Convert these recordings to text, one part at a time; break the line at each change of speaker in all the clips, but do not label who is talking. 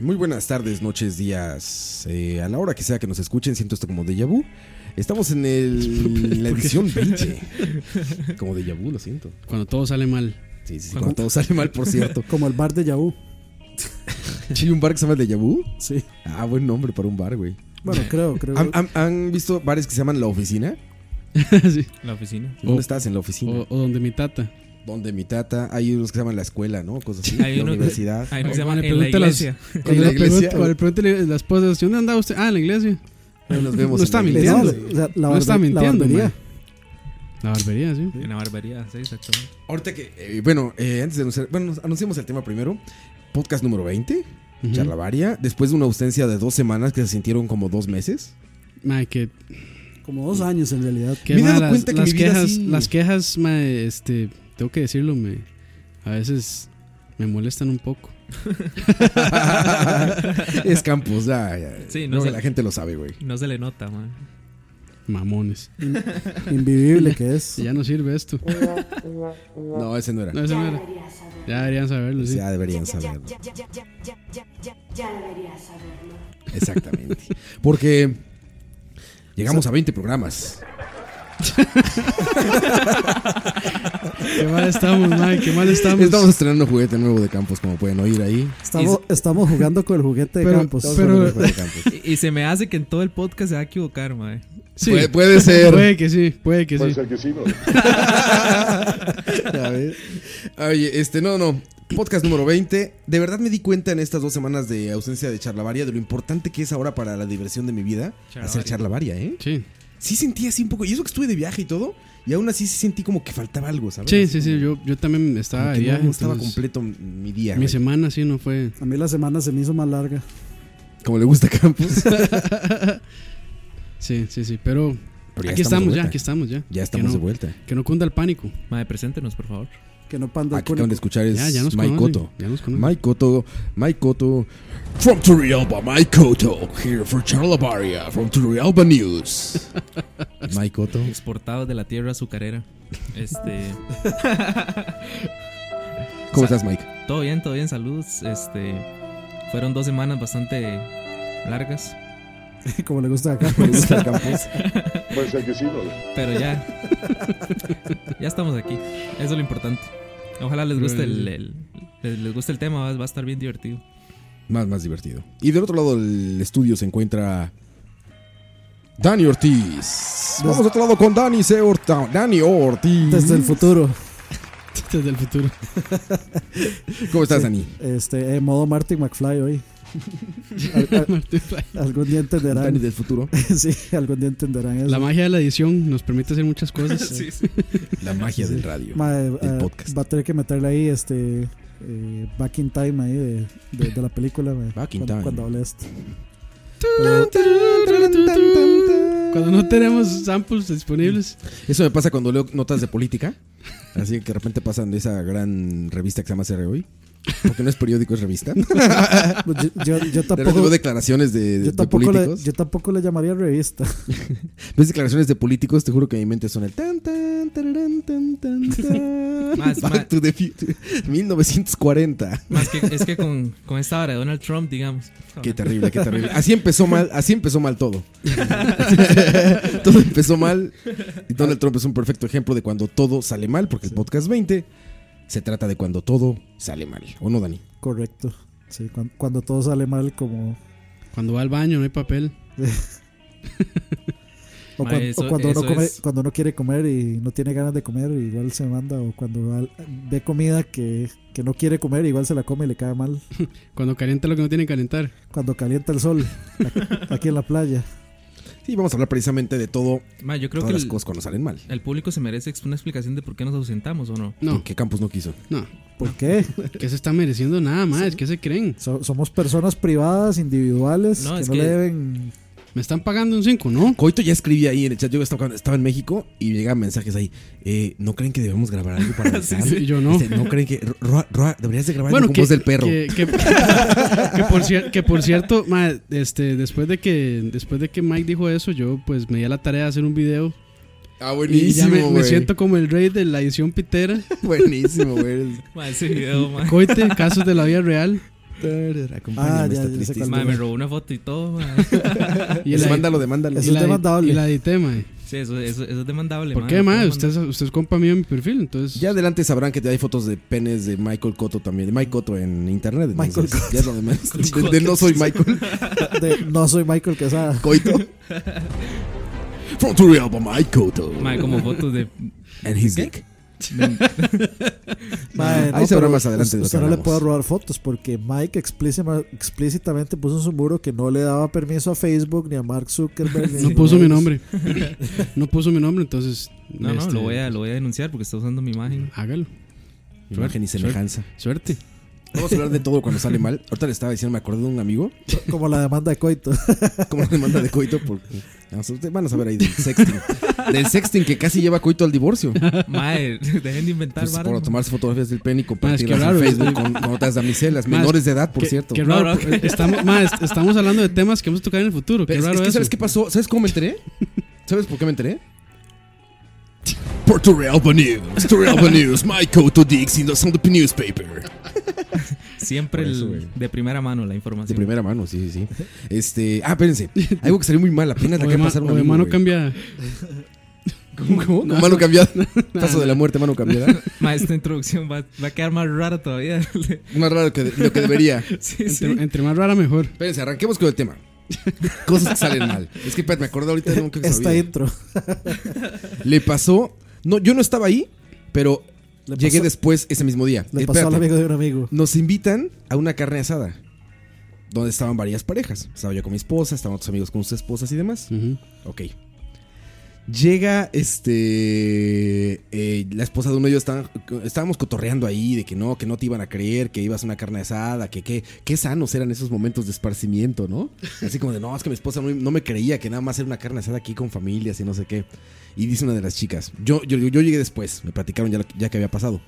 Muy buenas tardes, noches, días. eh, a la hora que sea que nos escuchen, siento esto como déjà vu. Estamos en el, en la edición 20. Como déjà vu, lo siento.
Cuando todo sale mal.
Sí, sí, sí, cuando todo sale mal, por cierto.
Como el bar de Yahoo.
¿Sí, un bar que se llama déjà vu?
Sí.
Ah, buen nombre para un bar, güey.
Bueno, creo, creo.
Ah,
¿Han, han, han visto bares que se llaman La Oficina?
Sí.
La oficina.
¿Dónde
O-
estás? En la oficina.
oh.
O, o donde mi tata.
Donde mi tata, hay unos que se llaman la escuela, ¿no? Cosas así.
Hay
la
uno-
universidad.
Ahí nos
Oye,
llaman
le
en la
pregunta a las-
iglesia.
Cuando
la
le
iglesia,
pregunto- le pregunto a la esposa, "¿Usted ¿dónde andaba usted? Ah, en la iglesia.
Ahí nos vemos
No
en
está
la iglesia.
mintiendo.
Sí.
o sea, la
no está
barbe- la
mintiendo,
barbería.
man. La barbería, sí.
En la barbería, sí, exactamente.
Ahorita que, eh, bueno, eh, antes de anunciar, bueno, nos- anunciamos el tema primero. Podcast número 20,
Ujú.
charla varia. Después de una ausencia de dos semanas que se sintieron como dos meses.
Mae, que
Como dos años en realidad.
Qué
Me he dado
mala,
cuenta que
las
mi vida
quejas,
sí-
las quejas, mae, este, tengo que decirlo, me, a veces me molestan un poco.
es Campos, ya, ya.
Sí, no
Creo
sé.
que la gente lo sabe, güey.
No se le nota, man.
Mamones.
Invivible que es.
Ya no sirve esto.
No, ese no era.
No, ese no era. Ya deberían saberlo, sí.
Ya deberían saberlo.
Ya, ya, ya, ya, ya, ya, ya, ya deberías saberlo.
Exactamente. Porque llegamos a 20 programas.
Qué mal estamos, mae, qué mal estamos.
Estamos estrenando juguete nuevo de Campos, como pueden oír ahí.
Estamos, estamos jugando con el juguete de
Pero-
Campos.
Estamos
Pero-
jugando con el juego de Campos.
Y, y se me hace que en todo el podcast se va a equivocar, man.
Sí,
Puede, puede
puede,
ser.
que sí, puede que sí.
Ya ves. Oye, este, no, no. Podcast número 20. De verdad me di cuenta en estas dos semanas de ausencia de charlavaria de lo importante que es ahora para la diversión de mi vida hacer charlavaria, ¿eh?
Sí,
Sí sentí así un poco. Y eso que estuve de viaje y todo. Y aún así sí sentí como que faltaba algo, ¿sabes?
sí,
Así
sí,
como-
sí, yo, yo también
como
estaba
que
de viaje,
no estaba
entonces,
completo mi día.
Mi
güey.
semana sí no fue.
A mí la semana se me hizo más larga.
Como le gusta a Campos.
Sí, sí, sí, pero
Pero
aquí
de
estamos, ya,
vuelta.
aquí estamos ya.
Ya estamos
que
de
no,
vuelta. Ah,
Que no cunda el pánico.
Madre, preséntenos, por favor.
Que no panda el
Aquí acaban de
cónico.
escuchar es
Ya, ya nos
Mike
conocen,
Cotto.
Ya nos conocen.
Mm. Mike Cotto, Mike Cotto. From Turrialba, Mike Cotto, here for Charlavaria, from Turrialba News. Mike Cotto.
Exportados de la tierra azucarera. Este.
¿Cómo estás, Mike?
Todo bien, todo bien, saludos. Este. Fueron dos semanas bastante largas.
Como le gusta acá.
Pero ya. ya estamos aquí. Eso es lo importante. Ojalá les guste el, el- les, les guste el tema, va, va a estar bien divertido.
Más, más divertido. Y del otro lado del estudio se encuentra Dani Ortiz. Vamos al otro lado con Dani C. Orta- Dani Ortiz.
Desde el futuro.
Desde el futuro.
¿Cómo estás, Dani?
Este, en modo Martin McFly hoy. Al- al- algún
Dani
día entenderán.
del futuro.
sí, algún día entenderán eso.
La magia de la edición nos permite hacer muchas cosas. Eh,
La magia del radio.
Mae,
del
eh,
podcast.
Va a tener que meterle ahí este eh, Back in Time ahí de, de- de la película. mae,
Back in
cuando,
time.
Cuando hablé esto.
Cuando no tenemos samples disponibles.
Eso me pasa cuando leo notas de política. Así que de repente pasan de esa gran revista que se llama CR Hoy. Porque no es periódico, es revista. De
Yo, pues, yo- yo
repente
tampoco.
veo declaraciones de, de
yo, tampoco le,
políticos.
yo tampoco le llamaría revista.
Ves declaraciones de políticos, te juro que mi mente suena el tan tan tararán, tan tan tan.
Más,
Back
más.
to the future 1940.
Más que, es que con, con esta hora de Donald Trump, digamos.
Qué terrible, qué terrible. Así empezó mal, así empezó mal todo. todo empezó mal. Y Donald Trump es un perfecto ejemplo de cuando todo sale mal, porque el podcast 20 se trata de cuando todo sale mal. ¿O no, Dani?
Correcto. Sí, cuan- cuando, todo sale mal, como.
Cuando va al baño no hay papel.
O,
Ma,
cuan- o
eso-
cuando, uno
eso
come-
es.
cuando uno quiere comer y no tiene ganas de comer, igual se manda. O cuando va al- ve comida que, que no quiere comer, igual se la come y le cae mal.
Cuando calienta lo que no tiene que calentar.
Cuando calienta el sol, aquí- aquí en la playa.
Sí, vamos a hablar precisamente de todo,
Ma, yo creo
todas
que
las
el-
cosas cuando salen mal.
El público se merece ex- una explicación de por qué nos ausentamos o no.
No,
Que Campos no quiso.
no.
¿Por qué?
Que se está mereciendo nada más. ¿Qué se creen?
So- somos personas privadas, individuales,
No,
que
es
no
que-
le deben.
Me están pagando un 5, ¿no?
Coito ya escribía ahí en el chat. Yo estaba, estaba en México y llegaban mensajes ahí. eh, ¿No creen que debemos grabar algo para avisar?
sí, yo no.
Este, ¿No creen que. Roa, Roa, deberías de grabar algo con
que,
voz del perro.
Que, que- que por, cier- que por cierto, ma, este, después de que después de que Mike dijo eso, yo pues me di a la tarea de hacer un video
Ah,
y ya me, me
güey.
siento como el rey de la edición pitera,
Buenísimo, güey.
Ma, ese video, ma.
coite, casos de la vida real.
Tarara, Acompáñame
Ah, ya,
esta
ya sé
tristeza.
cuál
Madre, me robó una foto y todo, madre.
Y
Es
la,
Mándalo, demándalo.
es
y la,
demandable.
y la edité, mae.
Sí, eso, eso, eso es demandable,
¿Por
mae,
qué,
lo
mae?
pueden
Usted, es- usted es compa mío en mi perfil, entonces.
Ya adelante sabrán que hay fotos de penes de Michael Cotto también, de Mike Cotto en internet.
Michael
entonces,
Cotto.
Ya es lo de menos. De, de no soy Michael
De, no soy Michael Quesada.
Coito. From to real by Mike Cotto.
mandar. Mae, como fotos de.
And his dick.
Mae,
Ahí se habrá
pero
más adelante de lo que
Usted no le
hablamos.
puede robar fotos porque Mike explícima- explícitamente puso en su muro que no le daba permiso a Facebook ni a Mark Zuckerberg. ni
No
a
puso mi
nadie.
nombre. No puso mi nombre, entonces.
No, no,
este,
lo voy, a, lo voy a denunciar porque está usando mi imagen.
Hágalo.
Imagen y semejanza.
Suerte.
Vamos a hablar de todo cuando sale mal. Ahorita le estaba diciendo, me acordé de un amigo.
Como la demanda de Coito.
Como la demanda de coito por. No, ustedes van a saber ahí del sexting. Del sexting que casi lleva coito al divorcio.
Mae, eh, dejen de inventar
Pues,
varas,
por
mae.
tomarse fotografías del pene y
Más, qué
compartirlas
raro,
en Facebook
sí.
con, con otras damiselas,
Más,
menores de edad, por cierto.
Qué raro.
No, no,
eh, Estamos, mae, est- estamos hablando de temas que vamos a tocar en el futuro. Qué
Pero es-
raro
es que,
eso.
¿sabes qué pasó? ¿Sabes cómo me enteré? ¿Sabes por qué me enteré? Por Turrialba News, Turrialba News, my Coto Dix in the Sound Newspaper.
Siempre
Por eso,
el-
güey.
de primera mano la
De
información.
primera mano, sí, sí, sí. Este, ah, espérense, algo que salió muy mal, apenas le
O
acaba
de,
de
ma-
pasar
o
una
de mano cambia.
¿Cómo, cómo?
No,
Con mano
no.
cambiada. Paso de la muerte, mano cambiada.
Mae, esta introducción va, va a quedar más rara todavía.
Más raro que de- lo que debería.
sí, sí.
Entre, entre más rara, mejor.
Espérense, arranquemos con el tema. Cosas que salen mal. Es que espérate, me acordé ahorita de un que se
Esta
sabía.
intro.
Le pasó. No, yo no estaba ahí, pero
Le
llegué
pasó-
después ese mismo día.
Le pasó al
Espérate.
amigo de un amigo.
Nos invitan a una carne asada. Donde estaban varias parejas. Estaba yo con mi esposa, estaban otros amigos con sus esposas y demás.
Ujú.
Ok. Llega este. eh, la esposa de uno de ellos estaban- estábamos cotorreando ahí de que no, que no te iban a creer, que ibas a una carne asada, que qué qué sanos eran esos momentos de esparcimiento, ¿no? Así como de no, es que mi esposa no, no me creía que nada más era una carne asada aquí con familias y no sé qué. Y dice una de las chicas, yo, yo, yo llegué después, me platicaron ya, lo- ya que había pasado.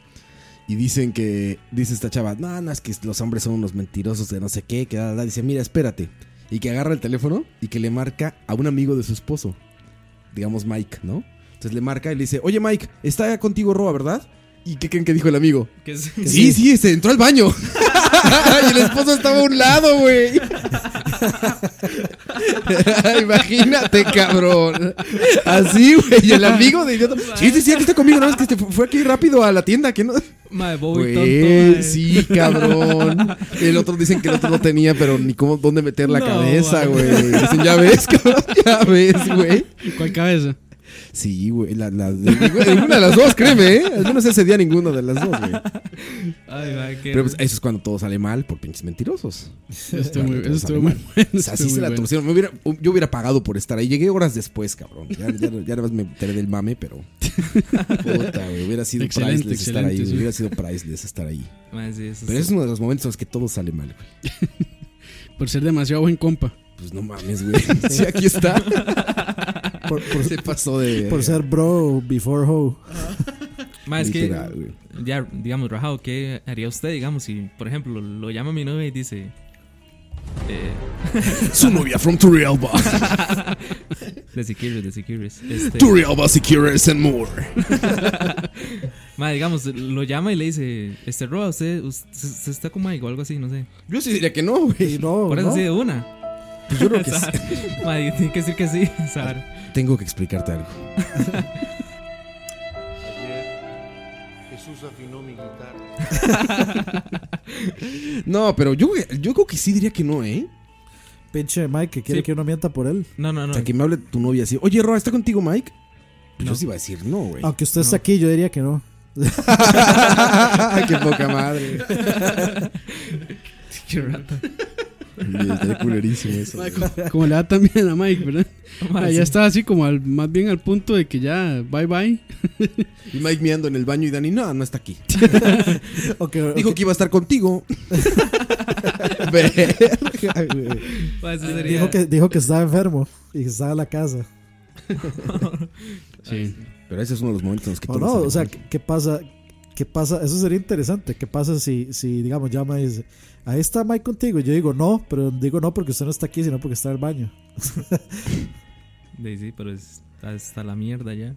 Y dicen que, dice esta chava, no, no, es que los hombres son unos mentirosos de no sé qué, que da, da, da". Dice, mira, espérate. Y que agarra el teléfono y que le marca a un amigo de su esposo, digamos Mike, ¿no? Entonces le marca y le dice, oye Mike, está contigo Roa, ¿verdad? ¿Y qué creen que dijo el amigo?
Que es-
Sí, sí, se entró al baño. y el esposo estaba a un lado, güey. Imagínate, cabrón. Así, güey. Y el amigo de idiota. Sí, sí, sí, aquí está conmigo. No, es que este fue aquí rápido a la tienda. Que no.
Mae, bobo y tonto.
Güey,
eh.
mae.
sí, cabrón. El otro dicen que el otro no tenía, pero ni cómo, dónde meter la
No,
cabeza,
güey.
güey. Dicen, ya ves, cabrón, ya ves, güey.
¿Cuál cabeza?
Sí, güey. La, la- ninguna de las dos, créeme, ¿eh? Al menos ese día ninguna de las dos, güey.
Ay, mae, qué-
Pero pues, eso es cuando todo sale mal por pinches mentirosos.
Estuvo muy,
Todo
eso
sale
estuvo muy
mal.
bueno.
O sea,
estuvo
así se
muy
la
bueno.
torcieron. Me hubiera- um, yo hubiera pagado por estar ahí. Llegué horas después, cabrón. Ya, ya, ya nada más me enteré del mame, pero. Puta, güey. Hubiera sido
Excelente,
priceless estar ahí.
excelente, sí.
Hubiera sido priceless estar ahí.
Mae, sí,
eh,
eso
Pero
sí.
es uno de los momentos en los que todo sale mal, güey.
Por ser demasiado buen compa.
Pues no mames, güey. Sí, aquí está.
Por, por-
Se pasó de.
por ser bro before hoe.
Ah,
Mae, es que.
Literal, güey.
Ya, digamos, Rajao, ¿qué haría usted, digamos, si, por ejemplo, lo llama mi novia y dice... Eh,
Su novia from Turrialba.
de Securious, de Securious. Este,
Turrialba Secures and More.
mae, digamos, lo llama y le dice... Este, Roa, usted, usted, usted está con Mike o algo así, no sé.
Yo sí diría que Oh, no, güey.
Y no,
por eso
no.
sí, de una.
Pues yo creo que sí.
Mae, tiene que decir que sí, ¿sabes?
Tengo que explicarte algo.
Ayer Jesús afinó mi guitarra.
No, pero yo, yo creo que sí diría que no, ¿eh?
Pinche Mike que quiere
Sí.
que uno mienta por él.
No, no, no.
O sea, que me hable tu novia así, oye, Roa, ¿está contigo Mike? Pues Yo
No.
sí iba a decir no, güey.
Aunque usted está aquí, yo diría que no.
Qué poca madre.
Qué rata.
Está culerísimo eso. güey.
Como le da también a Mike, ¿verdad?
Mae,
Ah,
sí.
ya está así como al, más bien al punto de que ya, bye bye.
Y Mike mirando en el baño y Dani, no, no está aquí.
O que-
Dijo que iba a estar contigo.
Ay, güey.
Mae, eso sería-
dijo, que, dijo que estaba enfermo y que estaba en la casa.
Sí.
pero ese es uno de los momentos en los que
O
todo
no,
sale
o sea,
mal.
¿qué, qué pasa? ¿Qué pasa? Eso sería interesante. ¿Qué pasa si, si digamos, llama y dice, ahí está Mike contigo? Y Yo digo, no, pero digo no porque usted no está aquí, sino porque está en el baño.
De- sí, pero es... hasta la mierda ya.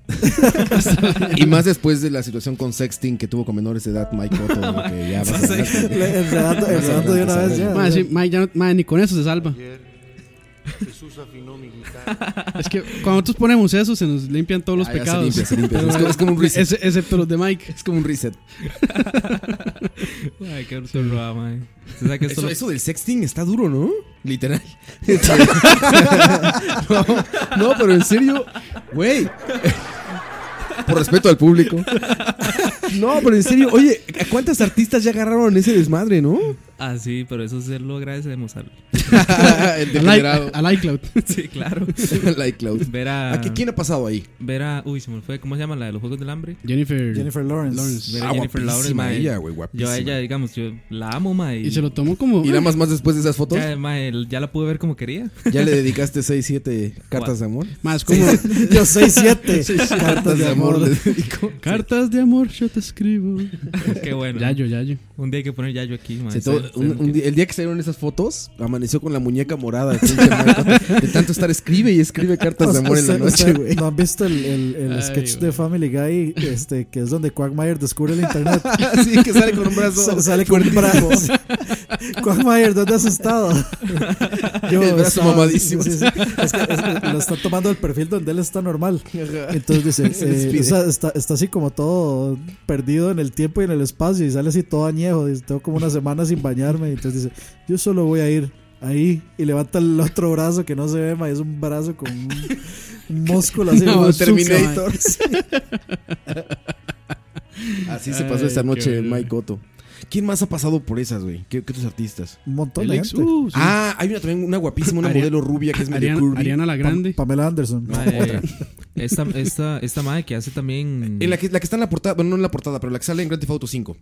Y más después de la situación con Sexting que tuvo con menores de edad Mike Cotto, ¿no? que ya vas a hablar.
Le- Enredando, enredando de una
Ah,
vez ya.
Mae, sí, mae, ya no- mae, ni con eso se salva.
Ayer Jesús afinó mi guitarra.
Es que cuando nosotros ponemos eso, se nos limpian todos los
Ah, ya se
pecados.
limpia, se limpia. Es como- es como un reset.
Ex- excepto los de Mike.
Es como un reset.
Ay, qué absurdo, mae. Usted sabe que esto
Eso,
lo-
eso del sexting está duro, ¿no? Literal. no, no, pero en serio, güey. Por respeto al público. No, pero en serio, oye, ¿a cuántas artistas ya agarraron ese desmadre, no?
Ah, sí, pero eso se lo agradecemos al.
El
Al i-
degenerado.
al iCloud.
Sí, claro.
Like Cloud.
Ver a.
¿A qué- quién ha pasado ahí?
Ver a. Uy, se me fue. ¿Cómo se llama la de los Juegos del Hambre?
Jennifer.
Jennifer Lawrence.
Lawrence.
Ver a
Ah,
Jennifer Lawrence,
guapísima
mae.
ella, güey,
Yo
guapísima.
a ella, digamos, yo la amo, mae.
Y se lo tomó como.
Y nada más más después de esas fotos,
Ya, mae, ya la pude ver como quería.
ya le dedicaste 6, 7 cartas de amor.
Más como.
Yo soy siete cartas de amor.
le dedicó.
Cartas de amor, yo te escribo.
qué bueno.
Yayo, yayo.
Un día hay que poner Yayo aquí, mae.
Se
Se-
to-
se-
un- un día- el día que salieron esas fotos, amaneció con la muñeca morada. pinche Marco. De tanto estar escribe y escribe cartas de amor en la
Usted-
noche,
usted-
güey.
¿No han visto el, el- el
Ay,
sketch
güey.
de Family Guy? Este, que es donde Quagmire descubre el internet.
Así que sale con un
Sa-
brazo.
sale con un brazo. Quagmire, ¿dónde has estado? Yo
El brazo
estaba-
mamadísimo.
sí, sí, sí. Es que, es que lo está tomando el perfil donde él está normal.
Ajá.
Entonces
Se
dice, eh,
despide.
o sea, está, está así como todo perdido en el tiempo y en el espacio y sale así todo añejo. Dice, tengo como una semana sin bañarme. Y entonces dice, yo solo voy a ir ahí y levanta el otro brazo que no se ve, ma, es un brazo con un, un músculo así.
No,
como
terminé.
sucio, ma.
Terminator. Así se pasó
Ay,
esta
qué
noche
horror.
Mike Otto. ¿Quién más ha pasado por esas, güey? ¿Qué, qué otros artistas?
Un montón de
Alex.
gente.
Uh, sí.
Ah, hay una también, una guapísima, una
Ariana-
modelo rubia que es medio
Ariana,
curvy.
Ariana la
Pam-
Grande.
Pamela Anderson.
mae, esta, esta, esta madre que hace también.
En la, que, la que está en la portada, bueno, no en la portada, pero la que sale en Grand Theft Auto 5.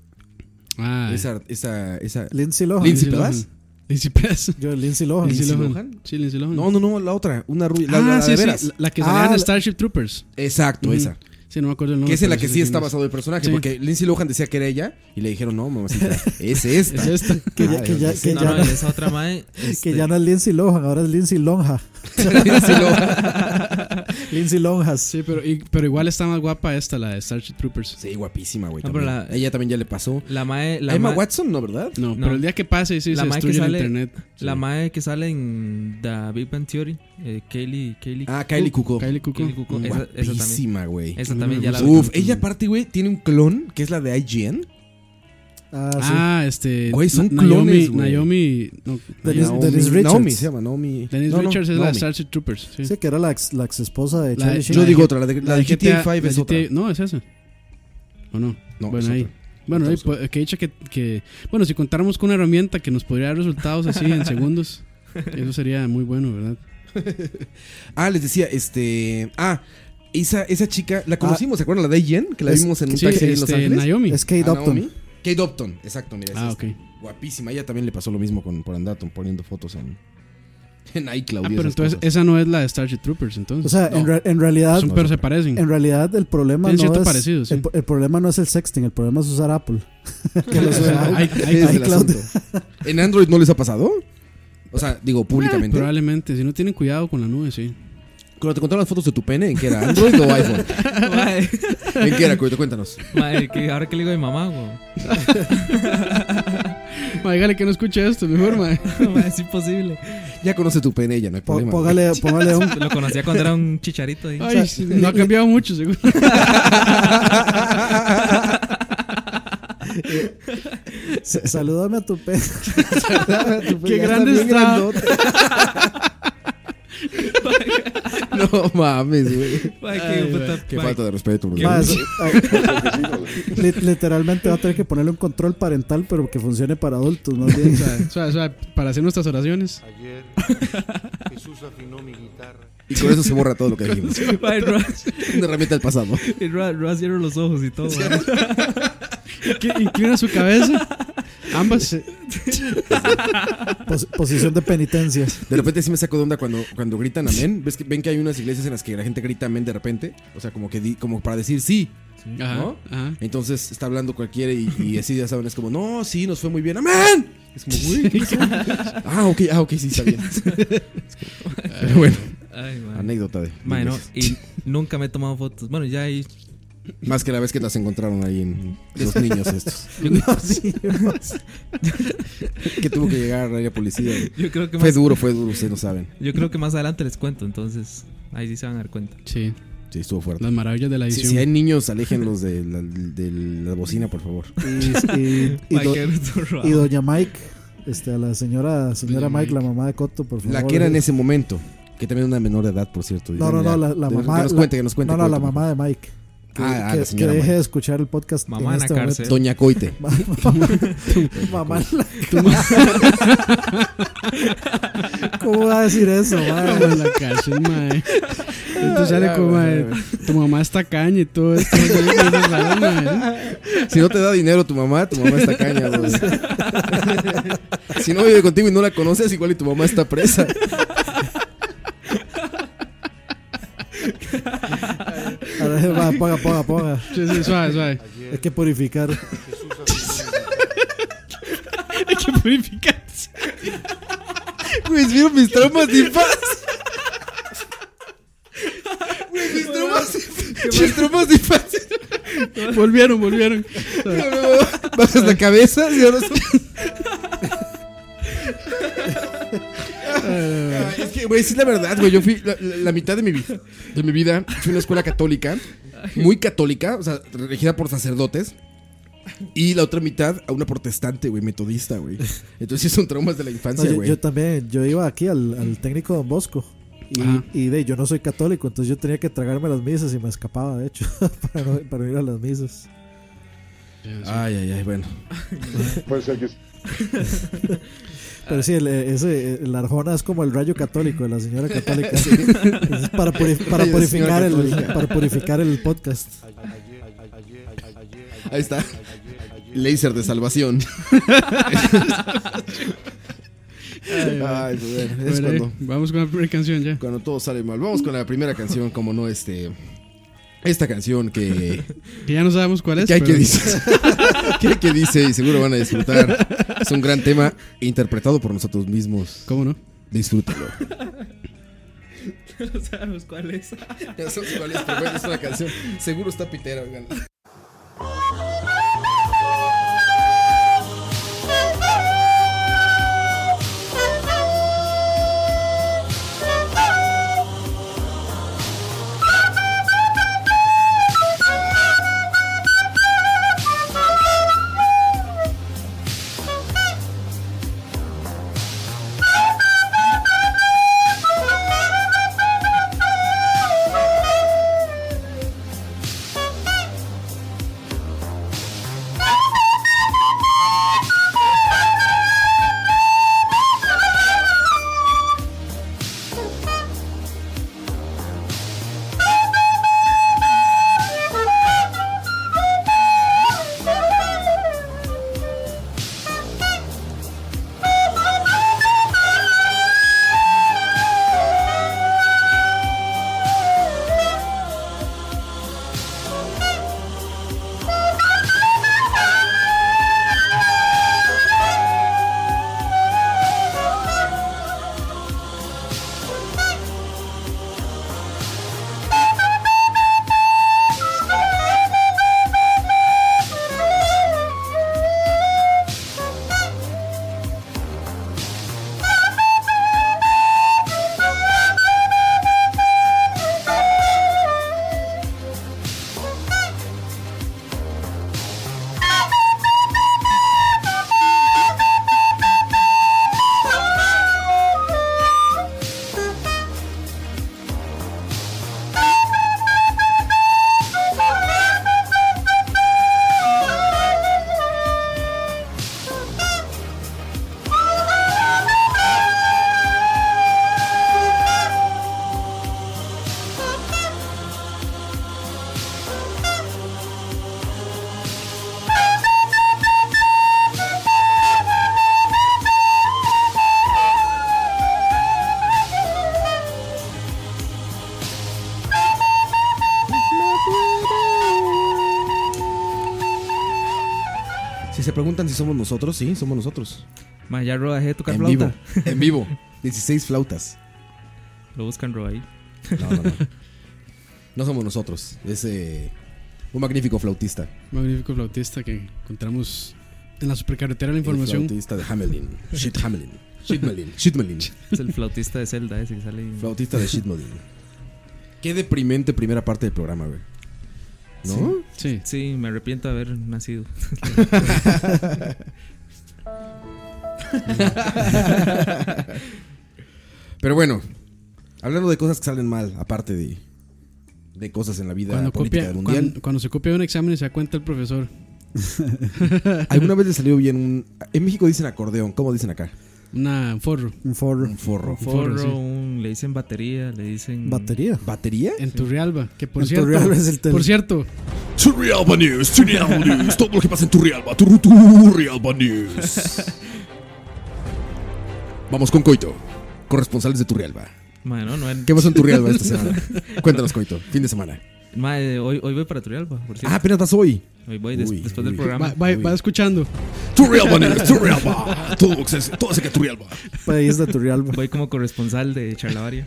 Ah,
Esa, esa, esa.
Lindsay Lohan.
Lindsay-
Lohan.
Pedas?
Lindsay Pedas.
Yo, Lindsay Lohan.
Lindsay
Oh, Lohan.
Lohan. Sí, Lindsay Lohan.
No, no, no, la otra, una rubia. La,
ah,
la de
sí,
veras.
sí. la- La que salía
Ah,
en
la-
Starship Troopers.
Exacto,
Ujú.
esa.
Sí, no me acuerdo el nombre.
que es en la
pero
que sí
sé quién
está
es.
basado el personaje,
Sí.
porque Lindsay Lohan decía que era ella y le dijeron, no, mamacita, es esta.
Es esta.
Que ya- que ya-
Ah,
que
no,
ya
no,
no-
esa otra este, madre.
este.
Que ya no es Lindsay Lohan, ahora es Lindsay Lonja.
Lindsay Lohan.
Lindsay Lonjas.
Sí, pero, y- pero igual está más guapa esta, la de Starship Troopers.
Sí, guapísima, güey.
Ah,
también.
pero la-
Ella también ya le pasó.
La mae. La
Emma
mae-
Watson, ¿no, verdad?
No,
No.
pero el día que pase, sí,
La
se
mae que
destruye el
sale-
internet.
La
Sí.
madre que sale en The Big Bang Theory. eh, Kaylee. Kaylee.
Ah, Kylie Cuoco.
Kylie Cuoco. Mm.
Kylie Cuoco. Esa, esa también.
Guapísima, güey.
Esa
A mí
también
me
ya la
Uf,
gusta.
ella aparte, güey, tiene un clon que es la de IGN.
Ah, sí.
Ah, este.
Güey, son
Na- Naomi-
clones, güey.
Naomi. No,
Dennis-
Naomi-
Dennis Richards.
Naomi se llama, Naomi.
Dennis
No, no,
Richards es la de
Naomi.
Starship Troopers. Sí.
Sí, que era la ex, la ex esposa de
La- yo
Charlie Sheen.
Yo
de
digo
G-
otra, la de, la de GTA, 5 es
la
otra.
GTA No, es esa. ¿O no?
No,
bueno,
es
ahí.
otra.
Bueno, ahí,
Entonces,
pues, que dicha que, que- Bueno, si contáramos con una herramienta que nos podría dar resultados así en segundos, eso sería muy bueno, ¿verdad?
Ah, les decía, este. Ah, esa, esa chica, la conocimos, ¿se acuerdan? La de IGN, que la
Es-
vimos en un
Sí,
taxi ahí en Los
este,
Ángeles.
Naomi.
Es Kate
Ah,
Upton.
Naomi. Kate Upton, exacto, mira. es
ah, ok.
esta. Guapísima. Ella también le pasó lo mismo con por Andaton poniendo fotos en, en iCloud.
Ah,
y
pero
esas
entonces
cosas. ah,
esa no es la de Starship Troopers,
O
entonces.
sea, en, re- en realidad,
son,
no,
pero
son-
se parecen.
en realidad el problema
Tienen
no
cierto
es
parecido, sí.
el, el problema no es el sexting, el problema es usar Apple. que lo sube a-
Ay, ay,
Ese es el
iCloud.
asunto. ¿En Android no les ha pasado? O sea, digo, públicamente.
Probablemente, si no tienen cuidado con la nube, sí.
Cuando te contaron las fotos de tu pene, ¿en qué era? ¿Android o iPhone?
Mae,
¿En qué era? Cuito? Cuéntanos.
mae, que ahora que le digo a mi mamá, güey.
Ma, dígale que no escuche esto, mejor, ma.
Mae, es imposible.
Ya conoce tu pene ella, no hay
Po-
problema.
póngale, póngale un
Lo conocía cuando era un chicharito ahí.
Ay, sí, no ha cambiado mucho, seguro.
sa- salúdame a tu pe.
Qué
Ya
grande
bien
está.
grandote. no mames, güey.
Mae, qué
Ay,
puta-
Qué
mae,
falta de respeto, bro.
Ma, eso- ay, li- literalmente va a tener que ponerle un control parental, pero que funcione para adultos, más bien.
O sea, o sea, para hacer nuestras oraciones.
Ayer Jesús afinó mi guitarra.
Y con eso se borra todo lo que dijimos.
mae, Ross-
Una herramienta del pasado.
Ross- Ross cierra los ojos y todo. mae.
Que inclina su cabeza. Ambas.
Pos- posición de penitencia.
De repente sí me saco de onda cuando, cuando gritan amén. ¿Ves que, ven que hay unas iglesias en las que la gente grita amén de repente. O sea, como que di- como para decir sí.
Ajá.
¿No?
ajá.
Entonces está hablando cualquiera y, y así ya saben, es como, no, sí, nos fue muy bien, amén. Es como, uy. ¿qué pasó? ah, ok, ah, ok, sí, está bien. Pero bueno,
Ay, mae.
Anécdota de.
Mae, no, y nunca me he tomado fotos. Bueno, ya ahí.
Más que la vez que las encontraron ahí en los niños estos.
No, sí,
Que tuvo que llegar ahí la policía.
Yo creo que
Fue
más,
duro, fue duro, ustedes no saben.
yo creo que más adelante les cuento, entonces ahí sí se van a dar cuenta.
Sí,
Sí, estuvo fuerte.
las maravillas de la
Si,
edición.
si hay niños, aléjenlos de la, de la bocina, por favor.
y, y- y
Mae,
do-
qué
y
retorrado.
doña Mike, este, a la señora, señora
Doña
Mike, la mamá de Coto, por favor. eh,
La que era en este ese momento, que también era una menor de edad, por cierto.
No, no, no, la, la
Que
mamá.
nos
la-
cuente, que nos cuente.
No, no, la
cuéntame.
mamá de Mike. Que,
Ah, ah,
que-
la
que
señora
deje
Mike.
de escuchar el podcast.
Mamá
en
en la
este momento.
cárcel.
Doña Coite.
Mamá en la cárcel. ¿Cómo va a decir eso, madre?
Como en Ah, la cárcel, mae. Entonces sale
Ya,
como,
güey,
mae, tu mamá está caña y todo esto. Yo digo, "No sabe, mae".
Si no te da dinero tu mamá, tu mamá está caña, güey. Si no vive contigo y no la conoces, igual y tu mamá está presa.
Ahora, va, Ponga, ponga, ponga.
Sí, sí, suave, suave.
Hay que purificar.
Jesús afinó
Hay que purificarse.
Güey, vieron mis traumas de infancia. Güey, mis traumas, mis traumas de infancia.
Volvieron, volvieron.
Bajas la cabeza y ahora son- Ay, Ah, Es que, güey, sí es la verdad, güey. Yo fui la, la- la mitad de mi vida. De mi vida, fui a una escuela católica, muy católica, o sea, regida por sacerdotes. Y la otra mitad a una protestante, güey, metodista, güey. Entonces son traumas de la
No,
infancia,
yo,
güey.
yo también, yo iba aquí al, al técnico Don Bosco. Y,
Ajá.
y de, yo no soy católico, entonces yo tenía que tragarme las misas y me escapaba, de hecho, para, no- para ir a las misas.
Ay, ay, ay, bueno.
Pero sí, el, eh, ese, eh, el Arjona es como el rayo católico de la señora católica. Es para, puri- para
Rayo de
purificar
señora
el,
católica.
para purificar el podcast.
ayer, ayer, ayer, ayer, ayer,
Ahí está.
ayer, ayer.
Láser de salvación. Ay, pues, bueno, es
Bueno, eh,
cuando,
Vamos con la primera canción ya.
cuando todo sale mal. Vamos con la primera canción, como no, este. Esta canción que,
Que ya no sabemos cuál es.
que hay que
pero-
dice. que hay que dice y seguro van a disfrutar. Es un gran tema interpretado por nosotros mismos.
¿Cómo no?
Disfrútalo.
No sabemos cuál es.
Ya sabes cuál es, pero bueno, es una canción. Seguro está pitera, oigan. Si se preguntan si somos nosotros, sí, somos nosotros.
Mae, ya rodajé tocar
En
flauta.
vivo. En vivo. 16 flautas.
Lo buscan Roy.
No, no, no. No somos nosotros. Es eh, un magnífico flautista.
Magnífico flautista que encontramos en la supercarretera de la
El
información.
flautista de Hamelin. Shit Hamelin. Shitmelin. Shitmelin.
Es el flautista de Zelda ese que sale. en-
Flautista de Shitmelin. Qué deprimente primera parte del programa, güey. ¿No?
Sí.
Sí, me arrepiento de haber nacido.
Pero bueno, hablando de cosas que salen mal, aparte de, de cosas en la vida
Cuando,
política
copia,
del
cuan-
mundial.
cuando, se copia un examen y se da cuenta el profesor.
¿Alguna vez le salió bien un. En México dicen acordeón, ¿cómo dicen acá?
Una un forro.
Un forro.
Un forro.
Forro,
Forro,
sí.
un- le dicen batería, le dicen.
Batería.
¿Batería?
En Turrialba. Que por
En
cierto.
Turrialba es el tema.
por cierto.
Turrialba News, Turrialba News, todo lo que pasa en Turrialba, Turru Turrialba News. Vamos con Coito, corresponsales de Turrialba.
Mae, no, no, en-
¿Qué pasó en Turrialba esta semana? Cuéntanos, Coito, fin de semana.
Mae, eh, hoy, hoy voy para Turrialba, por
Ah,
cierto.
apenas vas hoy.
hoy voy des-
uy,
después del
uy.
Va,
programa.
va-
Uy.
va escuchando.
Turrialba News, Turrialba, todo lo que se todo acerca de Turrialba.
País Pues de Turrialba.
Voy como corresponsal de Charlavaria.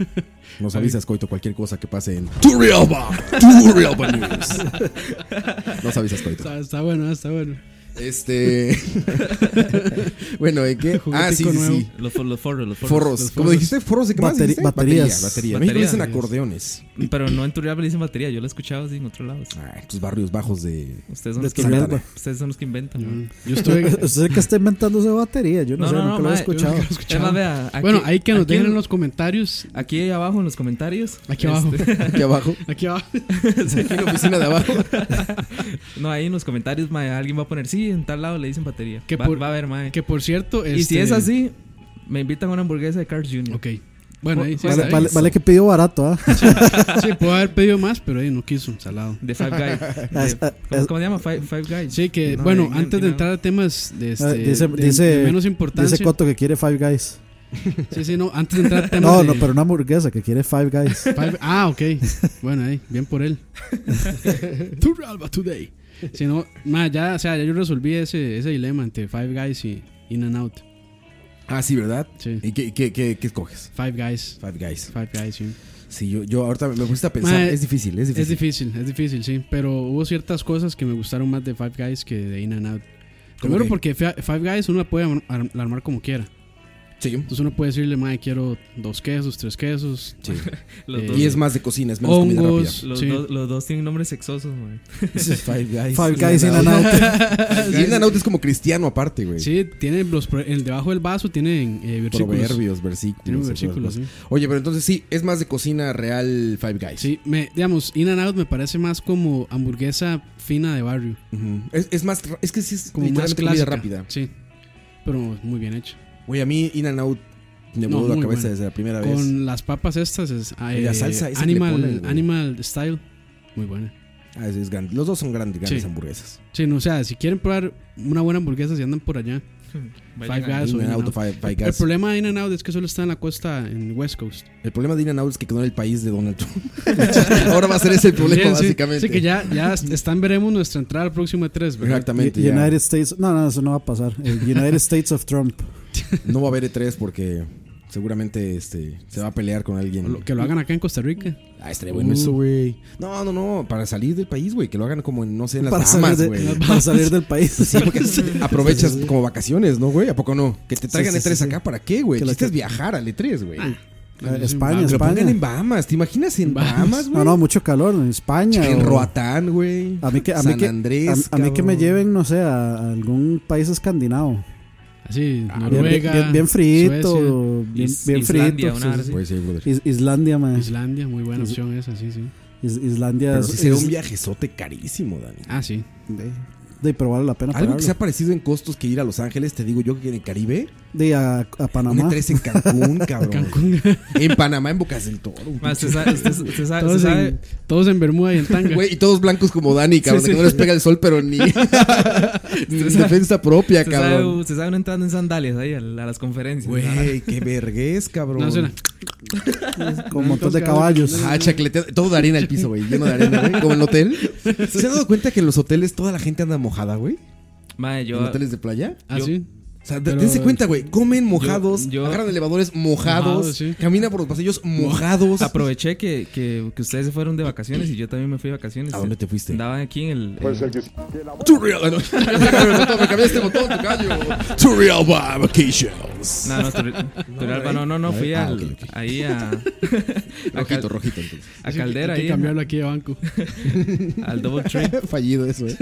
Nos avisas, Coito, cualquier cosa que pase en Turrialba, Turrialba News. Nos avisas, Coito.
Está, está bueno, está bueno.
Este. bueno, ¿en qué? Ah, sí, sí,
Juguetico
sí.
nuevo.
Los, for- los forros, los forros.
Forros. ¿Cómo dijiste? ¿Forros de qué más?
Bateri-
dijiste? Batería,
baterías.
batería. A mí me
Baterías.
dicen acordeones.
Pero no en Turrialba le dicen batería, yo lo he escuchado así en otros lados.
Ah, tus barrios bajos de.
Ustedes son,
De
los que,
Turrialba.
inventan. Ustedes son los que inventan. mae.
Mm. Yo estuve.
Usted es el que está inventando esa batería. Yo no,
No,
sé,
no,
nunca
no,
lo he
mae,
escuchado.
yo- escuchado.
Es más, vea, aquí-
bueno, ahí que nos
aquí
dejen en los comentarios.
Aquí abajo en los comentarios. Este,
Aquí abajo.
Aquí abajo.
Aquí abajo.
Aquí en la oficina de abajo.
No, ahí en los comentarios, mae, alguien va a poner, sí, en tal lado le dicen batería.
Que
va,
por-
va a haber, mae.
Que por cierto.
Y si
este-
es así, me invitan a una hamburguesa de Carl Jr.
Ok. Bueno, ahí sí,
pues,
está
Vale,
Vale,
ahí.
vale- vale que pidió barato, ¿ah?
Sí, puedo haber pedido más, pero ahí no quiso. Salado.
De Five Guys.
Ah, es- ah,
¿Cómo,
es-
cómo se llama? Five, Five Guys.
Sí, que
No,
bueno,
ahí no-
antes de
no.
entrar a temas de, este,
Ah, dice,
de-
dice,
de menos importancia.
dice Coto que quiere Five Guys.
sí, sí, no, antes de entrar a temas
No,
de
no, pero una hamburguesa que quiere Five Guys.
Five- ah, ok. Bueno, ahí, bien por él. Turrialba today. Si no, ma, ya, o sea, ya yo resolví ese, ese dilema entre Five Guys y In and Out.
Ah, sí, ¿verdad?
Sí.
¿Y qué, qué, qué, qué escoges?
Five Guys.
Five Guys.
Five Guys, sí.
Sí, yo, yo ahorita me gusta pensar.
Ma,
es difícil, es difícil.
Es difícil, es difícil, sí. Pero hubo ciertas cosas que me gustaron más de Five Guys que de In and Out. Primero
Ok.
porque Fi- Five Guys uno la puede arm- arm- la armar como quiera.
Sí.
Entonces uno puede decirle, madre, quiero dos quesos, tres quesos,
sí.
Los,
Eh,
dos,
Y es más de cocina, es menos comida rápida.
hongos.
los,
sí.
dos, los dos tienen nombres sexosos, mae.
Five Guys.
Five Guys in and out.
Y In and Out es como cristiano aparte, güey.
Sí, tiene los, pro- el debajo del vaso tienen eh, versículos.
Proverbios, versículos.
Tienen
esas
versículos,
cosas.
sí.
Oye, pero entonces sí, es más de cocina real Five Guys.
Sí, me, digamos, In and Out me parece más como hamburguesa fina de barrio.
Ujú. es, es más, ra- es que sí es
Como más
literalmente comida
clásica.
rápida.
Sí, pero muy bien hecho.
Oye, a mí In and Out me
No,
voló la
muy
cabeza
bueno.
desde la primera vez.
Con las papas estas, es, ah,
Y la
eh,
salsa esa que le
Animal,
ponen, güey.
animal Style, muy buena.
Ah, es, es grande. Los dos son grandes, grandes
Sí.
hamburguesas.
Sí, no, o sea, si quieren probar una buena hamburguesa, si andan por allá.
Vayan
Five Guys.
a-
Ah,
In
soy
and
In
Out,
Out.
Five, Five
El
Guys.
problema de In and Out es que solo está en la cuesta, en West Coast.
El problema de In and Out es que quedó en el país de Donald Trump. Ahora va a ser ese el problema,
Sí, sí.
básicamente.
Sí, que ya, ya están, veremos nuestra entrada al próximo E3, ¿verdad?
Exactamente. ya.
United States. No, no, eso no va a pasar. El United States of Trump.
No va a haber E3 porque seguramente este, se va a pelear con alguien.
O lo- que lo hagan acá en Costa Rica.
Ah, estaría
Uh.
bueno eso, güey. No, no, no. Para salir del país, güey. Que lo hagan como en, no sé, en las
Para
Bahamas,
salir,
güey.
de- para salir del país. Eh,
Sí, porque aprovechas como vacaciones, ¿no, güey? ¿A poco no? Que te traigan
sí, sí,
E3
sí.
acá, ¿para qué, güey?
Que
El
la
chiste
que-
es viajar al E3, güey.
Ah,
Eh, España,
Que lo pongan
España. Ah,
en Bahamas. ¿Te ibaginas en
Bahamas.
Bahamas, güey?
No, no, mucho calor en España.
En
o-
Roatán, güey.
A mí que, a mí
San
que,
Andrés,
a- a mí que me
cabrón.
lleven, no sé, a algún país escandinavo.
Así,
Ah,
Bien, bien,
Noruega.
bien- bien frito,
Suecia,
bien,
Is-
bien
Islandia,
frito.
una
sí,
vez.
sí.
Pues sí, brother.
Is- Islandia, man.
Islandia, muy buena opción esa, sí, sí.
Is- Islandia
Pero
es,
sí sería
es-
un viajezote carísimo, Dani.
Ah, sí.
de, de- pero vale la pena
Algo que se
pagarlo.
ha parecido en costos que ir a Los Ángeles, te digo yo que en el Caribe.
De a, a
Un
Panamá.
E3 en Cancún, cabrón.
Cancún.
En Panamá, en Bocas del Toro.
Mae, usted sabe, usted- usted sabe-
Todos,
usted sabe-
en, todos en Bermuda y en Tanga.
Ah, Güey, y todos blancos como Dani, cabrón.
Sí,
de
sí.
Que no les pega el sol, pero ni, ni en defensa propia,
usted sabe-
Eh, cabrón.
usted sabe no entrando en sandalias ahí a, la- a las conferencias.
Güey, qué vergüenza, cabrón.
no, suena.
con un montón de caballos.
Ah, chacleteado. Todo de arena al piso, güey. Lleno de arena, güey. Como en el hotel. ¿Se han dado cuenta que en los hoteles toda la gente anda mojada, güey?
Mae,
¿En
yo,
hoteles de playa?
Ah,
Yo-
sí.
O sea,
Pero-
dense cuenta, güey. Comen mojados,
yo-
agarran elevadores mojados,
Mojados, sí.
caminan por los pasillos mojados.
Aproveché que, que, que ustedes se fueron de vacaciones y yo también me fui de vacaciones.
¿A dónde te fuiste?
Andaban aquí en el. en-
Too real. Ah, no. Ya se cambió el botón, me cambiaste el botón, tu callo. Too real by vacations.
No, no, Tur- Turrialba, no, no, no, fui
Ah,
al-
ok, ok.
ahí a, a, Cal-
Rojito, rojito, entonces.
a Caldera,
Hay que
ahí,
cambiarlo aquí de banco.
al Double Tree,
Fallido eso, eh.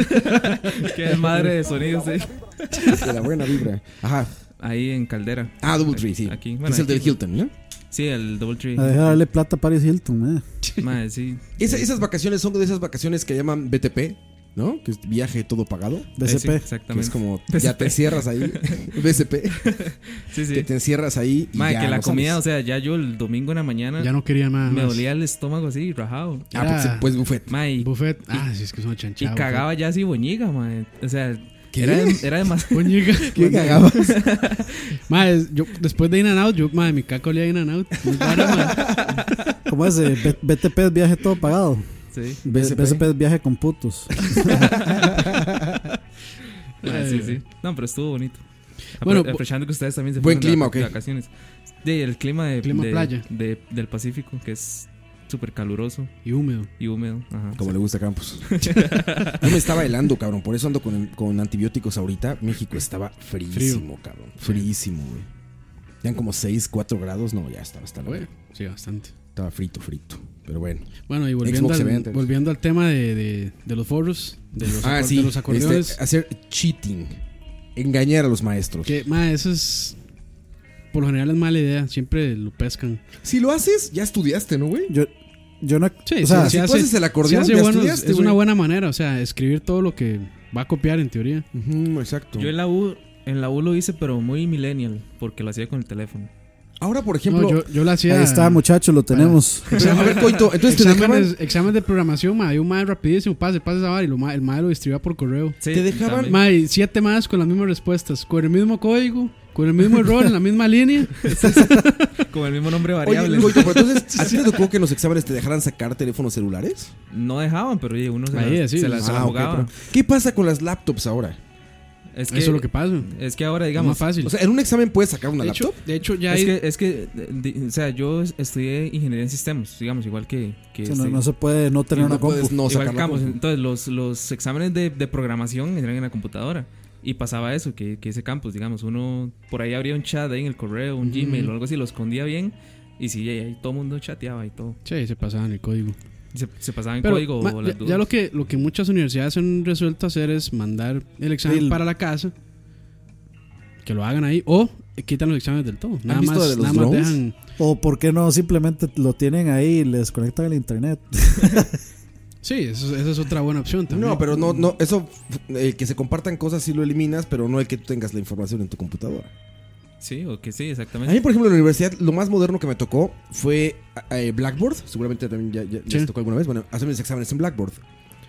que es madre de sonidos, eh.
De la buena vibra. Ajá.
ahí en Caldera.
Ah, Double Tree, sí.
Aquí,
Que
bueno,
es el
aquí.
del Hilton, ¿no?
Sí, el Double Tree.
A
Ah,
dejar darle plata a Paris Hilton, mae.
Madre, sí.
Esa- esas vacaciones son de esas vacaciones que llaman BTP, ¿no? Que es viaje todo pagado.
Eh, sí,
BCP.
Que es
exactamente.
como, ya
BCP.
te encierras ahí. BCP.
Sí, sí.
Que te encierras ahí. y
Madre,
ya
que la
no
comida,
sales.
o sea, ya yo el domingo en la mañana
Ya no quería nada
me
más.
dolía el estómago así, rajado.
Ah, pues,
era-
pues buffet.
Madre, y,
Buffet. Ah, sí, es que es una
y
chanchada. buffet.
cagaba ya así boñiga, madre. O sea,
¿Qué?
era, dem- era demasiado.
Boñiga.
¿Qué cagabas?
Madre, yo, después de In-N-Out, yo, madre, mi caca olía a In-N-Out. Muy raro, madre.
¿Cómo es? eh? B- BTP es viaje todo pagado.
Sí.
B-
BCP.
BCP, es viaje con putos.
Madre, Ah, sí, sí. No, pero estuvo bonito.
Bueno,
Bueno, aprovechando que ustedes también se
buen
fueron
clima,
de, vac-
¿ok?
de vacaciones. De, el clima de,
Clima
de-
playa.
de- del Pacífico, que es súper caluroso
Y húmedo.
y húmedo. Ajá.
Como le gusta a Campos. Yo me estaba helando, cabrón. Por eso ando con, con antibióticos ahorita. México estaba fríísimo, cabrón. Fríísimo, güey. Eran como 6, 4 grados. No, ya estaba, estaba,
Bueno, sí, bastante.
estaba frito, frito. Pero bueno.
Bueno, y volviendo,
Xbox
al,
Event.
volviendo al tema de, de, de los foros, de los, acor- de los acordeones.
Ah, este, hacer cheating. Engañar a los maestros.
Que, madre, eso es. Por lo general es mala idea. Siempre lo pescan.
Si lo haces, ya estudiaste, ¿no, güey?
Yo, yo no.
Sí,
o sea,
sí,
si
se
tú
hace-
haces el acordeón,
se
ya
hace buenos-
estudiaste,
Es una
güey.
buena manera, o sea, escribir todo lo que va a copiar en teoría.
Ujú, exacto.
Yo en la U. En la U lo hice, pero muy millennial, porque lo hacía con el teléfono.
Ahora, por
No,
ejemplo.
yo, yo lo hacía.
Ahí está, muchachos, lo tenemos.
Pero, a ver, Coito, entonces te
Exámenes,
dejaban,
exámenes de programación, madre, un madre rapidísimo, pase, pase esa vara y lo ma- el madre lo distribuía por correo.
Sí,
Te dejaban-
también.
Madre, siete más con las mismas respuestas, con el mismo código, con el mismo error, en la misma línea.
con el mismo nombre variable.
Oye, Coito, pero entonces, ¿a ti te tocó que en los exámenes te dejaran sacar teléfonos celulares?
no dejaban, pero oye, uno se
Ahí,
la,
sí,
se la-
Ah,
se la
ok,
jugaba.
pero- ¿Qué pasa con las laptops ahora?
es que,
Eso es lo que pasa.
es que ahora,
Digamos,
digamos,
más fácil.
O sea, en un examen puedes sacar una
de,
laptop.
hecho, de hecho, ya
es
hay.
que, es que de- de- o sea, yo estudié ingeniería en sistemas, digamos, igual que... que
Sí, no,
este-
no se puede no tener
Y
una
no puedes
compu.
no
Igual
sacar
que
la
Campos.
compu.
Entonces, los, los exámenes de, de programación eran en la computadora. Y pasaba eso, que, que ese campus, digamos, uno por ahí abría un chat ahí en el correo, un Gmail o algo así, lo escondía bien. Y sí, ahí, ahí todo el mundo chateaba y todo.
Sí, se pasaban el código.
Y Se, se pasaban
Pero,
código
ma-
o
ya,
las dudas.
ya lo que lo que muchas universidades han resuelto hacer es mandar el examen
El-
para la casa, que lo hagan ahí, o quitan los exámenes del todo. Nada
visto
más,
de los
nada más
drones?
dejan.
O por qué no, simplemente lo tienen ahí y les conectan el internet.
Sí, eso- esa es otra buena opción también.
No, pero no, no, eso, el que se compartan cosas sí lo eliminas, pero no el que tú tengas la información en tu computadora.
Sí, o que sí,
Pues
A mí,
exactamente.
por ejemplo, en la universidad, lo más moderno que me tocó fue eh, Blackboard. Seguramente también ya, ya- ya
Sí.
les tocó alguna vez. Bueno, hacer mis exámenes en Blackboard.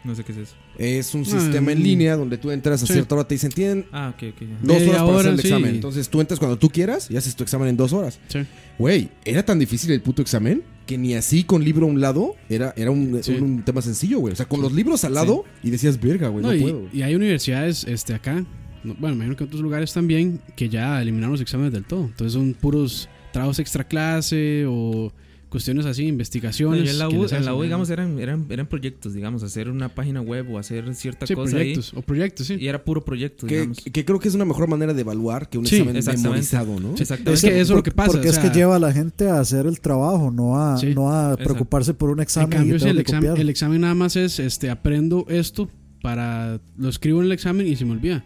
No sé qué es eso.
Es un
Ah,
sistema en
mm.
línea donde tú entras a
Sí.
cierta hora, te dicen, tienen
Ah, ok, ok. ajá.
dos horas
Media
para hacer
hora,
el
sí.
examen. Entonces tú entras cuando tú quieras y haces tu examen en dos horas.
Sí.
Güey, era tan difícil el puto examen que ni así con libro a un lado era, era un,
Sí.
un- un tema sencillo, güey. O sea, con los libros al lado y decías, verga, güey,
Pues
no,
No, y,
puedo. Pues güey".
y hay universidades este, acá, no- bueno, me imagino que en otros lugares también, que ya eliminaron los exámenes del todo. Entonces son puros trabajos extra clase o cuestiones así,
No,
investigaciones.
yo en la
que
U,
les
en la
hacen,
U, digamos,
¿no?
eran, eran, eran proyectos, digamos, hacer una página web o hacer cierta
Sí,
cosa
proyectos, o proyectos,
ahí.
sí.
Y era puro proyecto,
Que,
digamos.
que creo que es una mejor manera de evaluar que un
Sí,
examen
exactamente.
memorizado, ¿no?
Exactamente.
Es que eso es lo que pasa.
Porque
o
es
sea,
que lleva a la gente a hacer el trabajo, no a,
Sí.
no a
Exacto.
preocuparse por un
En
examen.
cambio,
y
si
tengo
el
que
examen,
copiar.
el examen nada más es, este, aprendo esto para, lo escribo en el examen y se me olvida.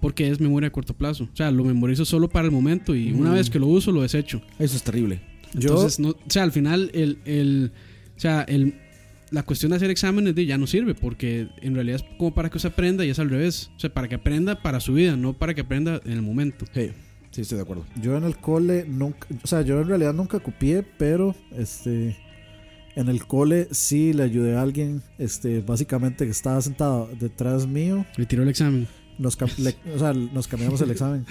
Porque es memoria a corto plazo. O sea, lo memorizo solo para el momento y
Mm.
una vez que lo uso, lo desecho.
Eso es terrible.
Yo-
Entonces, no, o sea, al final, el, el, o sea, el, la cuestión de hacer exámenes de, ya no sirve, porque en realidad es como para que usted aprenda y es al revés. O sea, para que aprenda para su vida, no para que aprenda en el momento.
Hey, sí, estoy de acuerdo.
Yo en el cole nunca, o sea, yo en realidad nunca copié, pero este en el cole sí le ayudé a alguien, este, básicamente que estaba sentado detrás mío,
Le tiró el examen.
nos, cam- le- o sea, nos cambiamos el examen.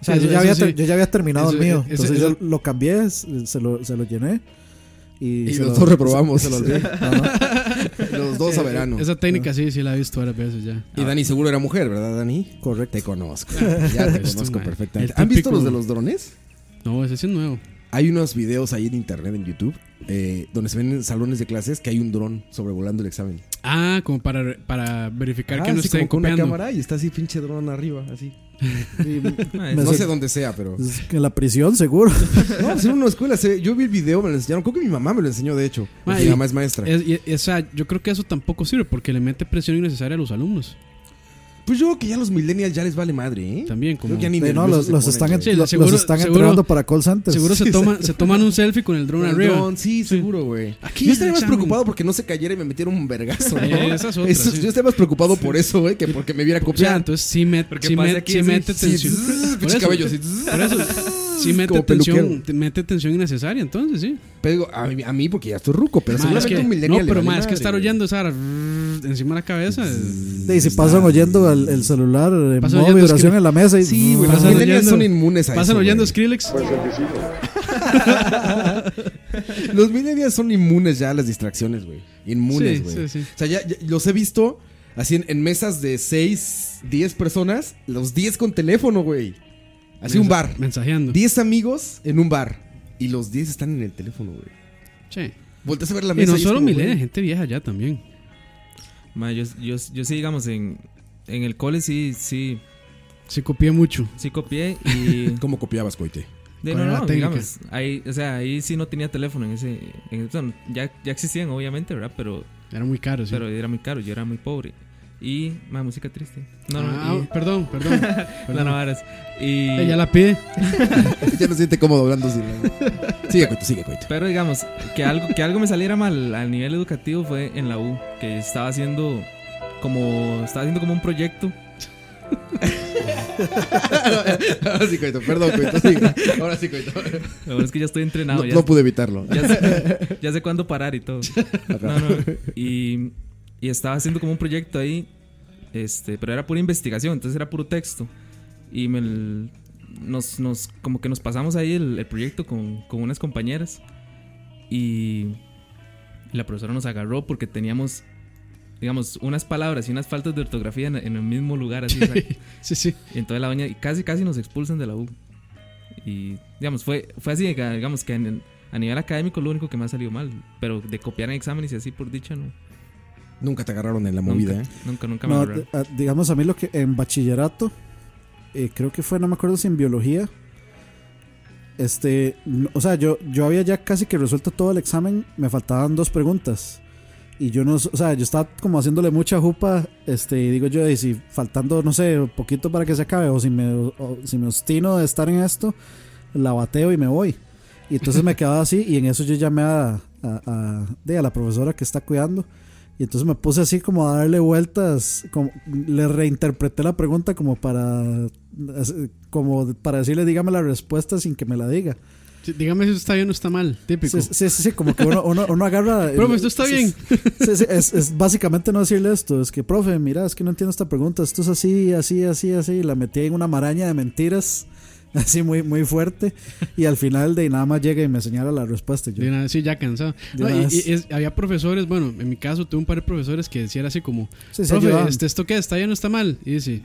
O sea,
Eso-
yo, ya
eso
había
sí.
ter- yo ya había terminado
Eso-
el mío,
eso-
entonces
eso-
yo lo cambié, se lo, se lo llené. Y,
Y
se
los
lo-
dos reprobamos.
Se, se lo olvidé. Ajá.
Los dos a verano. Ah.
Esa técnica sí, sí la he visto varias veces ya.
Y Dani seguro era mujer, ¿verdad, Dani?
Correcto.
Te conozco. Ya te
Esto,
conozco
man.
perfectamente.
El
¿Han visto
típico-
los de los drones?
No, ese sí es nuevo.
Hay unos videos ahí en internet, en YouTube, eh, donde se ven en salones de clases que hay un dron sobrevolando el examen.
Ah, como para, para verificar que
Ah,
no
así
estén
como con una
copiando.
cámara y está así pinche dron arriba, así.
Y
Mae,
Me
No
sor-
sé dónde sea, pero...
es que en la prisión, seguro.
No, pues en una escuela, se- yo vi el video, me lo enseñaron. Creo que mi mamá me lo enseñó, de hecho. Porque
Ah,
mi
y-
mamá es maestra.
Es- y- o sea, yo creo que eso tampoco sirve porque le mete presión innecesaria a los alumnos.
Pues yo creo que ya los millennials ya les vale madre, ¿eh?
También, como.
Creo que ya ni
Sí, no,
nerviosos
los,
se
los
ponen,
están,
güey.
en- Sí,
lo- los
seguro-
están
seguro-
entrenando para call centers.
Seguro se, toma, se toman un selfie con el dron
Con el
arriba.
dron, sí, seguro, güey.
Aquí
Yo
en
estaría
el
más
examen.
preocupado porque no se cayera y me metiera un vergazo, ¿no?
Esa es otra,
Eso-
sí.
Yo estaría más preocupado por eso, güey, que porque me viera
O sea,
copiar.
entonces sí, met,
Porque
sí,
pasa
met-
aquí
sí
así,
mete
sí,
tensión.
zzz,
Por
pinche
eso,
cabello, sí,
por eso, sí mete
como
tensión,
peluquero.
te- mete tensión innecesaria, entonces sí.
Pero digo, a mí, a mí porque ya estoy ruco, pero
Ma,
seguramente
es que-
un millennial.
No,
le vale
pero más es que
madre,
estar
güey. Pues, mm,
oyendo esa hora, encima de la cabeza. eh,
Sí, y si pasan oyendo el, el celular en
Pasan
modo
oyendo
vibración
Skrillex.
en la mesa. Y, Mm.
Sí, güey, los
Pasan
millennials son
oyendo-
inmunes a eso.
Pasan oyendo
güey.
Skrillex.
Los millennials son inmunes ya a las distracciones, güey. Inmunes,
Sí,
güey.
sí, sí.
O sea, ya, ya los he visto así en, en mesas de 6, 10 personas, los 10 con teléfono, güey. Así un
Mensa-
bar.
Mensajeando.
10 amigos en un bar. Y los 10 están en el teléfono, güey.
Che.
Volteas a ver la
Y
mesa.
no
es
solo
como, güey,
milenios, gente vieja ya también.
mae, yo, yo, yo sí, digamos, en, en el cole sí, sí,
Se copié mucho.
sí copié y...
¿Cómo copiabas, coite?
De,
¿Cuál
no,
era la
no,
técnica?
digamos, ahí, o sea, ahí sí no tenía teléfono en ese... en- o sea, ya, ya existían, obviamente, ¿verdad? Pero,
Era muy caro, sí.
pero era muy caro, yo era muy pobre. Y, más música triste. No, no,
Ah,
y-
perdón, perdón.
no, no, varas. Y,
Ella la pide.
ya no se siente cómodo hablando sin la- Sigue, coite, sigue, coite.
Pero digamos, que algo, que algo me saliera mal al nivel educativo fue en la U, que estaba haciendo como, estaba haciendo como un proyecto.
Ahora sí, coito, perdón, coito, sigue. Ahora sí, coito.
La verdad es que ya estoy entrenado,
No,
ya,
no pude evitarlo.
ya sé, ya sé cuándo parar y todo. No, no, y, y estaba haciendo como un proyecto ahí, este, pero era pura investigación, entonces era puro texto. Y me, l- nos, nos, como que nos pasamos ahí el, el proyecto con, con unas compañeras. Y la profesora nos agarró porque teníamos, digamos, unas palabras y unas faltas de ortografía en, en el mismo lugar. Así, o sea,
Sí, sí.
y entonces la doña y casi, casi nos expulsan de la U. Y, digamos, fue, fue así, diga- digamos, que en- a nivel académico lo único que me ha salido mal. Pero de copiar en exámenes y así por dicha, no.
Nunca te agarraron en la movida, ¿eh?
Nunca, nunca me
No,
agarraron.
a- digamos, a mí lo que en bachillerato, eh, creo que fue, no me acuerdo si en biología, este, no- o sea, yo, yo había ya casi que resuelto todo el examen, me faltaban dos preguntas. Y yo no, s- o sea, yo estaba como haciéndole mucha jupa, este, y digo yo, y si faltando, no sé, un poquito para que se acabe, o si me, o si me obstino de estar en esto, la bateo y me voy. Y entonces me quedaba así, y en eso yo llamé a, a- a- de, a la profesora que está cuidando. Y entonces me puse así como a darle vueltas, como, le reinterpreté la pregunta como para, como para decirle dígame la respuesta sin que me la diga.
Sí, Dígame si eso está bien o está mal. Típico.
Sí, sí, sí, sí, como que uno, uno, uno agarra...
Profe, esto está
sí,
bien.
sí, sí, es, es básicamente no decirle esto, es que, profe, mira, es que no entiendo esta pregunta, esto es así, así, así, así, la metí en una maraña de mentiras, así muy, muy fuerte, y al final de ahí nada más llega y me señala la respuesta. y yo,
De una vez, sí, ya cansado.
De
No,
una
y-
vez.
y es- había profesores, bueno, en mi caso tuve un par de profesores que decían así como,
sí, sí,
profe,
ayudaban.
este, ¿esto qué? ¿Está bien o está mal? Y dice,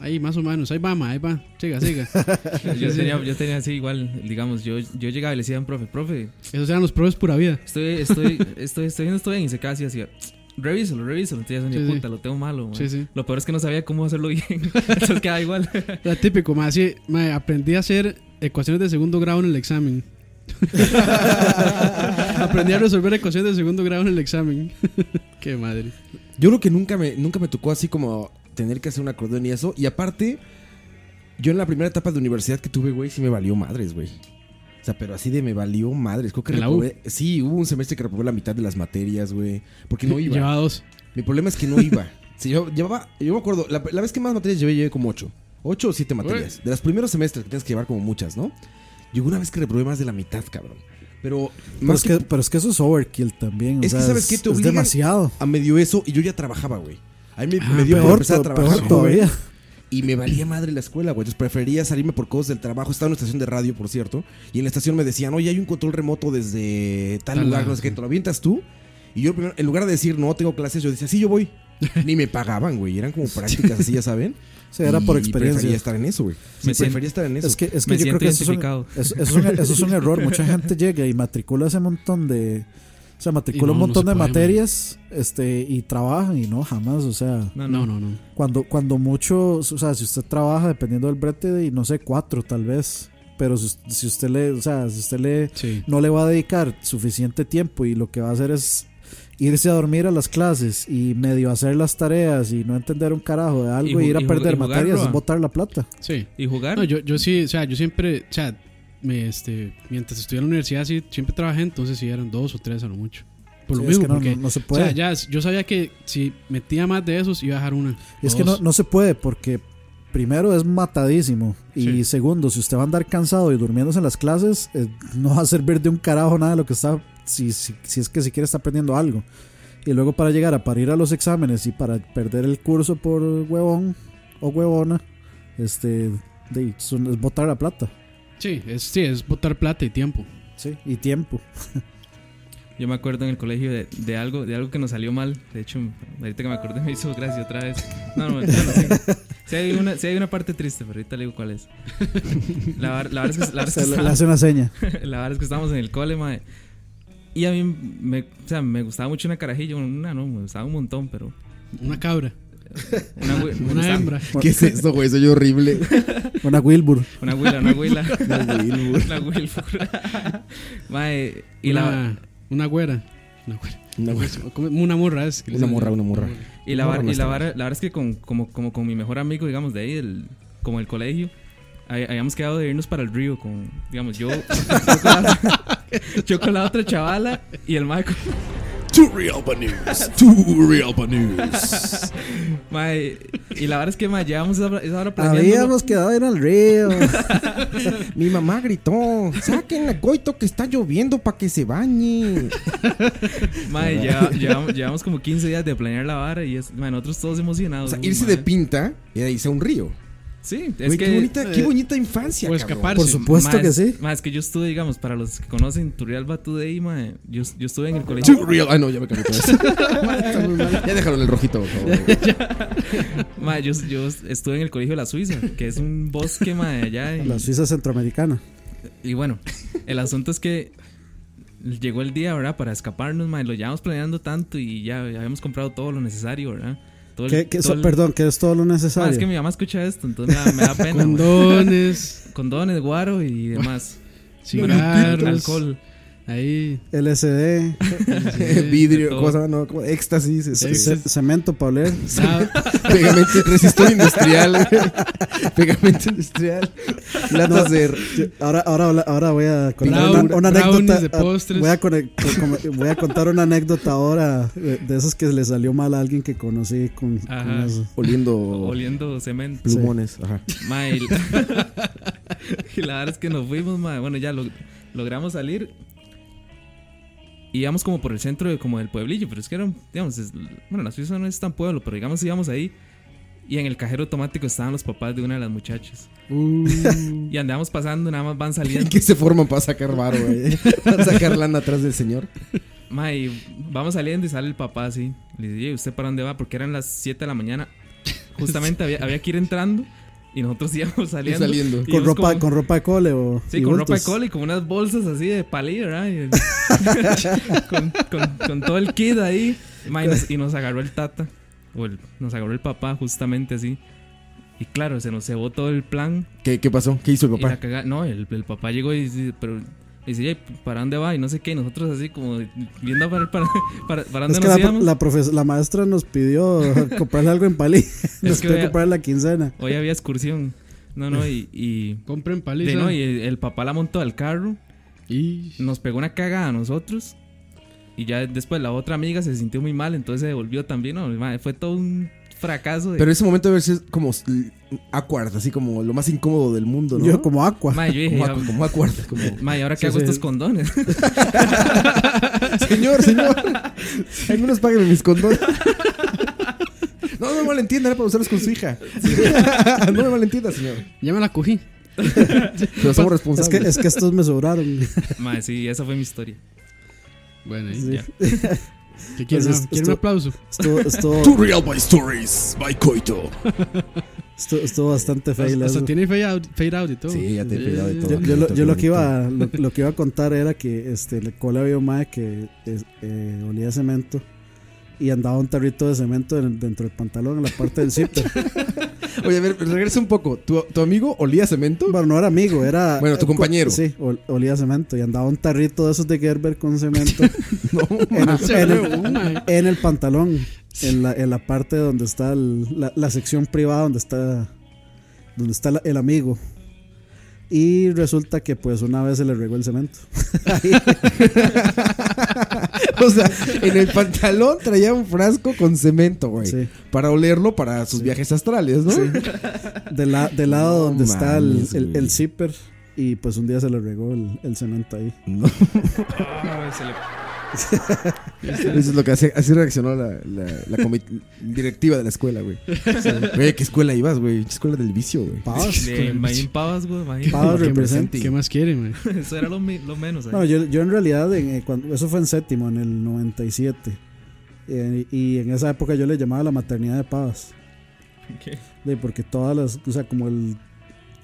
ahí más o menos, ahí va, ma, ahí va, siga, siga.
Yo tenía, yo tenía así igual, digamos, yo, yo llegaba y le decía a un profe, profe,
Esos eran los profes pura vida.
estoy, estoy, estoy, estoy viendo esto bien. Y se quedaba así, hacía, revísalo, revísalo. Entonces ya
Sí,
son
sí.
puta, lo tengo malo. man".
Sí, sí.
Lo peor es que no sabía cómo hacerlo bien. Entonces quedaba igual.
Era típico, ma, así, ma, aprendí a hacer ecuaciones de segundo grado en el examen. aprendí a resolver ecuaciones de segundo grado en el examen. qué madre.
Yo creo que nunca me, nunca me tocó así como tener que hacer un acordeón y eso. Y aparte, yo en la primera etapa de universidad que tuve, güey, sí me valió madres, güey. O sea, pero así de me valió madres. Creo que
¿En la U?
reprobé- Sí, hubo un semestre que reprobé la mitad de las materias, güey. Porque no iba.
Llevaba dos.
Mi problema es que no iba. Sí, yo llevaba, yo me acuerdo, la, la vez que más materias llevé, llevé como ocho. Ocho o siete materias. De los primeros semestres que tienes que llevar como muchas, ¿no? Llegó una vez que reprobé más de la mitad, cabrón. Pero
Pero
más
es, que, pero es que eso es overkill también. o
Es que
sea,
¿sabes qué? Te
es
obligan-
demasiado.
a medio eso y yo ya trabajaba, güey. A mí me,
Ah,
me dio por
Peor,
empezar a
to-
trabajar.
peor todavía.
Y me valía madre la escuela, güey. Entonces prefería salirme por cosas del trabajo. Estaba en una estación de radio, por cierto. Y en la estación me decían, oye, hay un control remoto desde tal
Tal
lugar,
lado,
no sé qué,
sí.
¿te lo avientas tú? Y yo, primero, en lugar de decir, no, tengo clases, yo decía, sí, yo voy. Ni me pagaban, güey. Eran como prácticas así, ya saben.
O sea, era por
Y Prefería
experiencia.
estar en eso, güey. Sí,
Me siento-
prefería estar en eso.
Es que, es que
Me
yo creo
siento
que eso es, un,
identificado.
eso- eso es un- eso es un error. Mucha gente llega y matricula ese montón de. O sea, matricula
no,
un
no
montón
se
de
puede,
materias este y trabajan y no, jamás. O sea,
No,
No, no,
no.
no.
cuando, cuando mucho. O sea, si usted trabaja dependiendo del brete, y no sé, cuatro tal vez. Pero si, us- si usted le. O sea, si usted le.
Sí.
no le va a dedicar suficiente tiempo y lo que va a hacer es irse a dormir a las clases y medio hacer las tareas y no entender un carajo de algo
Y
y,
ju-
ir a
y ju-
perder
y jugar,
materias,
Roa.
es botar la plata.
Sí.
¿Y jugar?
No, yo, yo sí, o sea, yo siempre, o sea, me, este, mientras estudié en la universidad, sí, siempre trabajé, entonces sí eran dos o tres a lo mucho. Por lo
Sí,
mismo,
es que no,
porque.
no- no se
o sea,
puede.
ya, yo sabía que si metía más de esos iba a dejar una.
Y es que no,
dos.
no se puede porque primero es matadísimo y
Sí.
segundo, si usted va a andar cansado y durmiéndose en las clases, eh, no va a servir de un carajo nada de lo que está, si, si, si es que siquiera está aprendiendo algo. Y luego para llegar a parir a los exámenes y para perder el curso por huevón o huevona, este, de, es un- es botar la plata.
Sí, es, sí, es botar plata y tiempo.
Sí, y tiempo.
Yo me acuerdo en el colegio de, de algo de algo que nos salió mal. De hecho, ahorita que me acordé me hizo gracia otra vez. No, no, ya no tengo. Sí hay, una, sí hay una parte triste, pero ahorita le digo cuál es. La, var- la, verdad es que, la, verdad es que
Se le,
está-
le hace una seña.
la verdad es que estábamos en el cole, mae. Y a mí me, o sea, me gustaba mucho una carajilla. Una no, me gustaba un montón, pero...
Una cabra,
Una, güey- me
una
gustaba-
hembra.
¿Qué es esto, güey? Soy horrible.
Una Wilbur.
Una huila, una huila.
Una Wilbur.
Una Wilbur. Mae, y
una,
la...
una güera. Una güera.
Una, güey.
¿Cómo? Una morra es. que le
Una
dicen.
morra, una morra.
Y la,
No, no
vara- y la,
está
vara- la verdad es que con, como, como con mi mejor amigo, digamos, de ahí, del, como el colegio, hay- habíamos quedado de irnos para el río con, digamos, yo, yo, con, la, yo con la otra chavala y el Michael.
Two real bad news. Two real bad news.
y la verdad es que mae, llevamos esa, esa hora planeando.
Habíamos quedado en el río.
Mi mamá gritó: Saquen a Goito que está lloviendo para que se bañe.
Mae, lleva- llevamos, llevamos como 15 días de planear la vara y es, mae, nosotros todos
O
emocionados.
sea,
uh,
irse
mae.
de pinta era irse a un río.
Sí, es
Güey,
que.
qué, bonita, qué
eh,
bonita infancia.
o
cabrón.
escaparse.
Por supuesto
mae,
que
es-
sí.
mae, es que yo estuve, digamos, para los que conocen Turrialba Today, mae, yo, yo estuve en el colegio.
Too real. Ay, no, ya me cambié otra vez. ya dejaron el rojito, por favor.
Ma, yo, yo estuve en el colegio de la Suiza, que es un bosque, ma, de allá. en-
La Suiza centroamericana.
y bueno, el asunto es que llegó el día, ¿verdad? Para escaparnos, ma, lo llevamos planeando tanto y ya, ya habíamos comprado todo lo necesario, ¿verdad? Todo el-
¿Qué- qué-
todo
so-
el-
perdón, que es todo lo
Ma,
necesario.
es que mi mamá escucha esto, entonces me da, me da pena. ma.
Condones,
Condones, guaro y demás. Bueno,
cigarros,
alcohol.
Ahí.
LSD,
Vidrio,
de todo.
¿cómo se llama? No, ¿cómo? éxtasis,
ce-
este,
ce- cemento para oler.
nada.
pegamento, resistor industrial, pegamento industrial, latas de
Ahora, ahora, habla- ahora voy a contar
Brown-
una, una
brownies
anécdota.
de
ah,
postres.
Voy a, cone- co- como- voy a contar una anécdota ahora de, de esas que le salió mal a alguien que conocí con, con
Ajá.
eso.
oliendo
Oliendo cemento.
plumones. Ajá.
Ma, y, la, y la verdad es que nos fuimos, ma. Bueno, ya log- logramos salir. Y íbamos como por el centro de, como del pueblillo, pero es que era, un- digamos, es- bueno, la Suiza no es tan pueblo, pero digamos íbamos ahí. Y en el cajero automático estaban los papás de una de las muchachas. Y andábamos pasando, nada más van
¿Y
saliendo.
qué se forman para sacar varo, güey? Para sacar lana atrás del señor.
ma, y vamos saliendo y sale el papá así. Le dice, "Oye, ¿usted para dónde va? Porque eran las 7 de la mañana. Justamente había, había que ir entrando y nosotros íbamos saliendo.
saliendo.
Y
Con
íbamos
ropa,
como-
con ropa de cole o.
Sí,
y pues,
con ropa de
bultos.
cola y con unas bolsas así de palillo, ¿verdad? Y- con, con- con todo el kit ahí. Ma, y, nos, y nos agarró el tata. O el- nos agarró el papá, justamente así. Y claro, se nos cebó todo el plan.
¿Qué, qué pasó? ¿Qué hizo el
Y la
papá?
caga- no, el, el papá llegó y dice, pero. y dice, "Ey, ¿para dónde va? Y no sé qué. Y nosotros así como viendo para, para, para, para dónde
Es que
nos
la,
íbamos.
la profes- la maestra nos pidió comprarle algo en Palí. Nos
que
pidió
vea-
comprar la quincena.
Hoy había excursión. No, no, y. y
Compren
de,
paliza.
no, y el, el papá la montó al carro.
Y-
nos pegó una cagada a nosotros. Y ya después la otra amiga se sintió muy mal, entonces se devolvió también. No, madre, fue todo un fracaso. De,
Pero ese momento debe ser como s- awkward, así como lo más incómodo del mundo, ¿no?
Yo como agua.
Madre, yo dije,
como, acu- como awkward, como,
"Madre, ¿ahora qué
Sí,
hago
sí.
estos condones?
señor, señor, al menos págueme mis condones. No, no malentienda, era para usarlos con su hija. no me malentienda, señor.
Ya me la cogí.
Pero somos
Pues, Es que,
responsables.
es que estos me sobraron.
Mae, sí, esa fue mi historia.
Bueno, ahí
Sí.
ya. ¿Qué quieren?
Entonces,
¿Quieren
esto-
un aplauso?
Estuvo, estuvo,
Two real by stories by Coito.
estuvo- estuvo bastante fail.
Hasta,
eso.
hasta tiene fade out, fade out y todo.
Sí, ya te he pegado de todo.
Yo,
Qué
yo lo,
bonito,
yo lo
qué
que
bonito.
iba, lo, lo que iba a contar era que este, la cola había un mae que es- eh, olía a cemento y andaba un tarrito de cemento en- dentro del pantalón en la parte del zipper.
Oye, a ver, regresa un poco. ¿Tu, tu amigo olía a cemento?
bueno, no era amigo, era.
Bueno, tu
eh, co-
compañero.
Sí, ol- olía a cemento y andaba un tarrito de esos de Gerber con cemento
No,
en, el,
Se
en el-
huevó, mae.
en el pantalón, en la, en la parte donde está el- la, la sección privada, donde está, donde está la- el amigo. Y resulta que pues una vez se le regó el cemento.
o sea, en el pantalón traía un frasco con cemento, güey.
Sí.
Para olerlo para sus viajes astrales, ¿no?
De la- del lado
No
donde está el,
mames,
el,
güey.
el zipper. Y pues un día se le regó el, el cemento ahí.
Mae, se le-
Eso es lo que hace, así reaccionó la, la- la comi- directiva de la escuela, güey. Güey, ¿qué escuela ibas, güey? Pinche Escuela del vicio, güey.
Pavas.
de Mayin Pavas, güey. Mayin.
Pavas
¿Qué más-
representa.
¿Qué más quieren, mae?
Eso era lo, me- lo menos. ahí.
No, yo, yo en realidad, en, eh, cuando, eso fue en séptimo, en el 97. Eh, y en esa época yo le llamaba la maternidad de Pavas.
Ok.
De, porque todas las, o sea, como el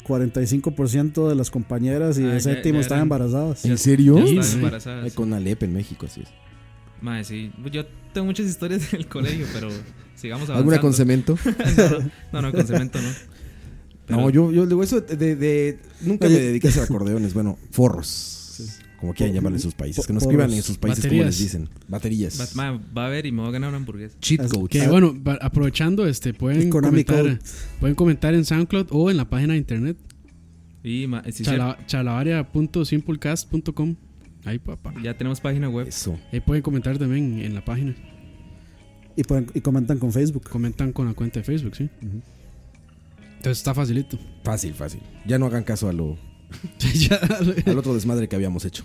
45% de las compañeras y
Ah,
de
ya-
séptimo
ya
están
eran-
embarazadas.
¿En serio?
Ya estaba
Sí.
embarazada,
Ay,
sí.
Con Alep en México, así es.
Mae, sí. Yo tengo muchas historias en el colegio, pero sigamos avanzando.
¿Alguna con cemento?
No, no, con cemento no. Pero-
No, yo, yo digo eso de, de- de- Nunca
Oye.
me dediqué a hacer acordeones, bueno, forros. Como quieran llamarle en sus países. Que no
Forros.
escriban en sus países como
Baterías.
les dicen. Baterías.
Bat- mae, va a ver y me voy a ganar una hamburguesa.
Cheat
As-
codes.
Que Eh, bueno, va- aprovechando, este, pueden
Konami
comentar, pueden comentar en SoundCloud o en la página de internet
Y mae, sí,
chala- chalabaria.simplecast.com. Ahí, papá.
sí, ya tenemos página web.
Eso.
Ahí pueden comentar también en la página.
Y, pueden- y comentan con Facebook.
Comentan con la cuenta de Facebook, ¿sí?
Ujú.
Entonces está facilito.
Fácil, fácil. Ya no hagan caso a lo,
Ya,
al otro desmadre que habíamos hecho.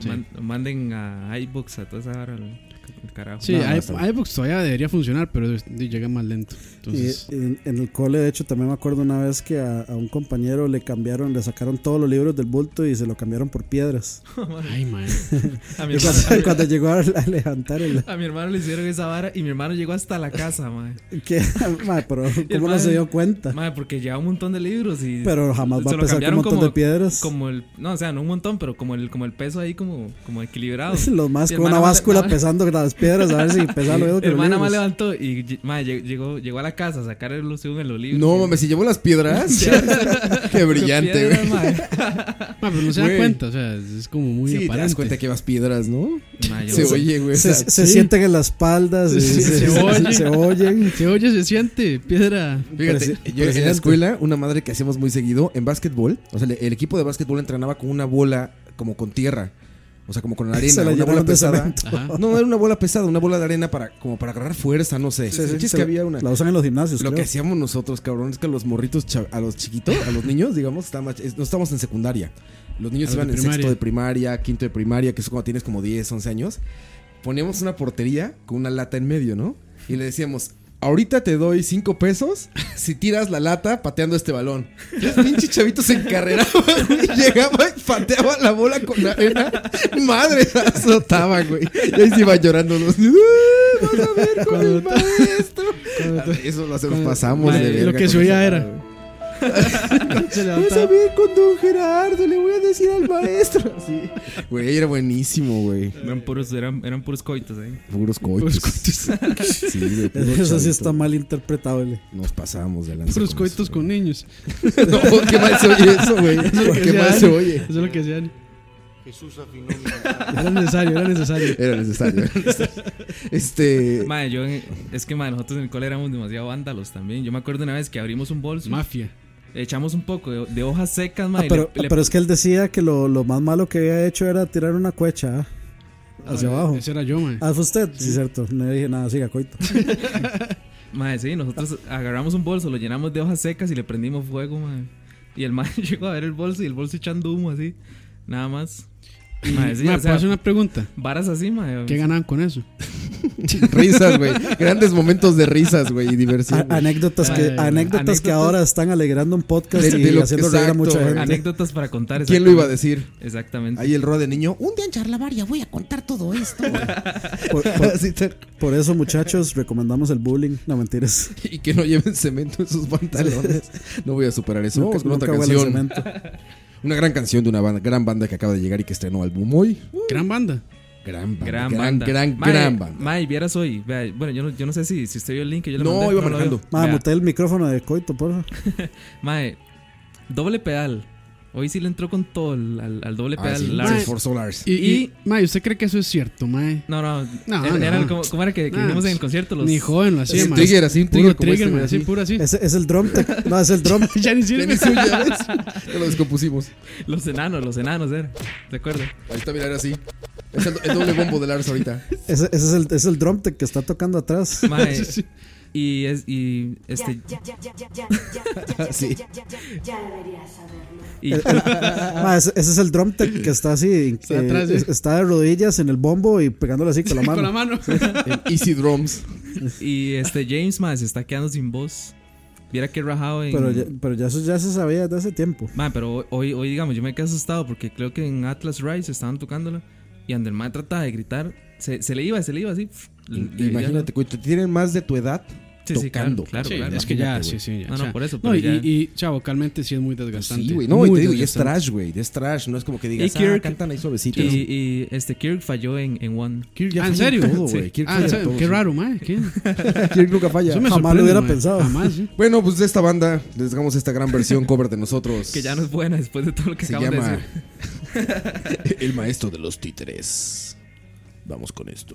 Sí.
Man- manden a iBooks a toda esa hora. al- al Carajo.
sí,
Nada más
i-
está
iBooks todavía debería funcionar, pero es- llega más lento. Entonces,
Y en, en el cole, de hecho, también me acuerdo una vez que a, a un compañero le cambiaron, le sacaron todos los libros del bulto y se lo cambiaron por piedras.
ay, man.
A mi,
Y
hermano,
cuando, cuando llegó a, a levantar el...
a mi hermano le hicieron esa vara y mi hermano llegó hasta la casa, mae.
que- mae, pero ¿cómo no
mae-
se dio cuenta?
Mae, porque lleva un montón de libros y.
Pero jamás va
se
a pesar con
lo
un
cambiaron
montón
como-
de piedras.
Como el. No, o sea, no un montón, pero como el, como el peso ahí, como, como equilibrado.
Los más
Mi
con una
hermana más-
báscula
no.
pesando las piedras, a ver si pesa lo mismo que los
hermana
libros.
más levantó y ll- mae, lle- llegó, llegó a la casa a sacar el según en los libros.
No
Y-
mames, si llevó las piedras. Qué brillante,
Piedras,
güey.
mae.
Ma, Ah, pero no se dan
Güey.
cuenta, o sea, es es como muy
Sí, te das
aparente.
cuenta que vas piedras, ¿no?
Mae, yo-
Se oye, güey.
Se,
o sea,
se
Sí.
sienten en las espaldas, se,
Sí,
se-
se
se-
oyen.
se oyen.
Se oye, se siente, piedra.
Fíjate,
Presi-
yo en la
presidente.
escuela, una madre que hacíamos muy seguido, en básquetbol, o sea, le- el equipo de básquetbol entrenaba con una bola como con tierra, o sea, como con arena,
Se la
una bola
llenaron de
pesada.
cemento.
Ajá.
No, era una bola pesada, una bola de arena para como para agarrar fuerza, no sé.
Sí, sí,
El chiste es
se
que
la-
había una.
La usan en los gimnasios,
Lo que
creo.
hacíamos nosotros, cabrón, es que a los morritos, cha- a los chiquitos, a los niños, digamos, está más- es- no estamos en secundaria. Los niños
A los
iban
de
en sexto
primaria.
de primaria, quinto de primaria, que es cuando tienes como 10, 11 años. Poníamos una portería con una lata en medio, ¿no? Y le decíamos, ahorita te doy 5 pesos si tiras la lata pateando este balón. Y Los pinches chavitos se encarreraban, güey, y llegaba y pateaba la bola con la arena. Madre, la azotaba, güey. Y ahí se iban llorando los niños. "Ah, Vas a ver con el maestro. Eso lo hacemos,
Cuando-
pasamos
Madre,
de verga
lo que
con
se
esa
oía era.
madre.
Se
Vas a
levantaba.
ver con don Gerardo, le voy a decir al maestro. Sí. Güey, era buenísimo, güey.
Eran puros, eran, eran puros coitos eh. ahí.
Puros coitos.
Puros coitos.
Sí, de puro
Eso sí
chavito.
está mal interpretable.
Nos pasamos de lanza.
Puros
con eso,
coitos con
güey.
niños.
No, qué mal se oye eso, güey.
Eso es lo que
Qué mal
hacían.
se oye.
Eso es lo que hacían.
Jesús afinó mi guitarra.
Era necesario, era necesario.
Era necesario. era necesario. Este.
Mae, yo, eh, es que mae, nosotros en el cole éramos demasiado vándalos también. Yo me acuerdo una vez que abrimos un bolso,
Mafia.
echamos un poco de, de hojas secas,
Ah,
mae. y
pero,
le- le-
pero es que él decía que lo, lo más malo que había hecho era tirar una cuecha ¿ah? hacia abajo.
Ese era yo, man.
Ah, fue usted. Sí, cierto. No dije nada, siga, coito.
mae, sí, nosotros agarramos un bolso, lo llenamos de hojas secas y le prendimos fuego, mae. Y el mae llegó a ver el bolso y el bolso echando humo así, nada más. Mae, sí,
Ma,
o
¿puedo
sea,
pues,
hacer una pregunta?
varas así, mae.
¿Qué ganaban con eso?
risas, güey. Grandes momentos de risas, güey, y diversión.
A-
güey. Ah,
anécdotas que,
Ay,
anécdotas, que
anécdotas.
ahora están alegrando un podcast
De- de
y
lo-
haciendo reír a
exacto,
mucha gente.
Anécdotas para contar.
¿Quién lo iba a
exactamente.
decir?
Exactamente.
Ahí el Roa de niño. uh, Un día en Charlavaria voy a contar todo esto.
Por, por-
Así tal.
por eso, muchachos, recomendamos el bullying. No, mentiras.
y que no lleven cemento en sus pantalones. No voy a superar eso. Vamos con
Nunca-
otra
nunca huele
canción.
cemento.
Una gran canción de una banda- gran banda que acaba de llegar y que estrenó álbum hoy.
Gran banda.
Gran banda.
Gran
Gran,
banda.
gran,
Mae,
gran banda.
Mae, vieras hoy. vea, bueno, yo no, yo no sé si, si usted vio el link que yo le
No,
mandé.
iba
lo
manejando.
vio.
Ma,
Vea,
mutea el micrófono de Coito, por favor.
Mae, doble pedal. Hoy sí le entró con todo el- al, al doble
Ah,
pedal.
sí,
Lars.
Lars for Solars.
Y,
Y-
y, mae, ¿usted cree que eso es cierto, mae?
No, no.
No,
era- era
no.
el- ¿cómo, cómo era que, que
Nah,
vimos en el
pues,
concierto? Los,
Ni joven lo
Sí,
hacía, mae.
trigger, así un
Trigger,
puro como este,
trigger, mae,
güey,
así,
así.
puro así.
Ese es el drum. tech. No, es el drum.
Ya ni
Ya
sirve.
ni suyo, ya ves. Ya lo descompusimos.
los enanos, los enanos, era. ¿De acuerdo?
Ahí está, mirar así. Es el, el doble bombo de Lars ahorita.
Ese, ese es el, es el drum tech que está tocando atrás.
Mae, y, es, y este.
Ya, ya, ya, ya, ya,
Dạ,
ya, ya, ya,
Sí.
ya, ya, ya, ya deberías saberlo.
y-
El- el- ma, ese, ese es el drum tech que está así.
Está
eh,
atrás, sí.
es- está de rodillas en el bombo y pegándole así con la mano.
Con la mano.
En Easy Drums.
y este James, mae, se está quedando sin voz. Viera que rajado en.
Pero ya, pero ya eso ya se sabía desde hace tiempo.
Mae, pero hoy, hoy, digamos, yo me quedé asustado porque creo que en Atlas Rise estaban tocándola y Anderman trataba de gritar, se, se le iba, se le iba así. pf, le- le-
Imagínate, güey, te tienen más de tu edad
Sí, sí, claro,
tocando.
claro,
Sí,
claro.
es que ya,
imagínate,
sí,
güey.
sí. ya,
Ah, No,
o
no,
sea,
por eso, pero
y,
ya.
y, o sea, vocalmente sí es muy
Pues
desgastante.
Sí, güey. No, y
Muy
te digo, y es
desgastante.
trash, güey. Es trash. No es como que digas,
Y Kirk-
ah, cantan ahí suavecito.
Y, y, este Kirk falló en, en One.
Kirk ya
Ah, ¿en
falla en
serio?
todo, güey.
Sí.
Kirk
Ah,
falla en
¿sabe?
todo,
qué
sí.
raro, mae. ¿Qué?
Kirk nunca falla.
Eso me
Jamás lo
sorprende,
hubiera
mae.
pensado.
Jamás, sí.
Bueno, pues de esta banda les dejamos esta gran versión cover de nosotros.
Que ya no es buena después de todo lo que
se
acabamos de
llama
decir.
El maestro de los títeres. Vamos con esto.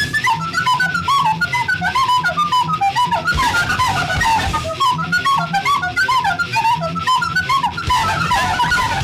Thank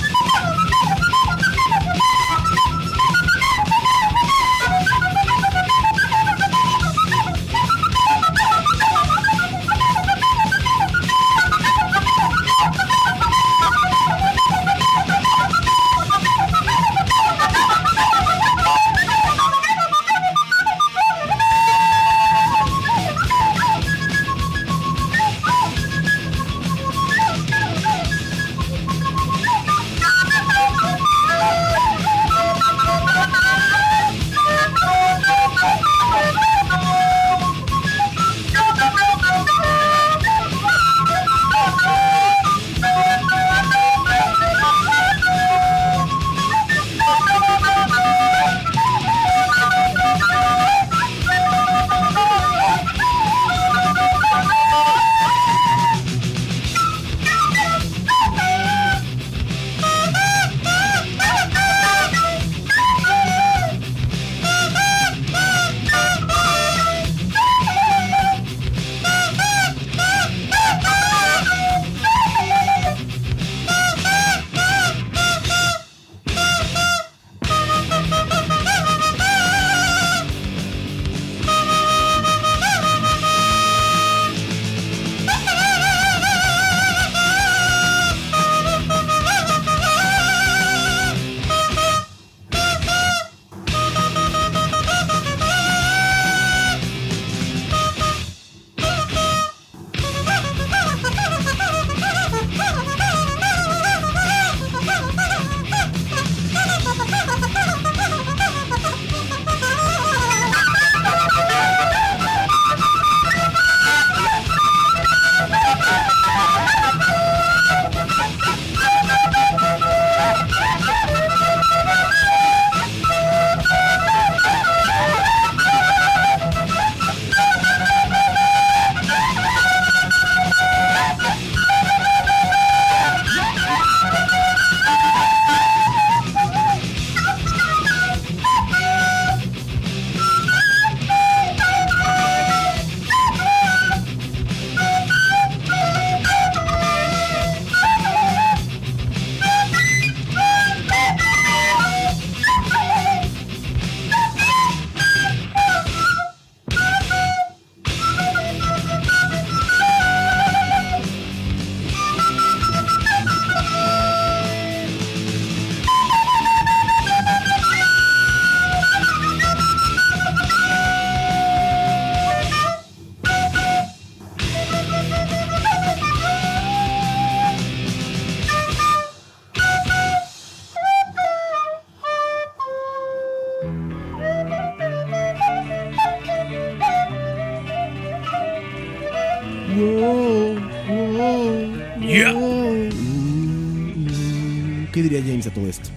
Mm, ¿Qué diría James a todo esto?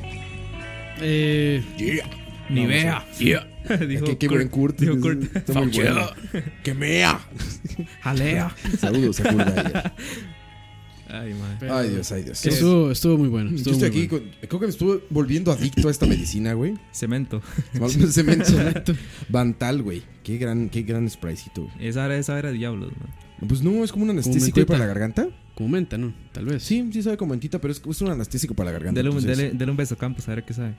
Eh,
Ni vea. dijo
qué qué buen Kurt.
Dijo Kurt.
Está muy bueno.
¡Que mea!
Jalea.
Saludos a Kurt Dyer.
Ay, madre.
pero-
Ay, Dios, ay, Dios.
¿Qué es?
estuvo, estuvo muy bueno.
Yo
Estuvo
Mm, estoy
muy
aquí,
bueno.
con- creo que me estuve volviendo adicto a esta medicina, güey.
Cemento.
Más bien cemento. Bantal, güey. Qué gran, qué gran spraycito, güey.
Esa era, esa era diablos, man.
Pues no, es como un anestésico güey,
mentita.
para la garganta.
Como menta, ¿no? Tal vez.
Sí, sí sabe como mentita, pero es, es un anestésico para la garganta.
Dele, un-
entonces-
dele, dele un beso a Campos, a ver qué sabe.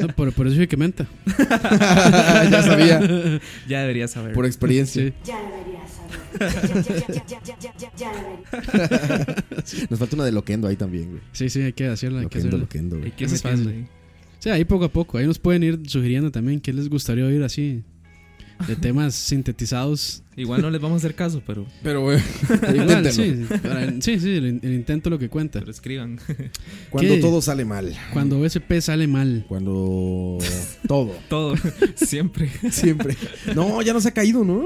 No, por, por eso dije que menta.
ya sabía,
Ya debería saber.
por experiencia.
Sí.
Ya deberías saberlo. Ya, ya, ya, ya, ya, ya, ya, ya deberías.
Nos falta una de Loquendo ahí también, güey.
Sí, sí, hay que hacerla. Hay que
Loquendo,
hacerla.
Loquendo,
Hay
güey.
que
Eso es
meterle
fácil.
ahí.
Sí, ahí poco a poco. Ahí nos pueden ir sugiriendo también qué les gustaría oír así de temas sintetizados.
Igual no les vamos a hacer caso, pero,
Pero, güey,
Igual,
inténtenlo.
sí, para- sí, sí, el, el intento lo que cuenta.
pero escriban.
Cuando
¿Qué?
todo sale mal.
Cuando BSP sale mal.
Cuando todo.
Todo. Siempre.
Siempre. No, ya no se ha caído, ¿no?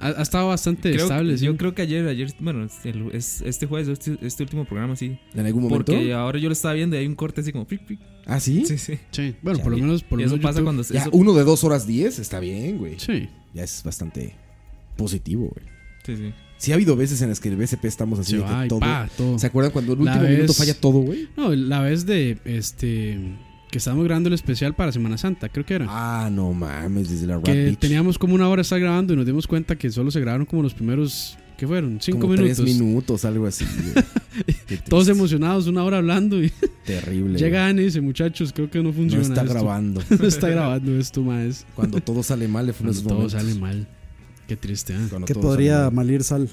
Ha, ha estado bastante
Creo-
estable. sí.
yo creo que ayer, ayer, bueno, es el- es- este jueves, este, este último programa, sí.
En algún momento.
Porque ahora yo lo estaba viendo y hay un corte así como pic, pic.
¿Ah, sí?
Sí, sí.
Sí, Bueno, por lo menos. Por
Y
lo
eso
menos
pasa
YouTube-
cuando.
Ya,
eso-
uno de dos horas diez está bien, güey.
Sí.
Ya es bastante positivo, güey.
sí, sí.
Sí ha habido veces en las que el BSP estamos así
Se
de que
va y
todo.
pa, todo.
¿Se acuerdan cuando el
La
último
vez-
minuto falla todo, güey?
No, la vez de este que estábamos grabando el especial para Semana Santa, creo que era.
Ah, no mames, desde la Rat
que
Beach.
teníamos como una hora de estar grabando y nos dimos cuenta que solo se grabaron como los primeros, ¿qué fueron? Cinco
Como
minutos.
Tres minutos, algo así. güey. Qué
Todos
triste.
emocionados, una hora hablando y
Terrible.
llega
güey.
Ana y dice, muchachos, creo que no
No
funciona.
está
esto".
grabando.
no está grabando esto, más.
Cuando todo sale mal, fue uno de
Cuando
esos momentos.
todo sale mal. Qué triste, ¿eh?
Cuando
Que
todo sale
podría
mal.
malir sal.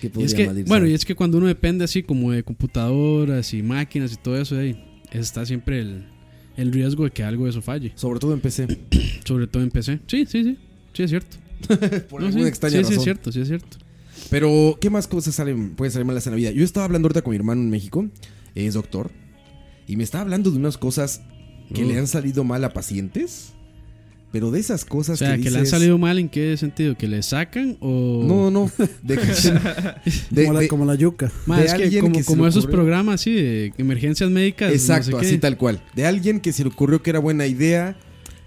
Que
Y
podría
es que,
mal irse.
bueno, y es que cuando uno depende así como de computadoras y máquinas y todo eso, ahí está siempre el, el riesgo de que algo de eso falle.
Sobre todo en PC.
Sobre todo en PC. Sí, sí, sí. Sí, es cierto.
Por
No,
alguna
sí,
extraña
sí,
razón.
sí, es cierto, sí, es cierto.
Pero, ¿qué más cosas salen, pueden salir malas en la vida? Yo estaba hablando ahorita con mi hermano en México, es doctor, y me estaba hablando de unas cosas que
Uh.
le han salido mal a pacientes, pero de esas
O
cosas
sea, que,
que,
le han
dices-
salido mal en qué sentido, que le sacan o...
No, no, de, de-
como, la,
de-
como la yuca.
Ma,
de
es que
alguien
como,
que se
como
le
esos
ocurre.
programas así de emergencias médicas.
exacto,
no sé qué. Ah,
así tal cual. De alguien que se le ocurrió que era buena idea.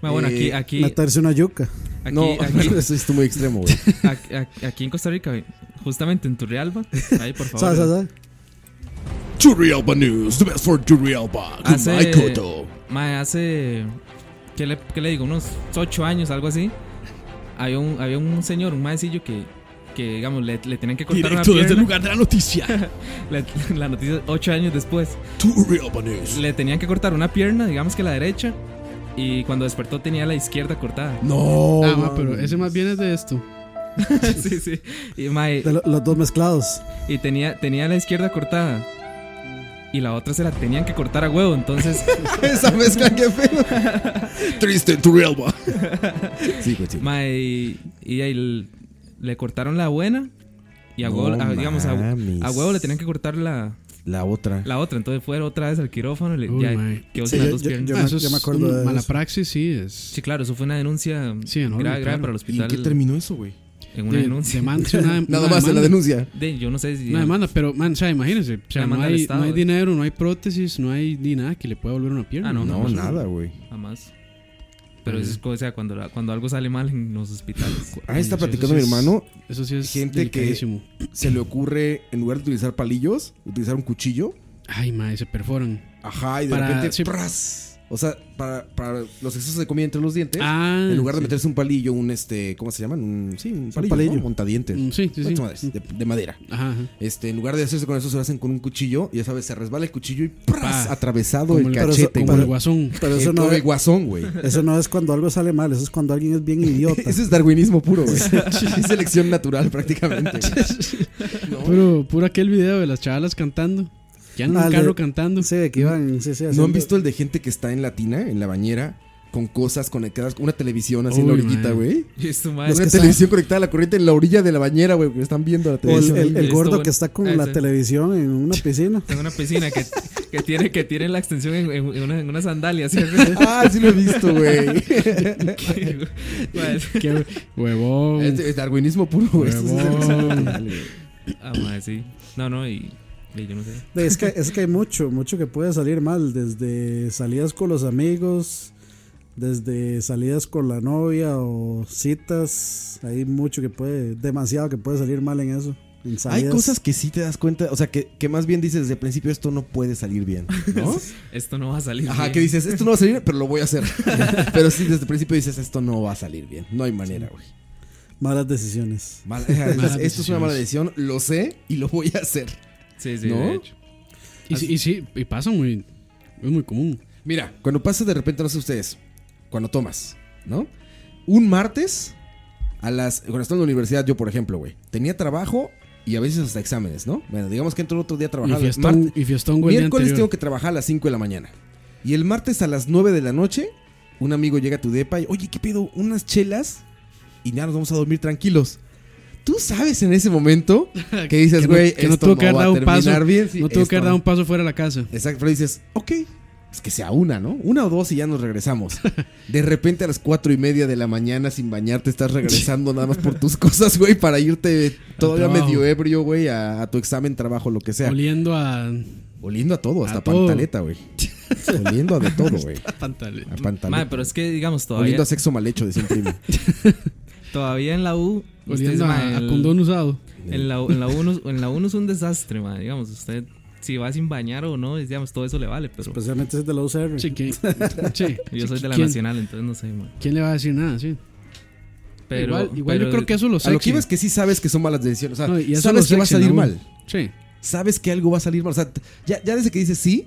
Bueno, Ah, bueno, aquí,
Eh,
aquí,
Matarse una yuca.
aquí,
no,
aquí,
eso es muy extremo, güey.
a- a- aquí en Costa Rica, güey, justamente en Turrialba. Ahí, por
Sa,
favor.
sa, sa.
Churrialba News, the best for Churrialba. Con
Hace-
Mike Cotto.
Mae, hace. ¿qué le, qué le digo? Unos 8 años, algo así. Había un, había un señor, un maecillo que, que digamos, le, le tenían que cortar
Directo
una
desde el
pierna.
lugar de la noticia.
Le- la noticia, 8 años después.
Churrialba News.
Le tenían que cortar una pierna, digamos que la derecha. Y cuando despertó tenía la izquierda cortada.
No,
Ah,
mames.
ma, pero ese más bien es de esto.
sí, sí. Y, mae,
De lo- los dos mezclados.
y tenía, tenía la izquierda cortada. Y la otra se la tenían que cortar a huevo. Entonces,
esa mezcla que pedo.
Triste en Churrialba.
Sí, güey, sí.
mae, y, y ahí l- le cortaron la buena. Y a huevo,
No
a- digamos, a,
mames.
a huevo le tenían que cortar la,
La otra.
la otra. Entonces fue otra vez al quirófano. Le,
Uy,
ya
mae.
quedó
Sí,
sin las
yo-
dos
yo-
piernas.
yo-
Ah,
me-
eso es
me acuerdo
un-
de
mala
eso.
praxis, sí. Es
Sí, claro, eso fue una denuncia
Sí, enorme,
grave, grave
claro.
para el
¿Y en
hospital.
qué terminó eso, güey?
en una
de-
denuncia.
demanda, una-
Nada
una
más en la
demanda.
denuncia.
De- yo no sé si.
Una demanda, pero, man, o sea, imagínense. O sea, no
Una demanda al
hay,
Estado,
no hay
eh.
dinero, no hay prótesis, no hay ni nada que le pueda volver una pierna.
Ah, no,
No,
no,
nada, güey.
Jamás. Pero eso es cosa, o sea, cuando, la- cuando algo sale mal en los hospitales.
Ah, está
Sí, sí,
platicando
sí
mi
es-
hermano
Eso sí es
Gente que-
delicadísimo.
se le ocurre, en lugar de utilizar palillos, utilizar un cuchillo.
Ay, madre, se perforan.
Ajá, y de
Para-
repente.
sí.
¡pras! O sea, para, para los excesos de comida entre los dientes.
Ah,
en lugar de
sí.
meterse un palillo, un este. ¿Cómo se llaman? Un, sí, un palillo.
palillo.
¿no? Montadientes.
Mm, Sí, sí,
Bueno,
sí.
madres, De, de madera.
Ajá, ajá.
Este, en lugar de hacerse con eso, se lo hacen con un cuchillo. Y ya sabes, se resbala el cuchillo y ¡pras!
Pa.
atravesado
Como
el
el-
cachete.
Como
güey.
el guasón.
Pero
Eh,
eso
como
no,
el guasón, güey.
eso no es cuando algo sale mal, eso es cuando alguien es bien idiota.
Ese es darwinismo puro, güey. es selección natural prácticamente. güey. No,
Puro, puro aquel video de las chavalas cantando. Ya en
Ah,
un
el
carro
de-
cantando.
Sí, de que iban, sí, sí,
¿No
haciendo-
han visto el de gente que está en la tina, en la bañera, con cosas conectadas, con una televisión así en la
Uy,
orillita,
man.
güey?
Y esto, mae,
Una
que
televisión conectada a la corriente en la orilla de la bañera, güey, porque están viendo la
O el,
televisión.
el- el
Esto,
gordo
bueno.
que está con
Ah,
la
sí.
televisión en una piscina.
en una piscina que, que tiene que tiene la extensión en, en una, en una sandalia. ¿sí?
Ah, sí lo he visto, güey.
Mae,
Qué hue- huevón.
es, es darwinismo puro, Este, güey. Esto es
Huevón.
selección natural, güey.
Ah, madre, sí. No, no, y, y yo no sé.
De- Es que, es que hay mucho, mucho que puede salir mal, desde salidas con los amigos, desde salidas con la novia o citas, hay mucho que puede, demasiado que puede salir mal en eso. en
Hay
salidas.
cosas que sí te das cuenta, o sea, que, que más bien dices desde el principio esto no puede salir bien, ¿no?
Esto no va a salir.
Ajá,
bien.
que dices, esto no va a salir, pero lo voy a hacer. pero sí, desde el principio dices, esto no va a salir bien. No hay manera, güey.
malas decisiones.
Mala- esto es una
decisiones.
mala decisión, lo sé y lo voy a hacer.
Sí, sí,
¿No?
de hecho.
Y, sí- y sí, y pasa muy. Es muy común.
Mira, cuando pasa de repente, no sé ustedes, cuando tomas, ¿no? Un martes, a las. Cuando estaba en la universidad, yo, por ejemplo, güey, tenía trabajo y a veces hasta exámenes, ¿no? Bueno, digamos que entro otro día a
Y
trabajar.
fiestón,
Marte-
y fiestón, güey. el día
miércoles tengo
anterior.
que trabajar a las 5 de la mañana. Y el martes a las 9 de la noche, un amigo llega a tu depa y, oye, ¿qué pedo? Unas chelas y ya nos vamos a dormir tranquilos. Tú sabes en ese momento que dices,
no-
güey,
que no
esto
tuvo que haber
va a
dado un
terminar
paso.
bien. Sí,
no tuvo
esto
que haber dado
no.
un paso fuera de la casa.
Exacto, pero dices, ok, es que sea una, ¿no? Una o dos y ya nos regresamos. De repente a las cuatro y media de la mañana sin bañarte estás regresando nada más por tus cosas, güey, para irte todavía
trabajo.
medio ebrio, güey, a, a tu examen, trabajo, lo que sea.
Oliendo a.
Oliendo a todo, hasta
A todo.
pantaleta, güey. Oliendo a de todo, güey.
Pantale.
A pantaleta.
Madre, pero es que, digamos, todavía,
Oliendo a sexo mal hecho, decía un primo.
todavía en la U. usted dice,
Oliendo
madre,
a, a
el-
condón usado.
En la, en, la uno, en la uno es un desastre, madre. Digamos, usted si va sin bañar o no, digamos, todo eso le vale, pero
Especialmente si es de la UCR.
Sí, que- sí,
yo soy de
Pues,
la
¿quién-
nacional, entonces no sé, madre.
¿Quién le va a decir nada? Sí.
Pero,
igual igual
pero-
yo creo que eso lo
A
sé.
lo que iba es que sí sabes que son malas decisiones. O sea,
No, y eso
sabes
lo
que va a
sexy,
salir
¿no?
mal.
Sí.
Sabes que algo va a salir mal. O sea, t- ya, ya desde que dices sí,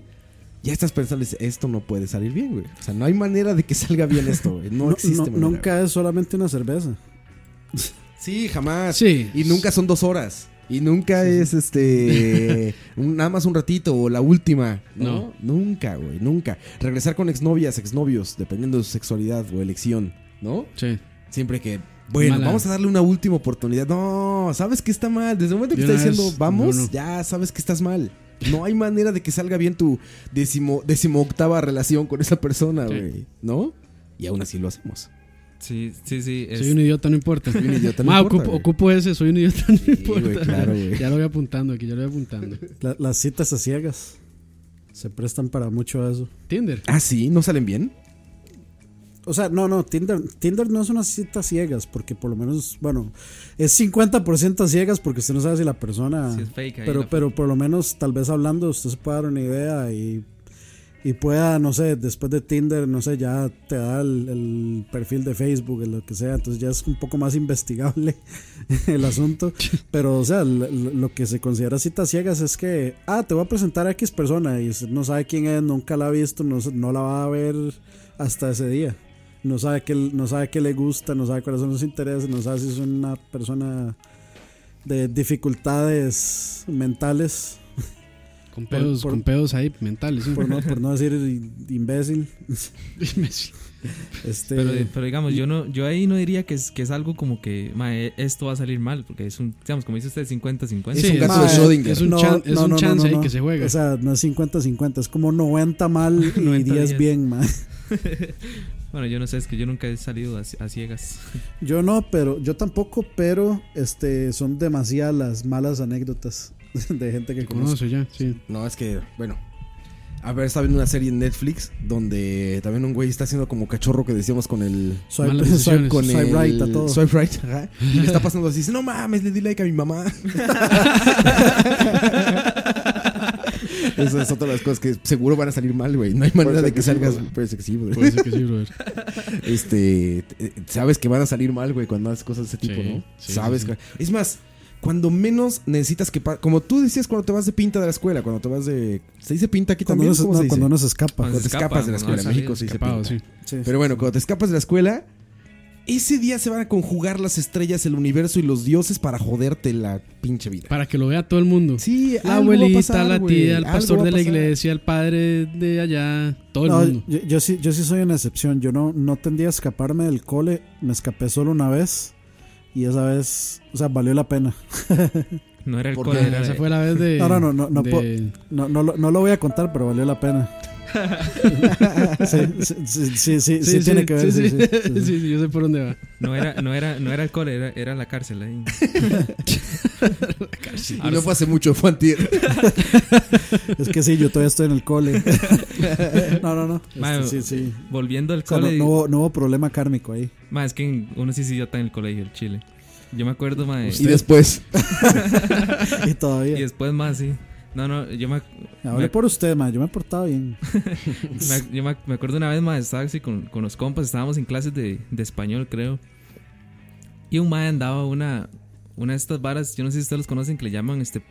ya estás pensando, dices, esto no puede salir bien, güey. O sea, no hay manera de que salga bien esto, güey. No,
No-
existe.
no-
manera, güey.
nunca es solamente una cerveza.
Sí, jamás.
Sí.
Ah, Y nunca son dos horas. Y nunca es este. un- nada más un ratito o la última. No. Nunca, güey. Nunca. Regresar con exnovias, exnovios, dependiendo de su sexualidad o elección, ¿no?
Sí.
Siempre que. Bueno,
Mala.
vamos a darle una última oportunidad. No, sabes que está mal. Desde el momento que
De
está
una
diciendo
vez,
vamos,
no, no.
ya sabes que estás mal. No hay manera de que salga bien tu décimo, octava relación con esa persona,
Sí.
güey. ¿No? Y aún así lo hacemos.
Sí, sí, sí. es-
Soy un idiota, no importa.
Soy un idiota, no
Ma,
importa,
ocupo,
güey.
ocupo ese, soy un idiota, no importa.
güey, claro, güey.
Ya lo voy apuntando aquí, ya lo voy apuntando.
La- las citas a ciegas se prestan para mucho a eso.
Tinder.
Ah, sí, no salen bien.
O sea, no, no, Tinder, Tinder no es una cita a ciegas, porque por lo menos, bueno, es 50% a ciegas porque usted no sabe si la persona...
Si es fake ahí
pero,
pues,
la-
pero por lo menos, tal vez hablando, usted se puede dar una idea y, y pueda, no sé, después de Tinder, no sé, ya te da el, el perfil de Facebook, el lo que sea, entonces ya es un poco más investigable el asunto. Pero, o sea, l- l- lo que se considera cita a ciegas es que, ah, te voy a presentar a X persona y usted no sabe quién es, nunca la ha visto, no, se- no la va a ver hasta ese día. No sabe, qué, no sabe qué le gusta, no sabe cuáles son sus intereses, no sabe si es una persona de dificultades mentales,
Con
Por-
pedos,
por-
con pedos ahí mentales. ¿sí?
por no, por no decir imbécil. Este,
Pero, pero digamos, yo no yo ahí no diría que es, que es algo como que mae, esto va a salir mal, porque es un, digamos, como dice usted, 50-50.
Es un
es-
gato de
Madre,
Schrödinger.
es un chan- es un chance ahí que se juega.
O sea, no es 50-50, es como 90 mal y
90
10
10.
bien, man.
Bueno, yo no sé, es que yo nunca he salido a, a ciegas.
Yo no, pero yo tampoco, pero este son demasiadas las malas anécdotas de gente que
Que
conozco.
conoce ya, sí.
No, es que, bueno. A ver, estaba viendo una serie en Netflix donde también un güey está haciendo como cachorro que decíamos con el.
Soy,
Malas
soy-
decisiones.
Con
soy
el-
right a todo.
Soy right, ajá. Y le está pasando así. Dice, no mames, le di like a mi mamá. Esa es otra de las cosas que seguro van a salir mal, güey. No hay manera de que salgas. Puede ser que sí, güey.
Puede ser que sí, brother.
este eh, sabes que van a salir mal, güey, cuando haces cosas de ese tipo,
Sí,
¿no?
sí,
sabes
sí,
que es más cuando menos necesitas que pa- como tú decías cuando te vas de pinta de la escuela, cuando te vas de se dice pinta aquí
cuando
también,
uno se-
¿cómo
no,
se dice?
cuando uno se escapa. pues,
Cuando
Cuando te
se escapa,
escapas de la escuela,
cuando
en México se dice
Escapado,
pinta.
sí.
Sí.
Pero bueno, cuando te escapas de la escuela ese día se van a conjugar las estrellas, el universo y los dioses para joderte la pinche vida.
Para que lo vea todo el mundo.
Sí,
La
algo va a
abuelita,
pasar,
la
güey,
tía, el
algo
pastor
va a
de la
pasar.
iglesia, el padre de allá, todo
No,
el mundo.
yo, yo sí, yo sí soy una excepción. Yo no, no tendía a escaparme del cole. Me escapé solo una vez. Y esa vez, o sea, valió la pena.
No era el
¿Por
cole,
qué?
era-
Esa fue la vez de.
No, no, no, no
de-
puedo- No, no, lo- no lo voy a contar, pero valió la pena. Sí, sí, sí, sí, sí,
Sí, sí,
tiene que ver.
sí,
sí, sí, sí, sí.
Sí, sí, yo sé por dónde va.
No era, no era, no era alcohol, era, era la cárcel ahí.
Y no fue hace mucho, fue antier.
Es que sí, yo todavía estoy en el cole. No, no, no. Este,
Mae,
sí, sí.
Volviendo al
O sea, no,
cole.
no hubo, no hubo problema kármico ahí.
ma, es que en- uno sí se idiota en el colegio, el chile. Yo me acuerdo, ma, de-
Y después,
Y
y
todavía.
después más, sí. No, no, yo me,
Hablé
me-
por usted, ma. Yo me he portado bien.
me- yo me- me acuerdo una vez, ma, estaba así con, con los compas, estábamos en clases de, de español, creo. Y un mae andaba una, una de estas varas, yo no sé si ustedes los conocen, que le llaman, este,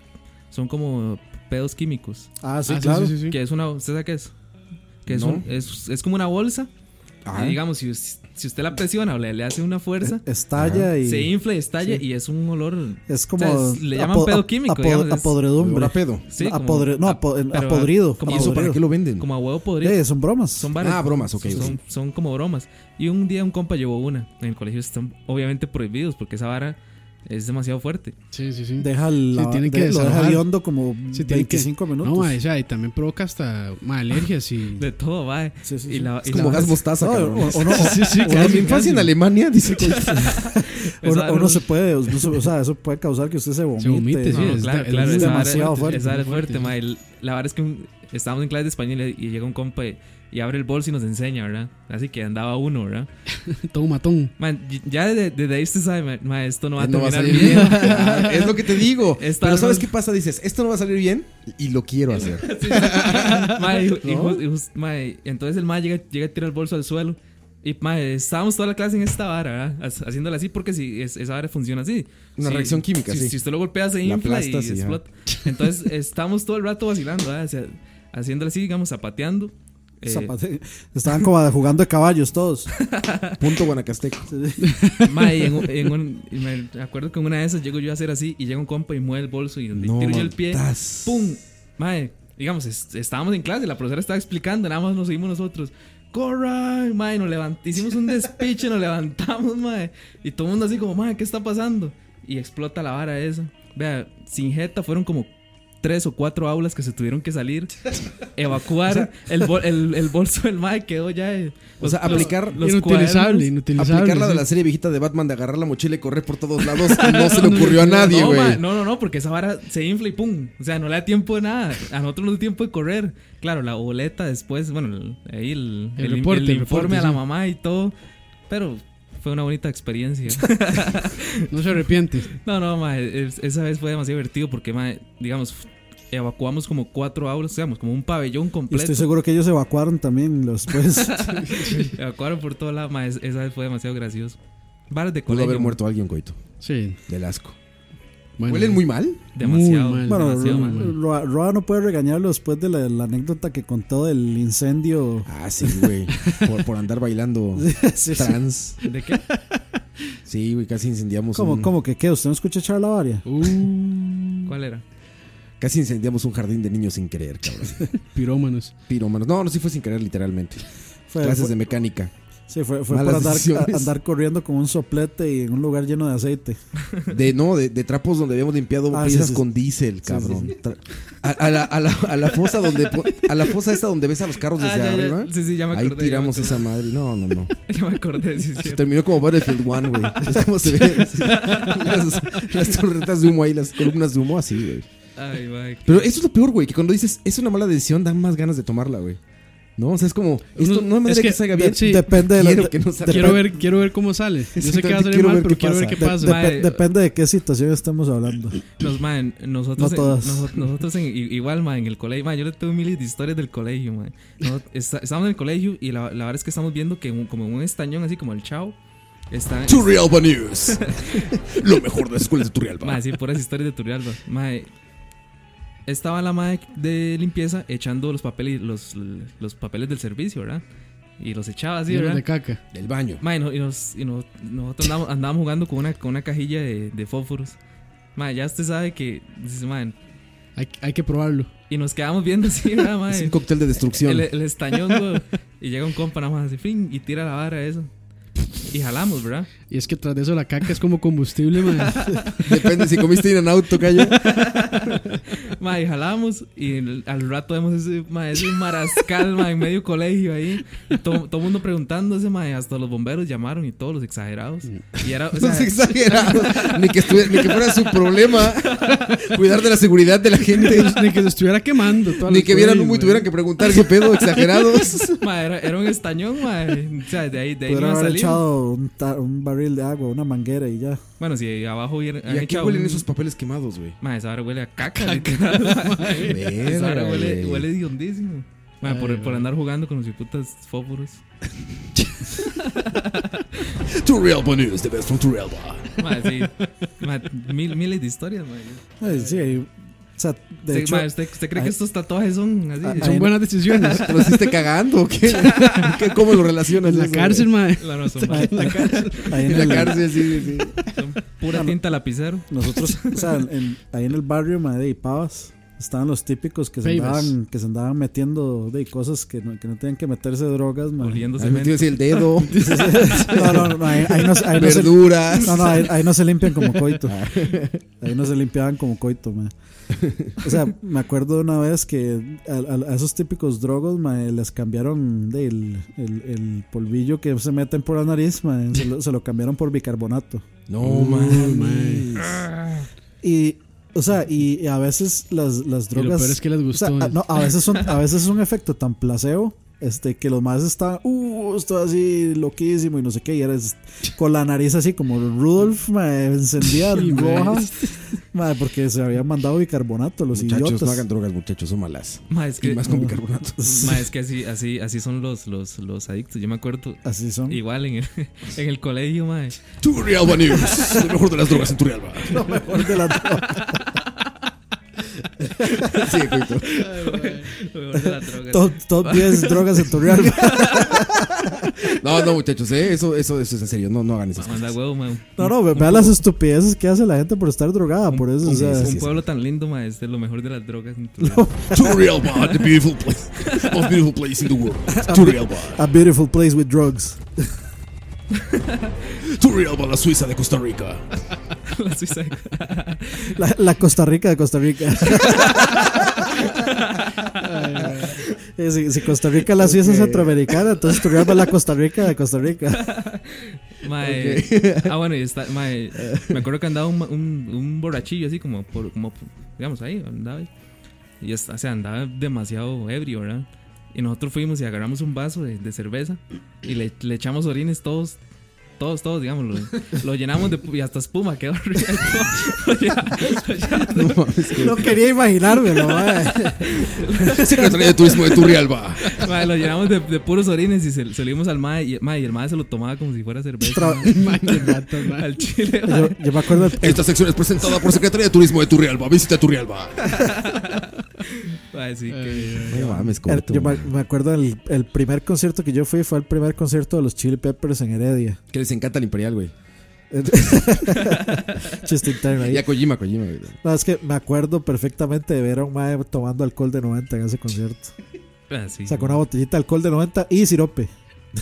son como pedos químicos.
Ah, sí,
Ah,
claro.
sí, sí, sí.
Que es una, ¿usted sabe qué es? Que es,
No.
un- es, es como una bolsa.
Ah,
Y digamos, si, us- si usted la presiona o le, le hace una fuerza,
E, Estalla y.
se infla y estalla y es un olor.
Es como.
O sea, es- le llaman
apo-
pedo
ap-
químico,
apo-
digamos, es-
olor
Apodredumbre.
a pedo.
Sí,
No, a
como-
podre- no, a po-
pero
a podrido,
Como,
¿Y eso para qué lo venden?
como a huevo podrido.
Eh, son bromas.
Son varas.
Ah, bromas, ok,
Son,
ok.
son como bromas. Y un día un compa llevó una. En el colegio están obviamente prohibidos porque esa vara es demasiado fuerte.
Sí, sí, sí.
Deja la,
Sí, tienen que
de- lo deja
desalojar.
hediondo como
Sí, tienen que-
25 minutos.
No, mae, o sea, y también provoca hasta mae, alergias y.
De todo, va.
Sí, sí,
Y
sí.
la,
Es
y
como
la-
gas mostaza,
No, eh,
cabrón.
o, o no, o-
Sí, sí,
Por mi infancia en Alemania, dice "Pues, que
esa
o no-
vara
o no
es-
se puede, o, no se- o sea, eso puede causar que usted se vomite.
Se vomite, sí,
No,
es-
claro,
es
claro, esa vara-
demasiado fuerte.
Esa vara es
Muy fuerte,
fuerte, ma. El- La verdad es que un- estábamos en clase de español y, y llega un compa y, y abre el bolso y nos enseña, ¿verdad? Así que andaba uno, ¿verdad?
Todo un matón.
Man, y- ya desde de, ahí usted sabe, ma, ma, esto no va a
Eh, no va a
terminar
salir bien.
bien.
Ah, es lo que te digo.
Esta
Pero
no-
¿sabes qué pasa? Dices, esto no va a salir bien y lo quiero hacer.
Ma, y- y jus- y jus- ma, y entonces el ma llega, llega a tirar el bolso al suelo. Y ma, estábamos toda la clase en esta vara, ¿verdad? As- Haciéndola así porque si es- esa vara funciona así.
Una
Si-
reacción química,
si,
sí.
si usted lo golpea se
La
infla y
aplastas y ya.
explota. Entonces estábamos todo el rato vacilando, ¿verdad? O sea, haciéndola así, digamos, zapateando. Eh,
Zapate- Estaban como jugando de caballos todos.
Punto Guanacasteco.
ma, y en, un- en un- y me acuerdo que en una de esas llego yo a hacer así y llega un compa y mueve el bolso y donde tiro yo el pie.
tas.
¡Pum! Mae, digamos, es- estábamos en clase, la profesora estaba explicando, nada más nos seguimos nosotros. ¡Corran! Mae, nos levantamos, hicimos un despiche, nos levantamos, mae. Y todo el mundo así como, mae, ¿qué está pasando? Y explota la vara esa. Vea, sin jeta fueron como tres o cuatro aulas que se tuvieron que salir, evacuar. el, bol- el, el bolso del mae quedó ya. eh,
O sea,
los-
aplicar-
los
inutilizable,
cuadernos.
inutilizable.
Aplicar la de
sí.
la serie viejita de Batman de agarrar la mochila y correr por todos lados no se le ocurrió a nadie,
no, ma,
güey.
no, no, no, porque esa vara se infla y pum. O sea, no le da tiempo de nada. A nosotros no dio tiempo de correr. Claro, la boleta después, bueno, el- ahí el,
El reporte, el
informe
reporte,
a la
sí.
mamá y todo. Pero fue una bonita experiencia.
No se arrepiente.
no, no, ma, e, es- esa vez fue demasiado divertido porque, ma, digamos, evacuamos como cuatro aulas, digamos, como un pabellón
Y
completo.
estoy seguro que ellos evacuaron también pues. después.
Evacuaron por todo lado, ma, es- esa vez fue demasiado gracioso. Varas de
Pudo
colegio.
haber muerto alguien, coito.
Sí.
Del asco.
Bueno,
Huelen muy mal.
Demasiado.
Muy mal.
Bueno,
demasiado
Ro-
mal.
Roa, Roa no puede regañarlo después de la, la anécdota que contó del incendio.
Ah, sí, güey. Por, por andar bailando
Sí, sí.
trans.
¿De qué?
Sí, güey, casi incendiamos
¿Cómo,
Pues un,
cómo que qué? ¿Usted no escucha charla varia?
Uh,
¿Cuál era?
Casi incendiamos un jardín de niños sin querer, cabrón.
pirómanos.
Pirómanos. No, no, sí fue sin querer, literalmente.
Fue,
Clases
fue-
de mecánica.
sí, fue, fue
malas
por andar,
decisiones.
a- andar corriendo con un soplete y en un lugar lleno de aceite.
De no, de, de trapos donde habíamos limpiado
Ah,
piezas
sí, sí,
con diésel,
sí,
cabrón. Tra- A, a la, a, la, a la fosa donde po- a la fosa esta donde ves a los carros
Ah,
desde
ya, ya.
arriba.
Sí, sí, ya me
Ahí
acordé, ya me
tiramos
acordé.
esa madre. No, no, no.
Ya me acordé, sí, es
Se
cierto.
terminó como Battlefield One, güey. Es como se ve. sí. Las, las torretas de humo ahí, las columnas de humo, así, güey.
Ay, mae,
Pero eso es lo peor, güey, que cuando dices es una mala decisión, dan más ganas de tomarla, güey. No, o sea, es como, esto
Uno-
no me
es
deja que,
que-
salga bien.
sí.
Depende de la-
quiero
de-
que no salga
Quiero
bien.
ver, quiero ver cómo sale. Yo sé que va a
Exactamente,
salir
quiero
mal,
ver
pero
qué
quiero ver
pasa.
qué pasa.
Dep-
Mae,
dep- depende de qué situación estemos hablando.
Los man, nosotros,
No todas.
noso- nosotros en- i- igual, man, en el colegio, man, yo le tengo miles de historias del colegio, man. Nos- está- estamos en el colegio y la, la verdad es que estamos viendo que un- como en un estañón así como el chao, están
Turrialba News. Lo mejor de las escuelas de Turrialba.
Mae, sí, puras historias de Turrialba. Mae, estaba la madre de limpieza echando los papeles, los, los papeles del servicio, ¿verdad? Y los echaba así,
Llenos
¿verdad?
de caca.
Del baño.
Mae, no- y, nos- y no- nosotros andábamos, andábamos jugando con una, con una cajilla de, de fósforos. Mae, ya usted sabe que, dices, man,
Hay, hay que probarlo.
Y nos quedamos viendo así, ¿verdad,
Es un
mae?
cóctel de destrucción.
El, el estañón, güey. Y llega un compa nada más así, fin, y tira la vara eso. Y jalamos, ¿verdad?
Y es que tras de eso la caca es como combustible, man.
Depende si comiste ir en auto, callo.
Mae, jalamos y el- al rato vemos ese, mae, ese marascal mae, en medio colegio ahí. Y Todo el mundo preguntándose, mae, hasta los bomberos llamaron y todos los exagerados. Y era, o sea,
Entonces, exagerado. ni, que estuviera- ni que fuera su problema cuidar de la seguridad de la gente.
Ni que se estuviera quemando. toda la
Ni que vieran
escuela,
humo y
güey.
tuvieran que preguntar qué pedo, exagerados.
mae, era, era un estañón, mae. O sea, de ahí, de ahí
Pudieron
no iba a
haber
salir.
echado un, ta- un barril de agua, una manguera y ya.
Bueno, si abajo hubieran
¿Y
han
a qué
echado
huelen
un-
esos papeles quemados, güey?
Mae, esa hora huele a caca. literal, mae. Esa hora
Verga,
huele,
güey.
huele hediondísimo. Mae,
Ay,
por, por
güey.
andar jugando con los putas fósforos.
Turrialba News, the best from Turrialba.
Mae, sí. Mae, mil, miles de historias, mae.
Ay, sí, ahí- o sea, de
Sí,
hecho,
mae, ¿usted, usted cree
ahí-
que estos tatuajes son así?
Ah,
de-
ahí-
Son buenas decisiones.
¿Te ¿Lo hiciste cagando o qué? ¿Qué- ¿Cómo lo relacionas?
En la
eso,
cárcel, mae.
La no, son,
Ahí- ahí
güey?
en
En
el-
la cárcel, sí, sí, sí.
son pura
Ah, no.
tinta lapicero.
Nosotros, o sea, en- ahí en el barrio mae, de Pavas estaban los típicos que se,
Pavas.
andaban, que se andaban metiendo de cosas que no, que no tenían que meterse drogas. mae.
Oliendo
Has metido
cemento.
así el dedo,
No, no, no, ahí, ahí no, se- ahí no se,
verduras.
no, no, ahí, ahí no se limpian como coito.
Ah.
Ahí no se limpiaban como coito, mae. O sea, me acuerdo de una vez que a, a- a esos típicos drogos, mae, les cambiaron de el, el- el polvillo que se meten por la nariz, mae, se lo- se lo cambiaron por bicarbonato.
No,
Ah, mae.
Y, o sea, y, y a veces las, las
Y lo
drogas.
peor es que les
o sea,
gustó.
a- no, a veces son, a veces es un efecto tan placebo. Este, que los más están, uh, esto así loquísimo y no sé qué, y eres con la nariz así como Rudolf, me encendía roja, mae, porque se habían mandado bicarbonato los
Muchachos,
idiotas.
no hagan drogas, muchachos, son malas.
Mae, es
Y
que,
más con bicarbonato.
mae, es que así, así, así son los, los, los adictos. Yo me acuerdo
Así son.
igual en el, en el colegio, mae.
Turrialba News, lo mejor de las drogas en Turrialba.
Lo mejor de la droga.
Sí, coito.
top, top 10 drogas en Torreal.
No, no, muchachos, ¿eh? eso, eso, eso es en serio. No, no hagan esas
Manda
cosas.
huevo, mae.
No, no, ve- vea las estupideces que hace la gente por estar drogada, por eso, o sea,
sí,
Un
sí, sí.
pueblo tan lindo, mae, es de lo mejor de las drogas.
Turrialba, the beautiful place, most beautiful place in the world. Turrialba.
a beautiful place with drugs.
Turrialba, la Suiza de Costa Rica.
La suicida.
La, la Costa Rica de Costa Rica. Eh, si, si Costa Rica la Suiza es centroamericana, entonces Turrialba es la Costa Rica de Costa Rica.
Mae. Ah, bueno, y está, mae. Me acuerdo que andaba un, un, un borrachillo así como, por, como, digamos, ahí, andaba ahí. Y está, o sea, andaba demasiado ebrio, ¿verdad? Y nosotros fuimos y agarramos un vaso de, de cerveza y le, le echamos orines todos, todos, todos, digamos, lo, lo llenamos de pu- y hasta espuma quedó rico. Lo llenamos- lo llenamos de-
No mames, güey.
No quería imaginármelo, mae.
Secretaría de Turismo de Turrialba.
mae, lo llenamos de, de puros orines y se, se lo dimos al mae y, mae, y el mae se lo tomaba como si fuera cerveza.
Tra-
Mae, qué ratas, mae.
Al chile, mae.
Yo, yo me acuerdo el,
Esta sección es presentada por Secretaría de Turismo de Turrialba. Visita Turrialba.
Mae, sí,
Eh.
que-
No mames,
el-
coito.
yo me, me acuerdo el, el primer concierto que yo fui fue el primer concierto de los Chili Peppers en Heredia.
Que les encanta el Imperial, güey.
Chiste interno
Y
ahí.
a Kojima, Kojima, güey.
No, es que me acuerdo perfectamente de ver a un mae tomando alcohol de 90 en ese concierto.
ah, sí.
Sacó una botellita de alcohol de 90 y sirope.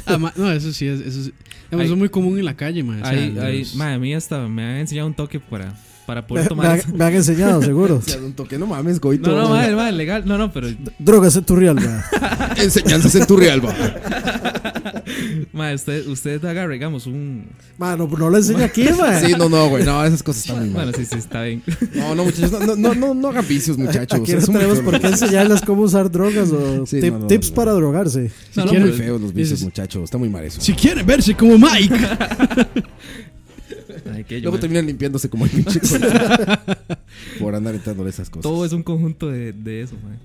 Ah, ma- no, eso sí, es, eso, sí. Además,
Ay.
eso es muy común en la calle, mae. O sea,
Ahí,
los-
ahí, madre, a mí hasta me han enseñado un toque para, para
Me,
poder
me
tomar.
han,
esa-
me han enseñado, seguro.
Se da un toque, no mames, coito.
No, no, madre, madre, legal. No, no, pero,
Drogas en Turrialba.
Enseñanzas en Turrialba.
madre, usted, usted agarra, digamos, un.
Mano, no lo enseño aquí, man.
Sí, no, no, güey. No, esas cosas están muy
Bueno,
mal.
sí, sí, está bien.
No, no, muchachos. No, no, no, no hagan vicios, muchachos.
aquí no
Son muy
tenemos
feos,
por qué enseñarles cómo usar drogas o
Sí,
tip-
no, no,
tips
no.
para drogarse.
Si
No, no,
Muy
quieren,
feos los vicios,
dices,
muchachos. Está muy mal eso.
si quieren verse como Mike.
Ay, que yo,
Luego
mae.
terminan limpiándose como el pinche coito. Por andar entrando esas cosas.
Todo es un conjunto de, de eso, madre.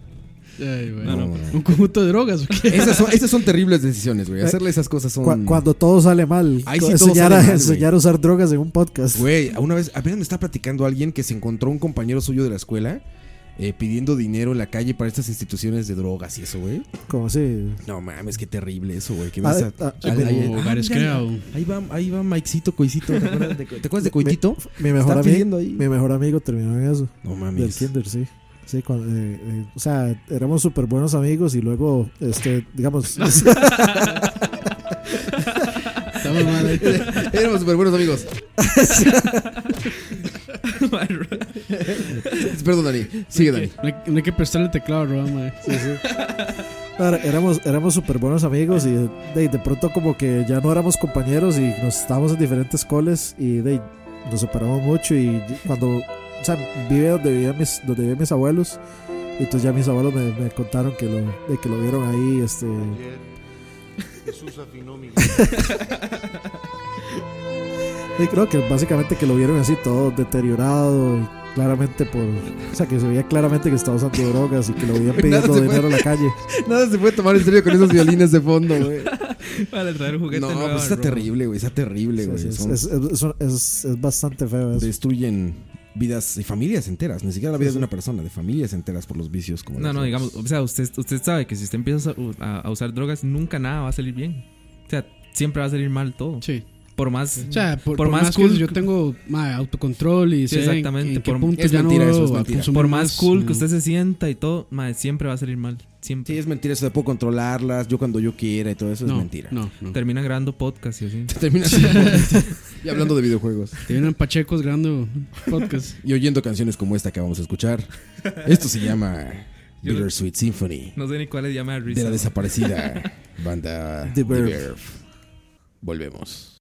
Ay, güey.
No, no,
Un conjunto de drogas, ¿o qué?
Esas son, esas son terribles decisiones, güey. Hacerle esas cosas son.
Cu- cuando todo sale mal.
Mm. Ahí sí todo
enseñar
sale
a,
mal, güey.
enseñar a usar drogas en un podcast.
Güey, una vez, apenas me está platicando alguien que se encontró un compañero suyo de la escuela eh, pidiendo dinero en la calle para estas instituciones de drogas y eso, güey.
Como si.
No mames, qué terrible eso, güey. Que
Ah,
ves a-
ah,
al-
como
ahí- ah,
hogares
mira,
creado.
Ahí va, ahí va Maikecito, Coicito. ¿Te acuerdas de, ¿te acuerdas de Coitito?
Mi mejor,
Está
ami-
pidiendo ahí.
mi mejor amigo terminó en eso.
No
Del
mames.
kinder, sí. Sí, cuando, eh, eh, o sea, éramos súper buenos amigos y luego, este, digamos,
Estamos mal ahí.
Éramos súper buenos amigos. Perdón, Dani. Sigue, Dani.
No hay, no hay que prestarle el teclado a Roa, mae.
Ahora, éramos éramos súper buenos amigos y de, de pronto como que ya no éramos compañeros y nos estábamos en diferentes coles y de, nos separamos mucho y cuando o sea, vive donde vivían mis, donde vivían mis abuelos y entonces ya mis abuelos me, me contaron que lo, de que lo vieron ahí este,
Ayer, Jesús afinó mi guitarra.
Y creo que básicamente que lo vieron así todo deteriorado y claramente por... O sea, que se veía claramente que estaba usando drogas y que lo veían pidiendo
se
dinero en la calle.
Nada se puede tomar en serio con esos violines de fondo, güey.
Para traer un juguete
No,
nuevo
pues
a
está
Roa.
terrible, güey. Está terrible,
Sí,
güey.
sí, es,
Son-
es- es- es- es bastante feo eso.
destruyen vidas y familias enteras. Ni siquiera la vida de una persona, de familias enteras por los vicios. Como
No,
las
no,
drogas.
digamos, o sea, usted, usted sabe que si usted empieza a, u- a- a usar drogas, nunca nada va a salir bien. O sea, siempre va a salir mal todo.
Sí.
Por más...
O sea, por,
Por
por
más
más,
cool-
que yo tengo mae, autocontrol y
Sí,
sé en-
exactamente,
en, qué
por-
punto
es
ya
mentira
no
eso, es
debo a
mentira.
consumir
por más cool que
no.
usted se sienta y todo, mae, siempre va a salir mal. Siempre.
Sí, es mentira eso de puedo controlarlas, yo cuando yo quiera y todo eso
no,
es mentira.
No, no.
Termina grabando podcast y así.
Terminas y hablando de videojuegos
Te vienen pachecos grabando podcast.
y oyendo canciones como esta que vamos a escuchar. Esto se llama Bittersweet Symphony
No sé ni cuál es llama de
de
risa.
la desaparecida banda
The
The
Verve.
Verve. Volvemos.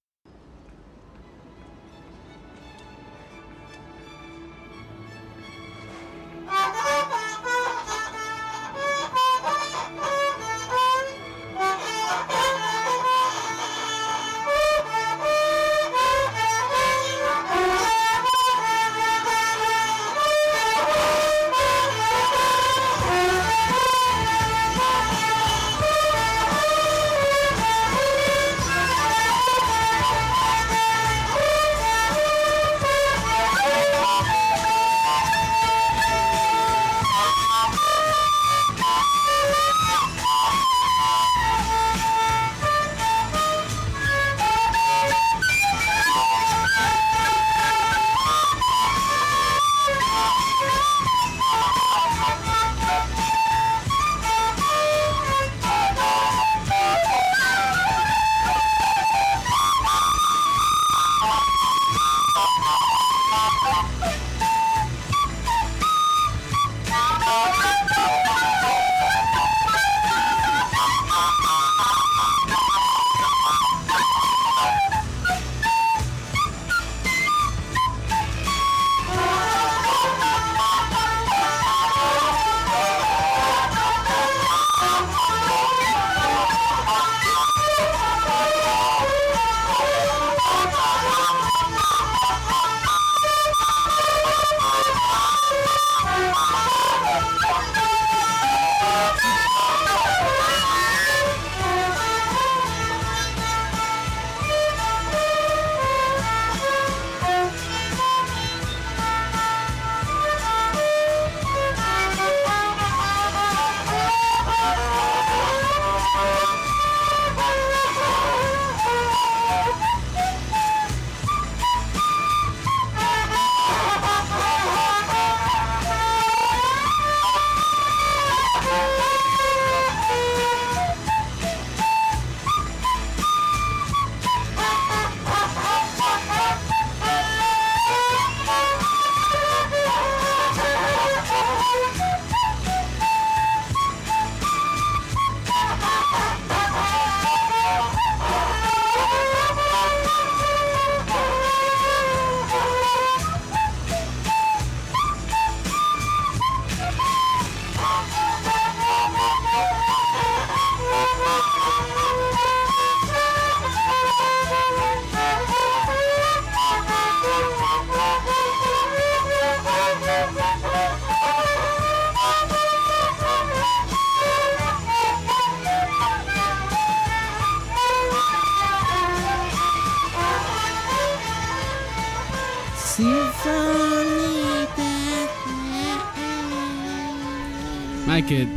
Mae, que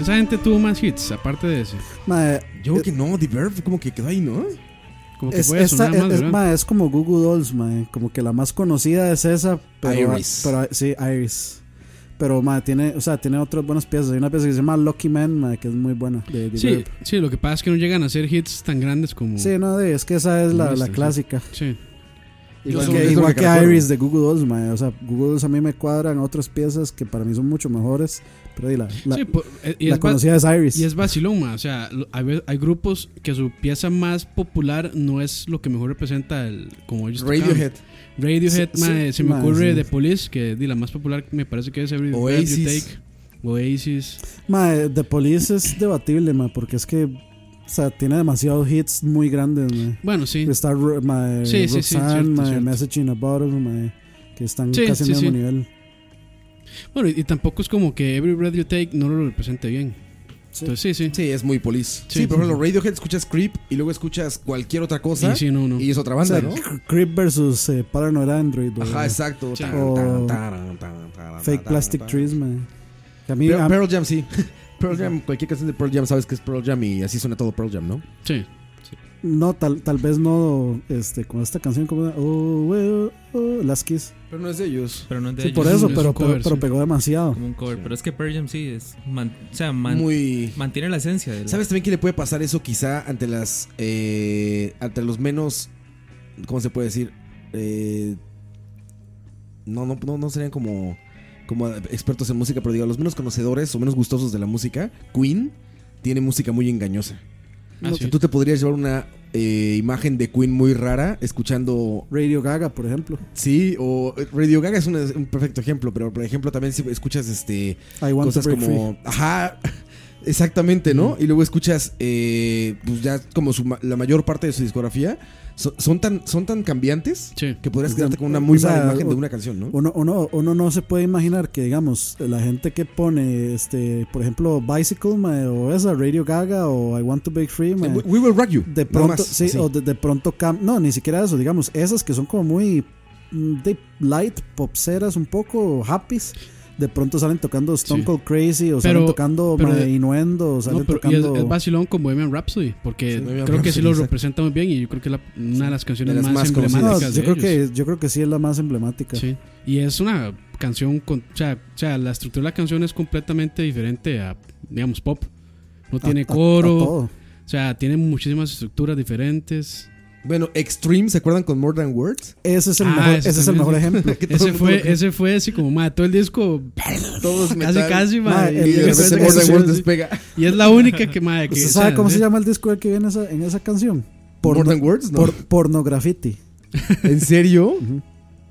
esa gente tuvo más hits aparte de ese.
Mae,
Yo creo que no, The Verve como que quedó ahí, ¿no?
Como que
es,
puede
esta-
sonar más,
es, es,
¿verdad?
mae, es como Google Dolls, mae. Como que la más conocida es esa. Pero,
Iris.
pero- ah, sí, Iris. Pero, mae, tiene, o sea, tiene otras buenas piezas. Hay una pieza que se llama Lucky Man, mae, que es muy buena. de- de
sí,
Verve.
sí, lo que pasa es que no llegan a hacer hits tan grandes como.
Sí, no, de- es que esa es la, la
Nuestra, sí.
clásica.
Sí.
Yo
Igual
soy-
que,
es lo
igual
que
que
recuerdo.
Iris de Google Dolls, mae. O sea, Google Dolls a mí me cuadran otras piezas que para mí son mucho mejores. Pero y la, la,
Sí, po- eh, y
la
es ba-
conocida es Iris.
Y es vacilón, ma, O sea, lo- hay, ve- hay grupos que su pieza más popular no es lo que mejor representa el, como ellos tocaban.
Radiohead.
Radiohead,
Sí,
ma,
sí,
eh, se me
ma,
ocurre
sí.
The Police, que di, la más popular me parece que es Every Breath You
Oasis.
Take. Oasis.
Mae, The Police es debatible, mae, porque es que, o sea, tiene demasiados hits muy grandes, mae.
Bueno, sí.
Está Ro- mae,
Sí, sí, sí,
Roxanne,
cierto,
mae,
cierto.
Message in a Bottle, mae, que están
Sí,
casi
sí,
al mismo
sí.
nivel.
Bueno, y, y tampoco es como que Every Breath You Take no lo represente bien.
Sí.
Entonces, sí, sí.
Sí, es muy police. Sí,
Sí.
por ejemplo, Radiohead escuchas Creep y luego escuchas cualquier otra cosa.
Y sí, no, no.
Y es otra banda,
O sea,
¿no?
C- Creep versus eh, Paranoid Android. o
Ajá, exacto.
Sí.
Tan, tan,
O
taran, tan, taran,
Fake
tan,
Plastic
tan.
Trees, mae. Que a mí,
Pearl,
a-
Pearl Jam, sí. Pearl Jam, cualquier canción de Pearl Jam sabes que es Pearl Jam y así suena todo Pearl Jam, ¿no?
sí.
no, tal, tal vez no, este, con esta canción como, oh, well, oh, Last Kiss.
Pero no es de ellos.
Pero no es de
Sí, por
ellos,
eso,
es
pero,
un cover,
pero, pero
sí.
pegó demasiado.
Como un cover. Pero es que Pearl Jam sí es. man- o sea, man-
Muy.
mantiene la esencia de la-
¿Sabes también que le puede pasar eso quizá ante las. eh, ante los menos. ¿Cómo se puede decir? Eh, no, no, no, no serían como. Como expertos en música, pero digo, los menos conocedores o menos gustosos de la música, Queen tiene música muy engañosa.
Ah,
O
sí.
sea, tú te podrías llevar una eh, imagen de Queen muy rara escuchando
Radio Gaga, por ejemplo.
Sí, o eh, Radio Gaga es un, es un perfecto ejemplo, pero por ejemplo también si escuchas este
I want
cosas
to break free.
como ajá, exactamente, ¿no? Y luego escuchas eh, pues ya como su ma- la mayor parte de su discografía so- son tan son tan cambiantes
Sí.
que podrías
O sea,
quedarte con una muy
o sea,
mala imagen de
o-
una canción, ¿no? Eh,
Uno, uno, uno no se puede imaginar que, digamos, la gente que pone, este por ejemplo, Bicycle, mae, o esa, Radio Gaga, o I Want to Break Free, mae,
We, We will rock you.
de
nada
pronto,
más,
sí,
así.
o de, de pronto, cam- no, ni siquiera eso, digamos, esas que son como muy mm, de light, popseras un poco, happies. De pronto salen tocando Stone
Sí.
Cold Crazy,
Pero-
o salen tocando
pero
mae,
de-
Innuendo, o salen
No, pero y es,
tocando.
es vacilón con Bohemian Rhapsody, porque
Sí, Bohemian
creo que sí
Rhapsody,
lo
exacto.
representa muy bien y yo creo que es la- una de las canciones
De las
más,
más conocidas.
No,
emblemáticas.
yo,
de
creo
ellos.
que, yo creo que sí es la más emblemática.
Sí. Y es una canción con, o sea, o sea, la estructura de la canción es completamente diferente a, digamos, pop. No
A-
tiene
a- a
coro, o
todo.
sea, tiene muchísimas estructuras diferentes.
Bueno, Extreme, ¿se acuerdan con More Than Words?
Ese es el
Ah,
mejor,
ese
ese es el
también
mejor
es-
ejemplo.
Que todo
Ese
el mundo
fue,
lo-
ese fue así como, ma, todo el disco,
todos
casi
metal,
casi, ma,
Ma,
y,
Y de
el-
de
repente More
ese-
repente-
Than
ese-
Words despega.
y es la única que, ma, que ¿eh?
¿Usted
o
sabe
sea,
cómo se
sí.
llama el disco del que viene esa, en esa canción?
More
Porno-
Than Words, ¿no?
por, pornografiti,
¿En serio?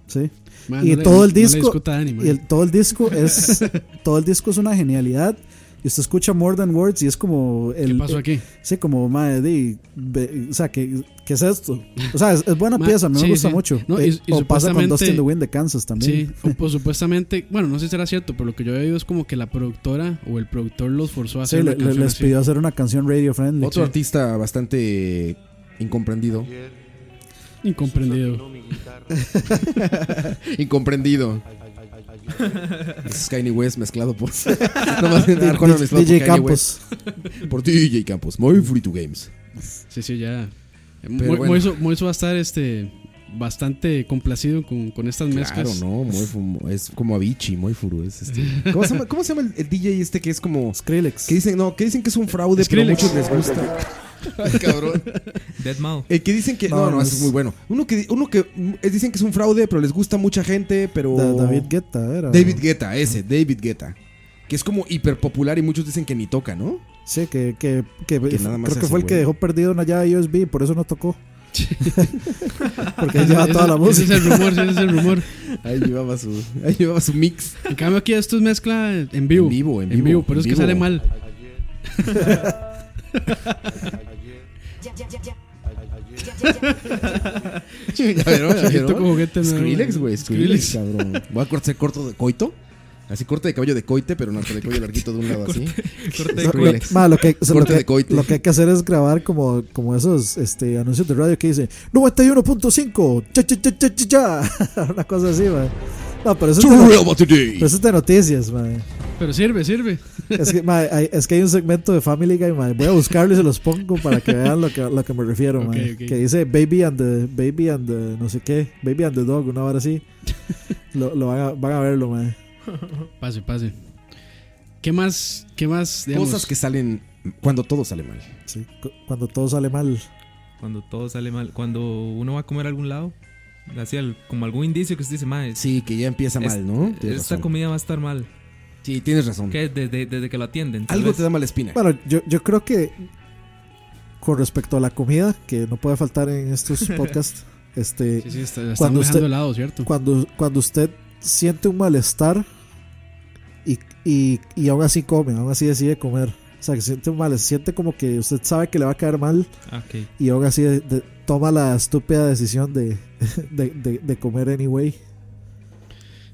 sí.
Ma,
Y
le-
todo el
no le
disco-
discuta ¿eh? a Dani, ma.
Y el- todo el disco es todo el disco es una genialidad. Y usted escucha More Than Words y es como
¿Qué
el
pasó aquí?
eh, sí, como madre di, ve- o sea, ¿qué, qué es esto? O sea, es, es buena
Ma-
pieza, a mí
sí,
me gusta
sí.
mucho.
No,
Eh,
y- y
o pasa con
supuestamente-
Dustin the Wind de Kansas también.
Sí, o, pues, supuestamente, bueno, no sé si será cierto, pero lo que yo he oído es como que la productora o el productor los forzó a
Sí,
hacer una
le- le-
canción
les
así.
pidió hacer una canción radio friendly.
Otro artista bastante incomprendido.
Ayer
Incomprendido.
afinó mi guitarra.
Incomprendido.
Ay, ay, ay, ay,
Es Kanye West mezclado por. no más bien,
Di-
Arjona
di-
mezclado
DJ
por Kanye West.
Campos.
Por DJ Campos. Muy free to games. Eh,
Sí, sí, ya.
bueno.
Mo- Moiso Moiso va a estar este, bastante complacido con, con estas
Claro,
mezclas.
no. Muy fu- es como Avicii, muy furu. Es este. ¿Cómo se llama, cómo se llama el, el DJ este que es como.
Skrillex.
Que dicen, no, que dicen que es un fraude, pero
Skrillex.
muchos les gusta. Ay, cabrón.
Dead Mao.
El que dicen que. No,
No,
no,
no
eso
es-
es muy bueno. Uno que, uno que mm, es- dicen que es un fraude, pero les gusta a mucha gente, pero.
Da- David Guetta era.
David Guetta, ese, David Guetta. Que es como hiper popular y muchos dicen que ni toca, ¿no?
Sí, que, que, que,
nada más
creo que
hace,
fue el que
güey.
dejó perdido una llave USB y por eso no tocó. Porque ahí
Ese-
lleva
ese-
toda la
Ese
música.
es el rumor, sí, ese es el rumor.
Ahí llevaba su, ahí llevaba su mix.
En cambio, aquí esto es mezcla en vivo.
En vivo, en vivo,
vivo,
en
pero es que
vivo.
sale mal.
ay, ayer. Ay, ayer. Ay, ayer.
Ya vieron, ya vieron.
Toco Este juguete nuevo.
Skrillex, güey. Skrillex,
Skrillex.
cabrón. Voy a cortar corto de coito. Así corte de cabello de coite, pero no, de cabello larguito de un lado así.
Corte de
Está bien.
cola.
Skrillex.
Ma, lo, que, o sea, lo
Corte
que-
de coito.
lo que hay que hacer es grabar como, como esos este, anuncios de radio que dice 91.5, cha, cha, cha, cha, cha, cha". una cosa así, ma. No, pero eso, es
To
de,
the
no-
real about today.
Pues,
pero eso es de noticias, ma.
Pero sirve, sirve.
Es que, ma, hay, es que hay un segmento de Family Guy, ma. Voy a buscarlo y se los pongo para que vean lo que, lo que me refiero, ma.
Ok, ok.
Que dice Baby and the, Baby and the, no sé qué, Baby and the Dog, una hora así. Lo, lo van, a, van a verlo, ma.
Pase, pase. ¿Qué más? ¿Qué más? digamos?
Cosas que salen cuando todo sale mal.
Sí, cu- cuando todo sale mal.
Cuando todo sale mal. Cuando uno va a comer a algún lado Así, al- como algún indicio que usted dice, mae,
Sí, que ya empieza
Es-
mal, ¿no? Tienes
esta
razón.
comida va a estar mal.
Sí, tienes razón.
¿Qué? Desde, desde que lo atienden. tal
Algo
vez.
te da mala espina.
Bueno, yo, yo creo que con respecto a la comida, que no puede faltar en estos podcasts, este,
Sí, sí, está, la están
Cuando
dejando
usted-
de lado, ¿cierto?
cuando, cuando usted siente un malestar y, y, y aún así come, aún así decide comer. O sea, que siente un mal, siente como que usted sabe que le va a caer mal
Ah, ok.
y aún así de- de- toma la estúpida decisión de, de, de- de comer anyway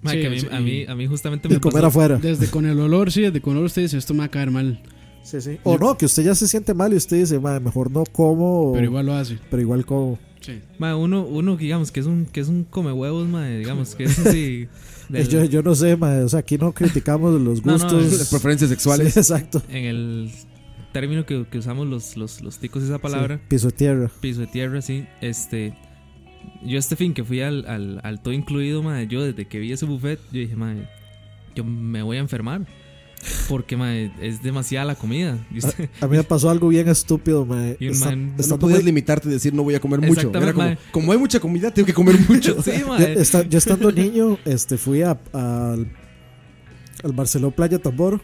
Mae,
Sí,
que a, mí,
sí.
a, mí, a mí justamente
y
me
comer
pasó,
afuera.
Desde con el olor, sí, desde con el olor usted dice, esto me va a caer mal,
Sí, sí. O no, que usted ya se siente mal y usted dice, "Mae, mejor no como,
Oh.
pero igual lo hace.
pero igual como.
Sí.
mae, uno, uno que digamos que es un, que es un come huevos, mae, digamos que es así.
Eh,
del-
Yo, yo no sé, mae, o sea, aquí no criticamos los
No, no,
gustos.
es-
Las preferencias sexuales.
Sí, exacto.
en el término que, que usamos los, los, los ticos, esa palabra,
Sí, piso de tierra.
piso de tierra, sí. Este, yo este fin que fui al, al, al todo incluido, madre, yo desde que vi ese buffet, yo dije, madre, yo me voy a enfermar. Porque, madre, es demasiada la comida. Y usted-
A mí me pasó algo bien estúpido, mae.
Y un
Esta-
man-
No
estando
podías
muy-
limitarte y decir no voy a comer mucho.
Exactamente,
Era como,
madre.
como hay mucha comida, tengo que comer mucho.
sí,
yo,
madre.
esta- yo estando niño, este, fui a, al, al Barceló Playa Tambor.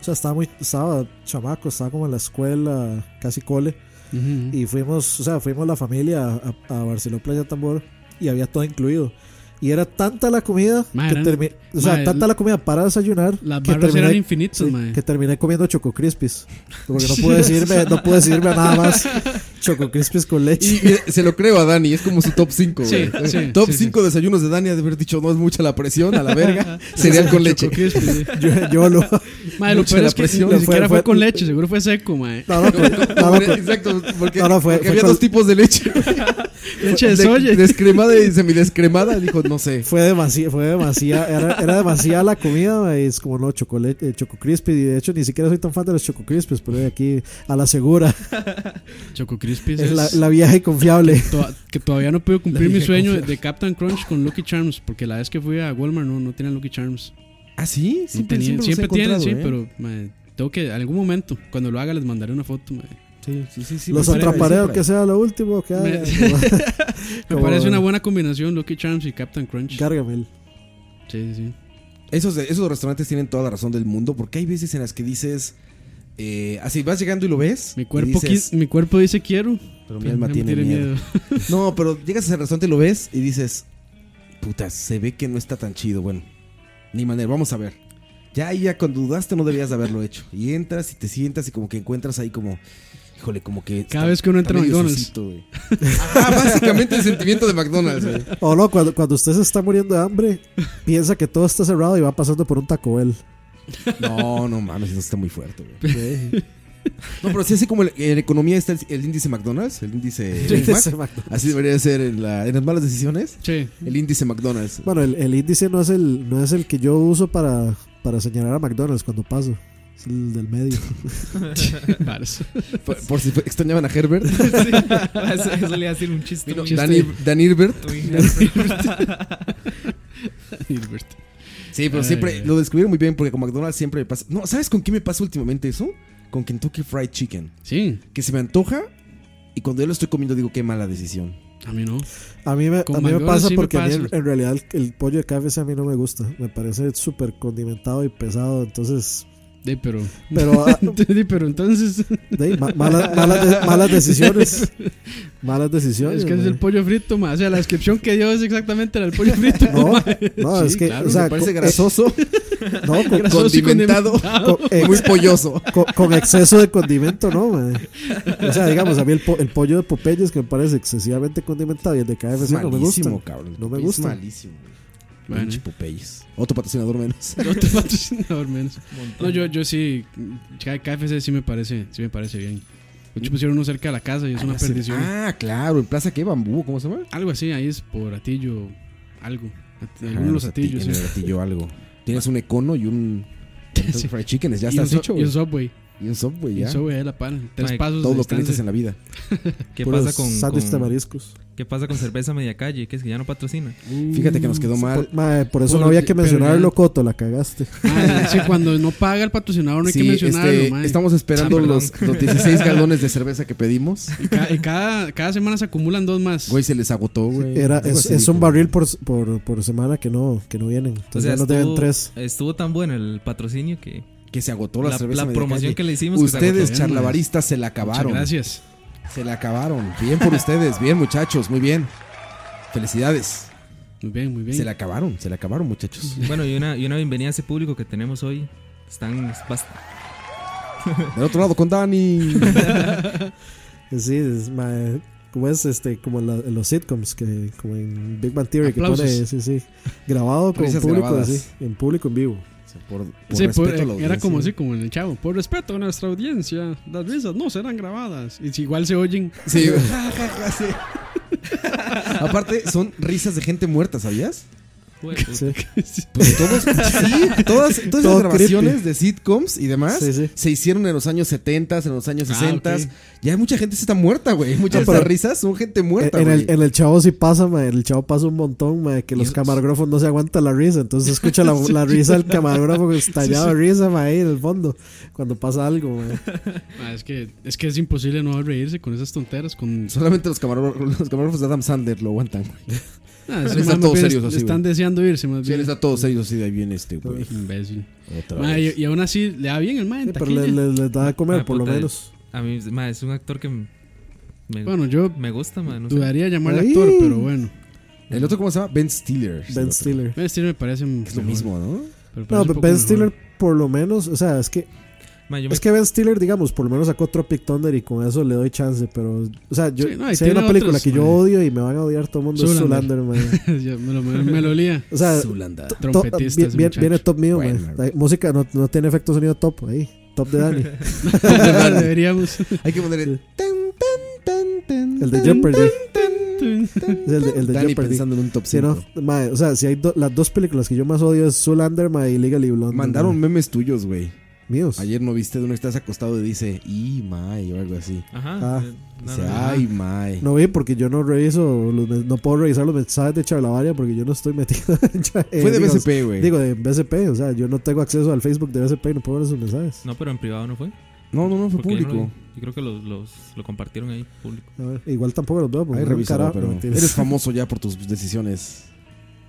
O sea, estaba muy, estaba chamaco, estaba como en la escuela, casi cole.
Ujú.
Y fuimos, o sea, fuimos la familia a, a- a Barceló Playa Tambor y había todo incluido. Y era tanta la comida
Ma,
que
eran-
termi- o sea,
ma,
tanta la comida para desayunar
Las
que
barras eran
terminé-
infinitas,
Sí,
mae.
que terminé comiendo Choco Crispies. Porque no pude decirme, no pude decirme a nada más. Choco Crispies con leche.
Y, y se lo creo a Dani, es como su top 5.
Sí, sí,
top
sí,
5 desayunos de Dani, ha de haber dicho no es mucha la presión, a la verga. Cereal con leche.
Choco Crispy, sí.
Yo, yo lo.
Mae, lo
Mucha
peor
la
es que
presión.
ni
Fue-
siquiera fue,
fue-
con leche, seguro fue seco, mae.
No, no, con- no, no, con-
Exacto, porque,
No, no, fue-
porque
fue
había
con-
dos tipos de leche.
Leche de
De-
soya.
Descremada y semidescremada. Dijo, no sé.
fue demasiado. Fue demasiado era, era demasiada la comida. ma, y Es como no, chocolate, eh, Choco Crispies. Y de hecho, ni siquiera soy tan fan de los Choco Crispies. Pero de aquí a la segura.
Choco Crispy
Es la, la vieja y confiable.
Toa- que todavía no puedo cumplir
La
mi
dije
sueño
confiado.
de Captain Crunch con Lucky Charms, porque la vez que fui a Walmart no, no tenían Lucky Charms. No
¿Ah, sí? Siempre,
tenían-
siempre,
siempre
los he
tienen,
¿eh?
sí,
encontrado,
pero mae, tengo que, algún momento, cuando lo haga, les mandaré una foto. mae.
¿eh? Sí, sí, sí,
los
me parece,
atraparé,
sí,
aunque
por
sea lo último que haya.
Me
Como-
parece una buena combinación Lucky Charms y Captain Crunch.
Gargamel.
Sí, sí, sí.
ahí. Esos, esos restaurantes tienen toda la razón del mundo porque hay veces en las que dices. eh, así vas llegando y lo ves.
Mi
y
cuerpo,
dices,
qui- mi cuerpo dice quiero.
Pero mi
pero
alma
me
tiene miedo. No, pero llegas al restaurante y lo ves y dices, puta, se ve que no está tan chido, bueno. Ni manera, vamos a ver. Ya, ya, cuando dudaste no debías de haberlo hecho. Y entras y te sientas y como que encuentras ahí como, híjole, como que...
Cada vez que uno entra a
medio
McDonald's.
suicito, güey. Ajá, básicamente el sentimiento de McDonald's, güey.
O no, cuando, cuando usted se está muriendo de hambre, piensa que todo está cerrado y va pasando por un Taco Bell.
No, no mames, eso está muy fuerte, güey. No, pero si así como el- en economía está el, el índice McDonald's, el índice Big Mac,
Ese Mac-
así debería ser en, la- en las malas decisiones,
Sí.
el índice McDonald's.
Bueno, el, el índice no es el, no es el que yo uso para, para señalar a McDonald's cuando paso. Es el del medio.
Varas.
Por, por si extrañaban a Herbert.
Sí, mae, eso, eso le iba a decir un chiste.
Vino
muy-
Dani, Dan Hirbert.
muy gracioso.
Hilbert.
Sí, pero
Ay,
siempre
ay.
lo describieron muy bien porque con McDonald's siempre me pasa. No, ¿sabes con qué me pasa últimamente eso? Con Kentucky Fried Chicken.
Sí,
Que se me antoja y cuando yo lo estoy comiendo digo qué mala decisión.
a mí no.
A mí me,
Con
a mí me
McDonald's
pasa
sí me
porque a mí en,
pasa.
en realidad el, el pollo de KFC a mí no me gusta. Me parece súper condimentado y pesado. Entonces,
Sí, pero.
pero ah,
Sí, pero entonces.
de ahí, ma- mala- malas de- malas decisiones. Malas decisiones.
Es que es el
mae.
pollo frito, ma. O sea, la descripción que dio es exactamente la del pollo frito.
No,
ma.
no,
Sí,
es que,
claro,
o sea,
me parece
co- eh,
grasoso,
no, con,
grasoso y
condimentado,
con- eh,
muy polloso.
con, con exceso de condimento, ¿no? mae? O sea, digamos, a mí el, po- el pollo de Popeyes que me parece excesivamente condimentado y el de KFC
Ah, Es
no me gusta.
malísimo, cabrón.
No me
Es
gusta.
malísimo. güey.
Bueno.
Pinche Popeyes. Otro patrocinador menos.
Otro patrocinador menos. No, yo, yo sí. K- KFC sí me parece, sí me parece bien. De hecho, pusieron uno cerca de la casa y es una
Ah, sí.
perdición.
Ah, claro, en Plaza que Bambú, ¿cómo se llama?
Algo así, ahí es por Atillo, algo. At-
Ah,
Alguno de los
en
atillos,
en
sí.
el atillo algo. Tienes un econo y un
Sí.
Kentucky Fried Chicken, ya
Y un
estás
so-
hecho.
Y
güey.
un Subway.
Y un subway,
Y
ya.
eso, güey, la par. Tres
Mae,
pasos
Todo
de
lo que necesitas
distancia.
en la vida.
¿Qué
Puros
pasa con,
sándwiches de
con-
mariscos.
¿Qué pasa con cerveza media calle? Que es que ya no patrocina.
Fíjate que nos quedó mal.
Mm, Por, mae, por eso
Por-
no había que
pero
mencionarlo,
ya-
Coto, la cagaste.
Ah, sí, cuando no paga el patrocinador no hay que
Sí,
mencionarlo,
este,
mae.
estamos esperando
Ah, perdón.
los, los 16 galones de cerveza que pedimos.
Y ca- y cada, cada semana se acumulan dos más.
Güey, se les agotó, güey.
Era,
Algo
es,
así
es
dijo.
un barril por, por, por semana que no, que no vienen. Entonces ya nos deben tres.
estuvo tan bueno el patrocinio que
Que se agotó la,
la,
cerveza.
la
media
promoción
calle.
que le hicimos. que se
Ustedes,
agotó.
charlavaristas, se la
Muchas
acabaron.
gracias.
Se la acabaron. Bien por ustedes. Bien, muchachos. Muy bien. Felicidades.
Muy bien, muy bien.
Se la acabaron. Se la acabaron, muchachos.
Bueno, y una, y una bienvenida a ese público que tenemos hoy. Están es bast-
Del otro lado con Dani.
Sí, es, mae, como es este, como en la- en los sitcoms, que, como en Big Bang Theory,
Aplausos.
que pone, sí, sí, grabado con
Risas
público,
grabadas.
sí, en público en vivo.
Por, por
Sí, por-
respeto a la
era
audiencia.
como así, como en el chavo. Por respeto a nuestra audiencia, las risas no serán grabadas. Y si igual se oyen.
Sí, güey. Sí. Aparte, son risas de gente muerta, ¿sabías?
Jue- puta.
Sí.
Pues todos, sí, todas, todas
Todo
las grabaciones
creepy.
de sitcoms y demás
Sí, sí.
se hicieron en los años 70, en los años
Ah,
60.
ok.
Ya hay mucha gente que está muerta, güey. Muchas
No,
de
Ah, pero-
esas risas son gente muerta,
en,
güey.
el, en el chavo sí pasa, mae, en el chavo pasa un montón, mae, que los
Dios.
camarógrafos no se aguantan la risa, entonces se escucha la, la risa del camarógrafo estallado de risa, mae, ahí en el fondo, cuando pasa algo, mae.
Ah, es, que, es que es imposible no reírse con esas tonteras. Con,
Solamente los camarógrafos, los camarógrafos de Adam Sandler lo aguantan, güey.
Ah, esos
Están
más
todos
bien
serios
est-
así,
Están
güey.
deseando irse más
Sí, él
bien.
está todo serio así de ahí viene este, güey.
Imbécil.
Otra
Ma,
vez.
y, y aún así le da bien el mae en
Sí, pero
taquilla.
les da a comer,
Ah,
por lo
puta,
menos.
A mí ma, es un actor que m- me,
Bueno, yo
me gusta, ma, no sé.
dudaría llamarle
Ay.
actor, pero bueno.
El otro, ¿cómo se llama? Ben Stiller. El
Ben
otro.
Stiller.
Ben Stiller me parece
Es lo
mejor,
mismo, ¿no?
pero parece
No,
un poco
Ben
mejor.
Stiller, por lo menos, o sea, es que
Ma, yo me-
Es que Ben Stiller, digamos, por lo menos sacó Tropic Thunder y con eso le doy chance, pero... O sea, yo,
Sí, no, y
si hay
tiene
una película
otros,
que yo
man.
odio y me van a odiar todo el mundo es
Zoolander.
Zoolander, man.
Ya me, lo, me, me lo olía.
O sea,
Zulanda.
to-
Trompetista
vi-
ese
vi-
muchacho.
viene top mío,
Bueno,
man.
bueno.
La música no, no tiene efecto sonido top ahí. Top de Dani.
Deberíamos.
Hay que poner el. Tan, tan, tan, tan,
El de
tan,
Jeopardy.
tan, tan,
Es el de, el de
Dani
Jeopardy.
pensando en un top
Sí,
5.
no, man, o sea, si hay do- las dos películas que yo más odio es Zoolander man, y Legally Blonde.
Mandaron
man.
memes tuyos, güey.
míos.
Ayer no viste de uno que estás acostado y dice, y my, o algo así.
Ajá.
Ah,
eh, no,
Dice,
no, no.
ay, my.
No vi porque yo no reviso, los men- no puedo revisar los mensajes de Charlavaria porque yo no estoy metido. en cha- eh,
Fue de
digamos,
BCP, güey.
Digo, de BCP, o sea, yo no tengo acceso al Facebook de BCP y no puedo ver sus mensajes.
No, pero en privado no fue.
No, no, no, fue
porque yo no
público.
lo vi. Yo creo que los, los- lo compartieron ahí público.
A ver, igual tampoco los veo. porque
Ahí
pues, no,
revisaba,
carajo,
pero
mentiras.
eres famoso ya por tus decisiones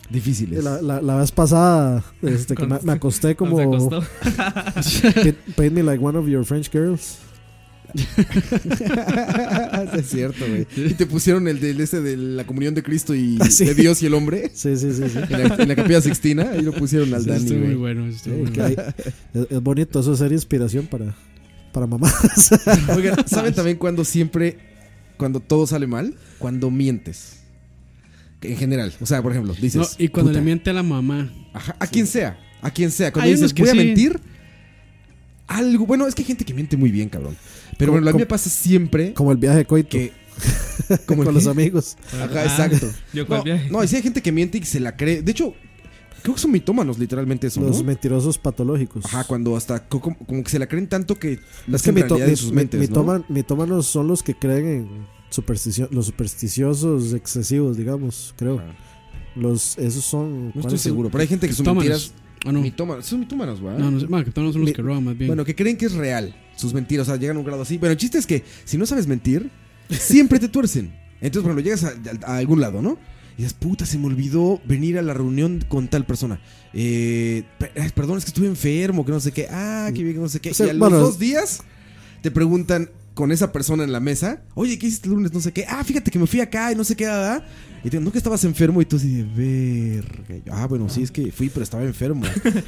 difíciles.
Eh, La, la- la vez pasada este, que me,
Cuando-
me acosté
Como... Ah, Se
como
acostó.
"Paint- Paint me like one of your French girls.
Sí, es cierto, güey. Y te pusieron el del ese de la comunión de Cristo y
Sí.
de Dios y el hombre
Sí, sí, sí. sí.
en la, en la capilla sixtina. Ahí lo pusieron al
Eso
Dani,
estuvo muy
güey.
bueno. eso estuvo
Sí,
muy
que
bueno.
hay- es, es bonito, eso es ser inspiración para, para mamás.
Oigan, ¿saben también cuando siempre, cuando todo sale mal? Cuando mientes. En general. O sea, por ejemplo, dices.
No, y cuando
"Puta".
le miente a la mamá.
Ajá, a quien sea, a quien sea. Cuando
Hay
dices,
unos que
voy a
sí.
mentir, algo. Bueno, es que hay gente que miente muy bien, cabrón. Pero
Como-
bueno, a mí
como-
me pasa siempre
Como el viaje de coito
que.
con
como el-
los amigos.
Ajá,
Ah,
exacto.
Yo cuál
No,
viaje.
no, y sí hay gente que miente y que se la cree. De hecho, creo que son mitómanos, literalmente, eso,
Los
¿no?
mentirosos patológicos.
Ajá, cuando hasta co- como, como que se la creen tanto que las
Es que
que
mito-
realidad
mi-
en sus
mi-
mentes, ¿no?
mitoman- mitómanos son los que creen en supersticio- los supersticiosos excesivos, digamos, creo.
Ajá.
Los, esos son...
No
¿cuáles
estoy Ah,
son?
seguro, pero hay gente que sus mentiras...
Tómanos. Ah, no.
Mitómanos, son mitómanos, ¿verdad?
No, no sé. Ma, que todos son los
Mi-
que roban más bien.
Bueno, que creen que es real sus mentiras, o sea, llegan a un grado así. Pero el chiste es que si no sabes mentir, siempre te tuercen. Entonces, por ejemplo, llegas a, a- a algún lado, ¿no? Y dices, puta, se me olvidó venir a la reunión con tal persona. Eh, per- ay, perdón, es que estuve enfermo, que no sé qué. Ah, que bien, que no sé qué.
O sea,
y a
bueno,
los dos días te preguntan con esa persona en la mesa, oye, ¿qué hiciste el lunes? No sé qué. Ah, fíjate que me fui acá y no sé qué. ah, ah. Y te digo, no que estabas enfermo y tú así de verga. Yo, Ah, bueno, sí, es que fui, pero estaba enfermo.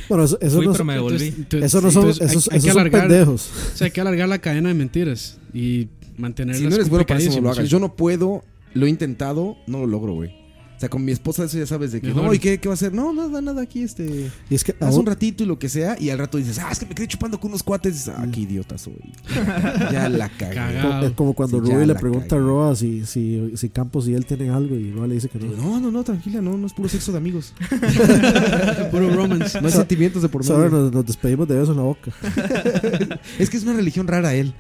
Bueno, eso, eso
Fui,
no
pero
son-
me devolví.
Entonces-
Eso no son,
entonces hay-
esos,
hay,
esos
que
son
alargar,
pendejos.
o sea, hay que alargar la cadena de mentiras y mantenerlas
Si no eres bueno para eso, no lo
complicadísimas,
hagas.
sí.
Yo no puedo, lo he intentado, no lo logro, güey. O sea, con mi esposa eso ya sabes de que,
Mejor. Ah, oh.
no, ¿y qué, qué va a hacer? No, nada, nada, aquí este...
Y es que
Haz un
ahora-
ratito y lo que sea, y al rato dices, ah, es que me quedé chupando con unos cuates. Dices, ah, qué idiota soy. ya la cagué.
Cagado.
es como cuando
Sí, ya
Ruby le
la
pregunta a
cagué.
Roa si, si, si Campos y él tienen algo y Roa le dice que
Digo,
no.
No, no, no, tranquila, no, no es puro sexo de amigos.
Puro romance.
No hay
So-
sentimientos de por
So, ahora
medio.
nos, nos despedimos de eso en la boca.
Es que es una religión rara él.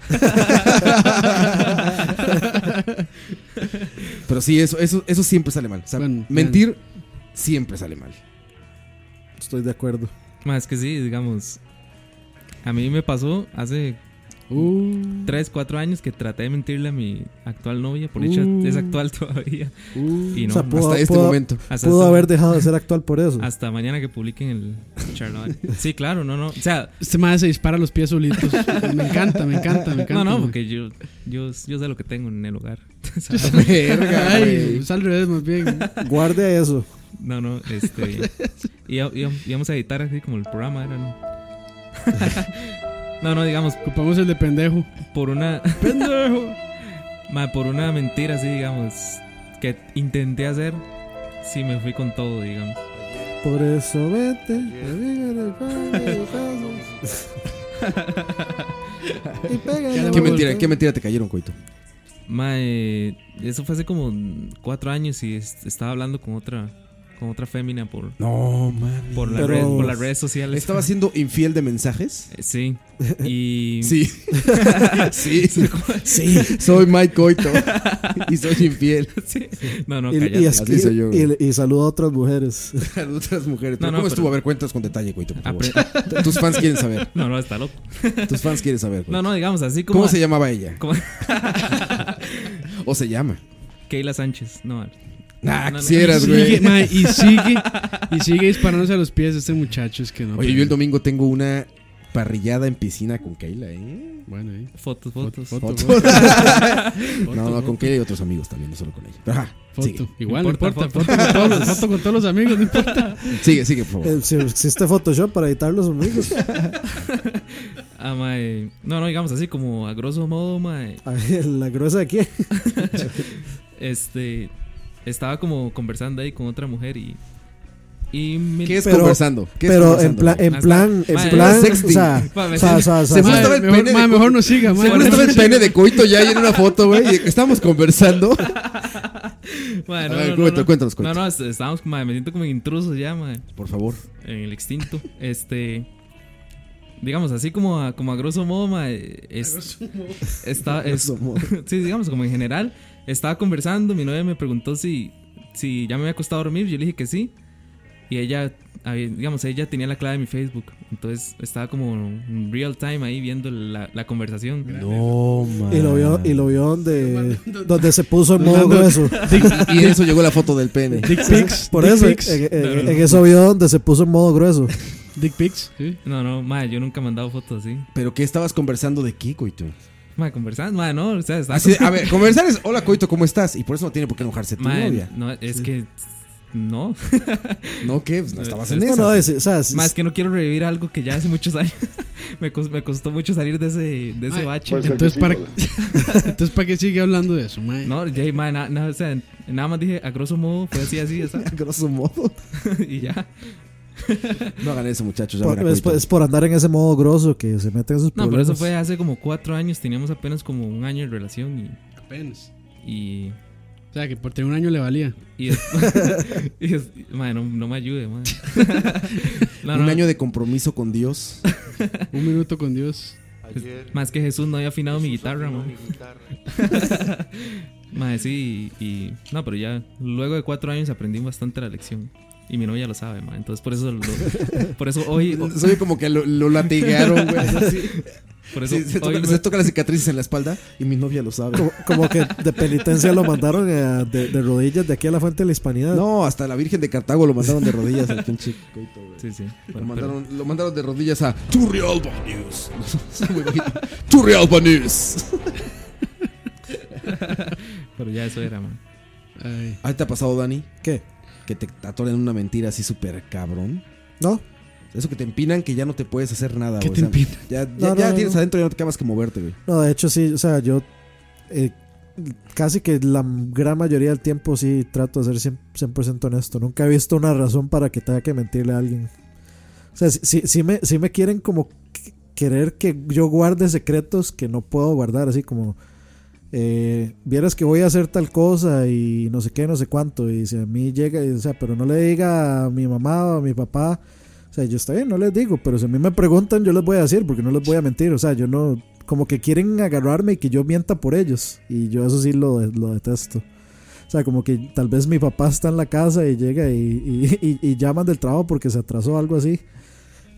Pero sí, eso, eso, eso siempre sale mal. O sea,
Bueno,
mentir siempre sale mal.
Estoy de acuerdo.
Más que sí, digamos. A mí me pasó hace
Uh,
3, 4 años que traté de mentirle a mi actual novia. Por hecho,
Uh.
es actual todavía. Y
Mm. O
no,
sea,
hasta-
puedo-
Hasta este
puedo-
momento.
hasta,
Pudo
hasta-
haber dejado de ser actual por eso.
hasta mañana que publiquen el charlaval. Sí, claro, no, no. O sea,
Este madre se dispara los pies solitos. Me encanta, me encanta, me encanta.
no, no,
güey.
porque yo, yo, yo sé lo que tengo en el hogar.
Verga,
Ay,
güey.
es al revés, más bien.
Guarde eso.
No, no, este. y, y- íbamos a editar así como el programa era. ¿no? no, no, digamos,
Ocupamos el de pendejo.
por una.
¡Pendejo!
ma, por una mentira así, digamos, que intenté hacer, sí me fui con todo, digamos.
Por eso vete. amiga del pan de los besos. y pégale,
Qué
Qué
mentira, qué mentira te cayeron, coito.
Ma, eh, eso fue hace como cuatro años y es- estaba hablando con otra con otra fémina por,
No, mami.
por, la
Pero-
red- por las redes sociales.
¿Estaba siendo infiel de mensajes?
Eh, Sí. Y.
Sí. sí. Sí. Soy Mike Coito. y soy infiel.
Sí. No, no,
Y,
cállate.
y, as-
Así soy yo,
y-
güey.
y saluda a otras mujeres.
A otras mujeres. Pero ¿Cómo
No, no, pero-
estuvo? A ver, cuentas con detalle, coito, por favor.
Apre-
Tus fans quieren saber.
No, no, está loco.
Tus fans quieren saber. Coito.
No, no, digamos así como.
¿Cómo se llamaba ella?
como-
¿O se llama?
Keila Sánchez. No,
Nah,
No, no.
quisieras,
Y
güey.
sigue, mae, y sigue, y sigue disparándose a los pies este muchacho. Es que no.
Oye, yo el domingo tengo una parrillada en piscina con Keila, ¿eh?
Bueno, ahí.
fotos,
Foto,
fotos.
foto,
Foto.
foto,
No, no, con Keila y otros amigos también, no solo con ella. Pero, ajá, sigue.
foto. Igual,
No
no
importa,
importa. Foto, con todos, los- foto con todos los amigos, no importa.
Sigue, sigue, por favor.
Eh, Si existe Photoshop para editar los amigos.
Ah, mae. No, no, digamos así como a grosso modo, mae.
A ver, la gruesa de aquí.
Este. Estaba como conversando ahí con otra mujer y. Y me.
¿Qué es
Pero-
conversando? ¿Qué es
Pero en,
conversando,
plan,
güey?
en plan, en
Mae,
plan,
sexting.
o sea,
Pa, me-
o sea, o sea, o sea,
Se
o sea,
fue-
Mae,
estaba el
mejor,
pene
mae,
de-
mejor no siga, mae.
Seguro estaba el pene de coito ya y en una foto, güey. y Estábamos conversando.
Mae,
A
no,
ver, cuéntanos,
no, no, no.
cuéntanos,
No,
cuéntanos.
no, est- estábamos, mae, me siento como intruso ya, mae.
Por favor.
En el extinto. Este. Digamos así como a, como a grosso modo, mae. es- Está, es-
Grosso modo.
sí, digamos como en general. Estaba conversando, mi novia me preguntó si, si ya me había costado dormir, yo le dije que sí. Y ella, había- digamos, ella tenía la clave de mi Facebook. Entonces estaba como en real time ahí viendo la, la conversación.
No, man.
y lo vio, y lo vio donde, donde se puso en modo
Mando-
grueso.
Y en eso llegó la foto del pene.
Dick pics.
Por
dick
eso, en,
pics.
en- en eso vio donde se puso en modo grueso.
Dick pics. Sí.
No, no, madre, yo nunca he mandado fotos así.
¿Pero qué estabas conversando de qué, coito?
Madre, conversando, madre, no, o sea, estaba
Así de, a ver, conversar es, hola, coito, ¿cómo estás? Y por eso no tiene por qué enojarse tu
Mae,
novia.
no, es que no,
No, ¿qué? Pues no estabas en
No,
No,
eso.
no, es- o sea, es-
más que no quiero revivir algo que ya hace muchos años me, cos- me costó mucho salir de ese, de ese
Mae,
bache.
Entonces, ¿para, entonces, ¿para qué sigue hablando de eso, mae?
No, ya, mae, na- na- o sea, nada más dije a grosso modo, fue así, así, esa,
A grosso modo.
y ya.
No hagan eso, muchachos. Ya
por-
verá,
es,
coito.
es por andar en ese modo grosso que se meten esos
No,
problemas.
pero eso fue hace como cuatro años, teníamos apenas como un año de relación
Apenas.
y... y
O sea, que por tener un año le valía.
y después- y es- mae, no, no me ayude, mae. No,
Un
no,
año de compromiso con Dios.
Un minuto con Dios.
Ayer
Más que Jesús no había afinado mi guitarra,
afinó
mae.
mi guitarra.
Mae, sí, y, y- No, pero ya luego de cuatro años aprendí bastante la lección. Y mi novia lo sabe, mae. Entonces por eso... lo- por eso hoy... o-
Soy como que lo, lo latigaron, güey. así.
Por eso
Sí, se,
hoy
toca,
me-
se toca las cicatrices en la espalda y mi novia lo sabe.
Como, como que de penitencia lo mandaron eh, de, de rodillas de aquí a la fuente de la hispanidad.
No, hasta la Virgen de Cartago lo mandaron de rodillas al pinche coito, güey.
Sí, sí.
Lo
Bueno,
mandaron, lo mandaron de rodillas a
Two real bad news. Two real bad news.
pero, pero ya eso era, mae.
Ay.
¿A ti te ha pasado, Dani?
¿Qué?
Que te atoran una mentira así súper cabrón.
No,
Eso que te empinan que ya no te puedes hacer nada,
¿Qué
Ah, güey.
te
O sea,
empina?
Ya, ya,
No, no,
ya
no,
tienes
no.
adentro, ya no te quedas que moverte, güey.
no, de hecho sí, o sea, yo eh, casi que la gran mayoría del tiempo sí trato de ser 100%, 100% honesto. Nunca he visto una razón para que tenga que mentirle a alguien. O sea, sí, sí- sí me, sí me quieren como qu- querer que yo guarde secretos que no puedo guardar, así como... eh, vieras que voy a hacer tal cosa y no sé qué, no sé cuánto. Y si a mí llega, y, o sea, pero no le diga a mi mamá o a mi papá. O sea, yo está bien, no les digo, pero si a mí me preguntan, yo les voy a decir porque no les voy a mentir. O sea, yo no, como que quieren agarrarme y que yo mienta por ellos. Y yo eso sí lo, de- lo detesto. O sea, como que tal vez mi papá está en la casa y llega y, y, y- y llaman del trabajo porque se atrasó o algo así.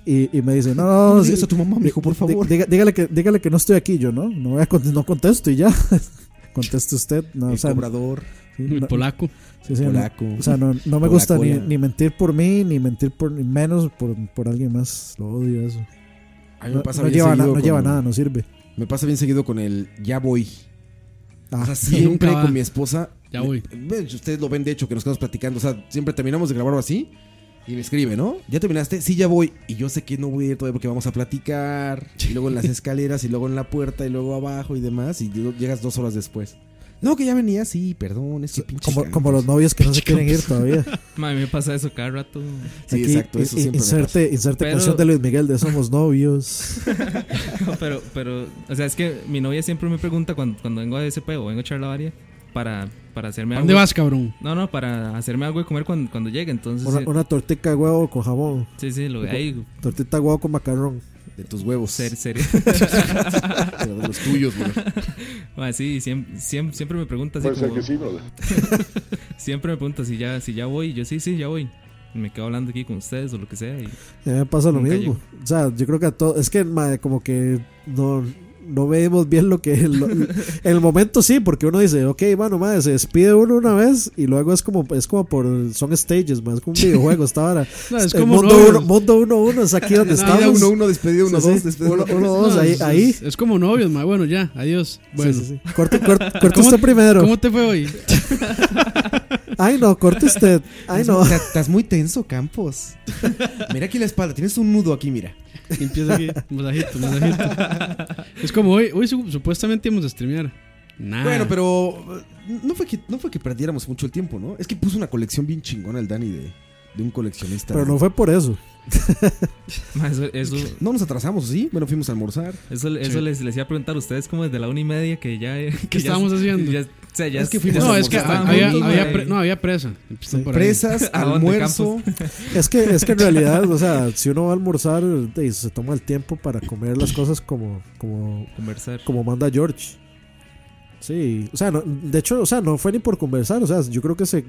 Y, y me dicen, no, no, no, sí,
a tu mamá, mijo, por
Dí- diga- dígale, que, dígale que no estoy aquí, yo no. No, voy a cont- no contesto y ya. Conteste usted. No, o
El
sea,
cobrador,
sí,
El
no-
polaco.
sí, sí, no.
polaco.
O sea, no, no me gusta ni,
Polacola.
ni mentir por mí, ni mentir por ni menos por, por alguien más. Lo odio eso.
A mí
No,
me pasa
no
bien
lleva, na-
seguido
no
con-
lleva nada, no sirve.
Me pasa bien seguido con el ya voy.
Ah,
O sea, siempre
nunca va.
con mi esposa.
Ya
me-
voy.
ve, ustedes lo ven, de hecho, que nos quedamos platicando. O sea, siempre terminamos de grabarlo así. Y me escribe, ¿no? ¿Ya terminaste? Sí, ya voy. Y yo sé que no voy a ir todavía porque vamos a platicar. Y luego en las escaleras, y luego en la puerta, y luego abajo y demás. Y yo- llegas dos horas después. No, que ya venía, sí, perdón, es que pinche.
como,
campos.
como los novios que no se quieren ir todavía.
Madre, me pasa eso cada rato.
Sí,
Aquí,
exacto,
i-
eso
i-
siempre. me pasa.
inserte inserte
Pero-
canción de Luis Miguel de Somos Novios.
No, pero, pero, o sea, es que mi novia siempre me pregunta cuando, cuando vengo a DSP o vengo a Charlavaria para, para hacerme
¿A
algo.
dónde vas, cabrón?
No, no, para hacerme algo de comer cuando, cuando llegue. Entonces,
Una,
sí,
una tortica de huevo con jabón.
sí, sí, lo ahí,
Tortita de huevo con macarrón.
De tus huevos.
ser, serio.
Pero de los tuyos, güey.
Madre, sí, siempre, siempre, siempre me pregunta así como- Siempre me pregunta si ya, si ya voy. y Yo, sí, sí, ya voy. Y Me quedo hablando aquí con ustedes o lo que sea. y-
A mí me pasa lo
Nunca
mismo. O sea, yo creo que a todos. Es que, madre, como que no, no vemos bien lo que. lo- en el momento sí, porque uno dice, ok, bueno, madre, se despide uno una vez y luego es como es como por. Son stages, madre, es como un videojuego hasta ahora.
No, es
El
como
mundo
novios.
uno, mundo uno, uno, es aquí donde
Vida
estamos.
Vida uno, uno, despedida, uno,
Sí, sí.
dos, despedida.
Uno, uno,
No,
dos, ahí.
es,
ahí.
Es, es como novios, ma. Bueno, ya, adiós. Bueno,
Sí, sí, sí. Corte, corte, corte usted primero.
¿cómo te fue hoy?
Ay, no, corte usted. Ay, no.
Estás- Estás muy tenso, Campos. Mira aquí la espalda, tienes un nudo aquí, mira.
Y empieza aquí, masajito, masajito. Es como hoy, hoy su- supuestamente íbamos a streamear.
Ah.
Nah.
Bueno, pero eh, no fue, que, no fue que perdiéramos mucho el tiempo, ¿no? Es que puso una colección bien chingona el Dani de, de un coleccionista.
Pero no fue por eso.
Madre, eso, eso,
No nos atrasamos, ¿sí? Bueno, fuimos a almorzar.
eso, eso les, les iba a preguntar a ustedes como desde la una y media que ya... Que
¿Qué
ya-
estábamos haciendo?
ya- o sea, ya-
Es que
ya
fuimos
no,
a
se
es que
almorzar.
mostraban
había,
un
había
montón
pre-
de-
no, había presa. Empiezan
Sí,
por ahí.
Presas,
¿A dónde,
almuerzo.
Es que, es que en realidad, o sea, si uno va a almorzar, eh, se toma el tiempo para comer las cosas como, como,
Conversar.
como manda George. Sí, o sea, no- de hecho, o sea, no fue ni por conversar, o sea, yo creo que se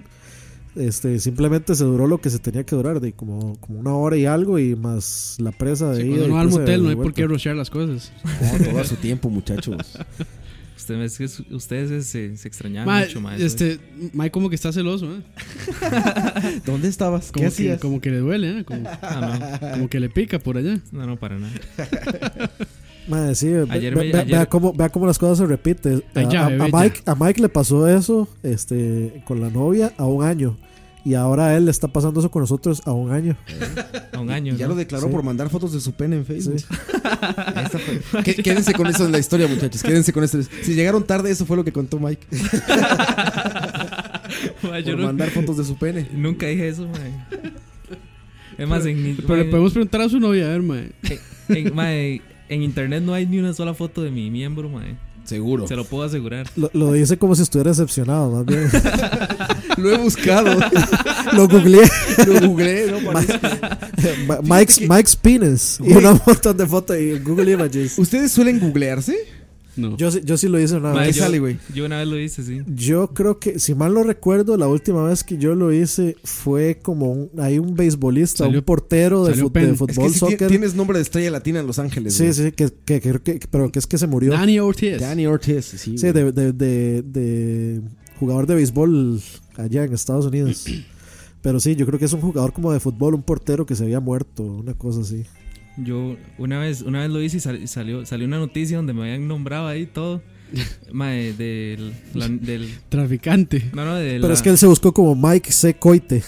este simplemente se duró lo que se tenía que durar, de como, como una hora y algo y más la presa de
Sí, cuando
ida y pues
uno va al
presa de
motel no hay por
vuelta.
qué rushear las cosas.
No, Oh, todo a su tiempo, muchachos.
Ustedes, es que ustedes se, se extrañaban
Ma,
Ah, mucho, más
este, Mike como que está celoso, ma.
¿Dónde estabas?
Como, que, como que le duele, ¿eh? como, como que le pica por allá.
Ah, no, no, para nada.
Madre, sí, ve-
Ayer
ve-
me-
ve-
ayer-
Vea, cómo, vea cómo las cosas se repiten. A,
Ay, ya,
a- a
bebé, ya.
Mike, a Mike le pasó eso este, con la novia a un año. Y ahora a él le está pasando eso con nosotros a un año.
A un año,
Ya
¿no?
lo declaró
Sí.
por mandar fotos de su pene en
Sí.
Facebook. Ahí está, fue. Qué- Quédense con eso en la historia, muchachos. Quédense con eso. Si llegaron tarde, eso fue lo que contó Mike.
Ma, yo
Por
no-
mandar fotos de su pene.
nunca dije eso, mae. Es más, en, mi-
Pero le
mae,
podemos preguntar a su novia, a ver, ma.
en, mae, en internet no hay ni una sola foto de mi miembro, mae.
Seguro.
Se lo puedo asegurar.
Lo, lo dice como si estuviera decepcionado, más bien.
Lo he buscado.
Lo googleé.
Lo googleé, ¿no? Parece.
Ma- Mike's, Mike's Penis. Y
Güey.
una montón de fotos y Google Images.
¿Ustedes suelen googlearse?
No.
Yo, sí- yo sí lo hice una
Mae,
¿qué
vez.
yo,
sale, güey?
yo una vez lo hice, sí.
Yo creo que, si mal no recuerdo, la última vez que yo lo hice fue como un, hay un beisbolista,
Salió-
un portero de,
salió
fut-
pen.
de
Es que
Es
fútbol,
que sí ti-
soccer.
tienes nombre de estrella latina en Los Ángeles.
Sí,
güey.
sí, que, que, que- que- pero que es que se murió.
Danny Ortiz.
Danny Ortiz, sí.
Sí,
güey.
de, de- de- de jugador de béisbol allá en Estados Unidos. Pero sí, yo creo que es un jugador como de fútbol, un portero que se había muerto, una cosa así.
Yo una vez, una vez lo hice y sal- salió, salió una noticia donde me habían nombrado ahí todo. Mae, del, la- del.
Traficante.
No, no, de
Pero
la-
es que él se buscó como Mike C. Coite.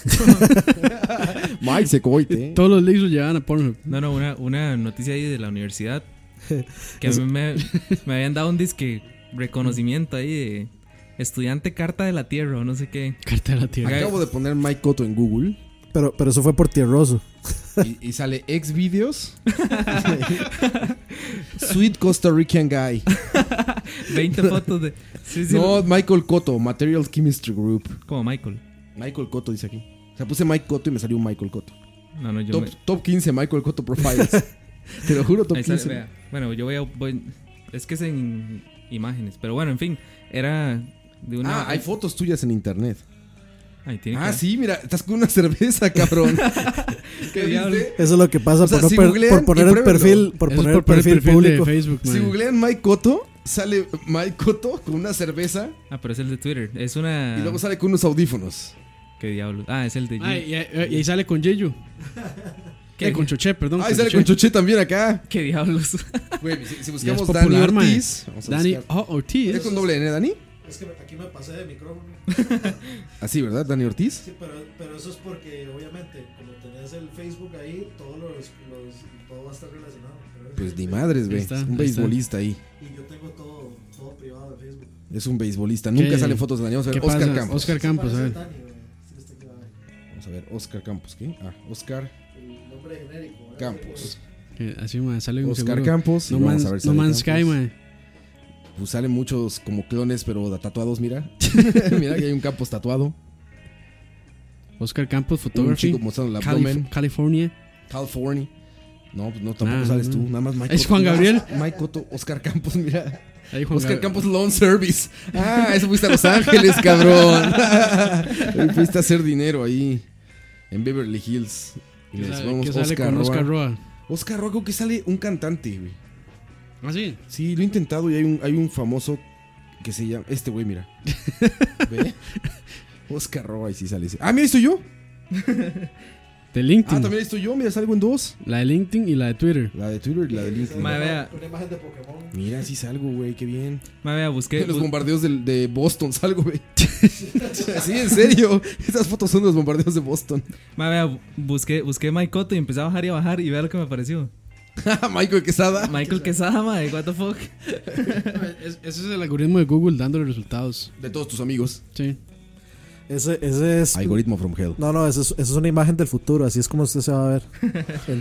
Mike Secoite.
Todos los links los llevaban a Pornhub.
No, no, una, una noticia ahí de la universidad. Que a mí me, me habían dado un disque reconocimiento ahí de, estudiante carta de la tierra o no sé qué.
Carta de la tierra.
Acabo de poner Mike Cotto en Google
Pero, pero eso fue por tierroso.
y, y sale ex videos. Sweet Costa Rican Guy.
20 fotos de. Sí, sí,
No, Michael Cotto, Material Chemistry Group.
Como Michael.
Michael Cotto dice aquí. O sea, puse Mike Cotto y me salió un Michael Cotto.
No, no, yo.
Top,
me-
top 15 Michael Cotto Profiles. Te lo juro, top
Ahí sale,
15.
vea. Bueno, yo voy a. voy- es que es en imágenes. Pero bueno, en fin. Era de una.
ah, hay fotos tuyas en internet.
Ahí tiene
Ah,
que-
sí, mira, estás con una cerveza, cabrón. ¿Qué
diablo.
viste?
Eso es lo que pasa
O sea,
por, no
si
per-
googlean
por poner
y
el
pruébenlo.
perfil, por
Eso es
poner el perfil, público.
de Facebook,
Si
mae.
googlean Mike Cotto, sale Mike Cotto con una cerveza
Ah, pero es el de Twitter. Es una.
Ah.
y luego sale con unos audífonos.
¿Qué diablo? Ah, es el de.
Mae,
Jimmy.
y, ahí- y ahí sale con Yeyo.
¿Qué?
Eh, con Choché, perdón.
Ah, y sale con Choché también acá.
¿Qué diablos?
Güey, si, si
Ya es
buscamos Dani
popular, mae.
Ortiz. vamos a
Dani
buscar-
oh, Ortiz.
¿Es con doble N, Dani?
Es que aquí me pasé de micrófono.
Así, ¿verdad? Dani Ortiz.
Sí, pero, pero eso es porque obviamente como tenés el Facebook ahí, todos los, los- todo va a estar relacionado. pero-
Pues ni madres, güey.
Ahí está,
Un
ahí está.
beisbolista ahí.
Y yo tengo todo, todo privado de Facebook.
Es un beisbolista.
¿Qué?
Nunca salen fotos de Dani. Vamos a
¿Qué
ver,
pasa?
Oscar Campos.
Oscar Campos, a
Parece
ver.
Tani, güey. Sí, está aquí, a ver,
Vamos a ver, Oscar Campos. ¿Qué? Ah, Oscar
El nombre genérico. ¿verdad?
Campos.
Eh, Así, mae, sale un
Oscar
seguro.
Campos. y
No
vamos
Man's,
a ver
no
sale
Man's Sky,
Campos.
mae.
Pues salen muchos como clones, pero tatuados, mira. mira que hay un Campos tatuado.
Oscar Campos
Un
Photography.
chico mostrando el
Calif-
abdomen.
California.
California. No, pues no, tampoco
Nah,
sales
no.
tú. Nada más Mike
Ah, mm. Es
Cotto.
Juan Gabriel. Pues
Mike Cotto, Oscar Campos, mira.
Ahí Juan
Oscar
Gab-
Campos Loan Service. Ah, eso fuiste a Los Ángeles, cabrón. Ahí fuiste a hacer dinero ahí en Beverly Hills. Y
¿Qué
les
sale,
vamos
qué sale
Oscar
con
Roa.
Oscar Roa?
Oscar Roa, creo que sale un cantante, güey.
Ah, sí.
Sí, lo he intentado y hay un, hay un famoso que se llama. Este güey, mira. ¿Ve? Oscar Roa, y sí sale ese. Ah, mira, ahí estoy yo.
De
Ah,
LinkedIn.
también ahí estoy yo. Mira, salgo en dos.
la de LinkedIn y la de Twitter.
La de Twitter y la de LinkedIn.
Ma, vea,
Una imagen de Pokémon.
Mira, sí salgo, güey, qué Pues- bien.
ma, vea, busqué.
En los
bu-
bombardeos del- de, Boston salgo, güey. sí, en serio. Estas fotos son de los bombardeos de Boston.
ma, vea, bu- busqué, busqué Mike Cotto y empecé a bajar y a bajar y vea lo que me apareció.
Michael Quesada.
Michael Quesada, ma, what the fuck.
Es- ese es el algoritmo de Google dándole resultados.
De todos tus amigos.
Sí.
Ese, ese es.
Algoritmo from hell.
No, no, eso es, eso es una imagen del futuro. Así es como usted se va a ver en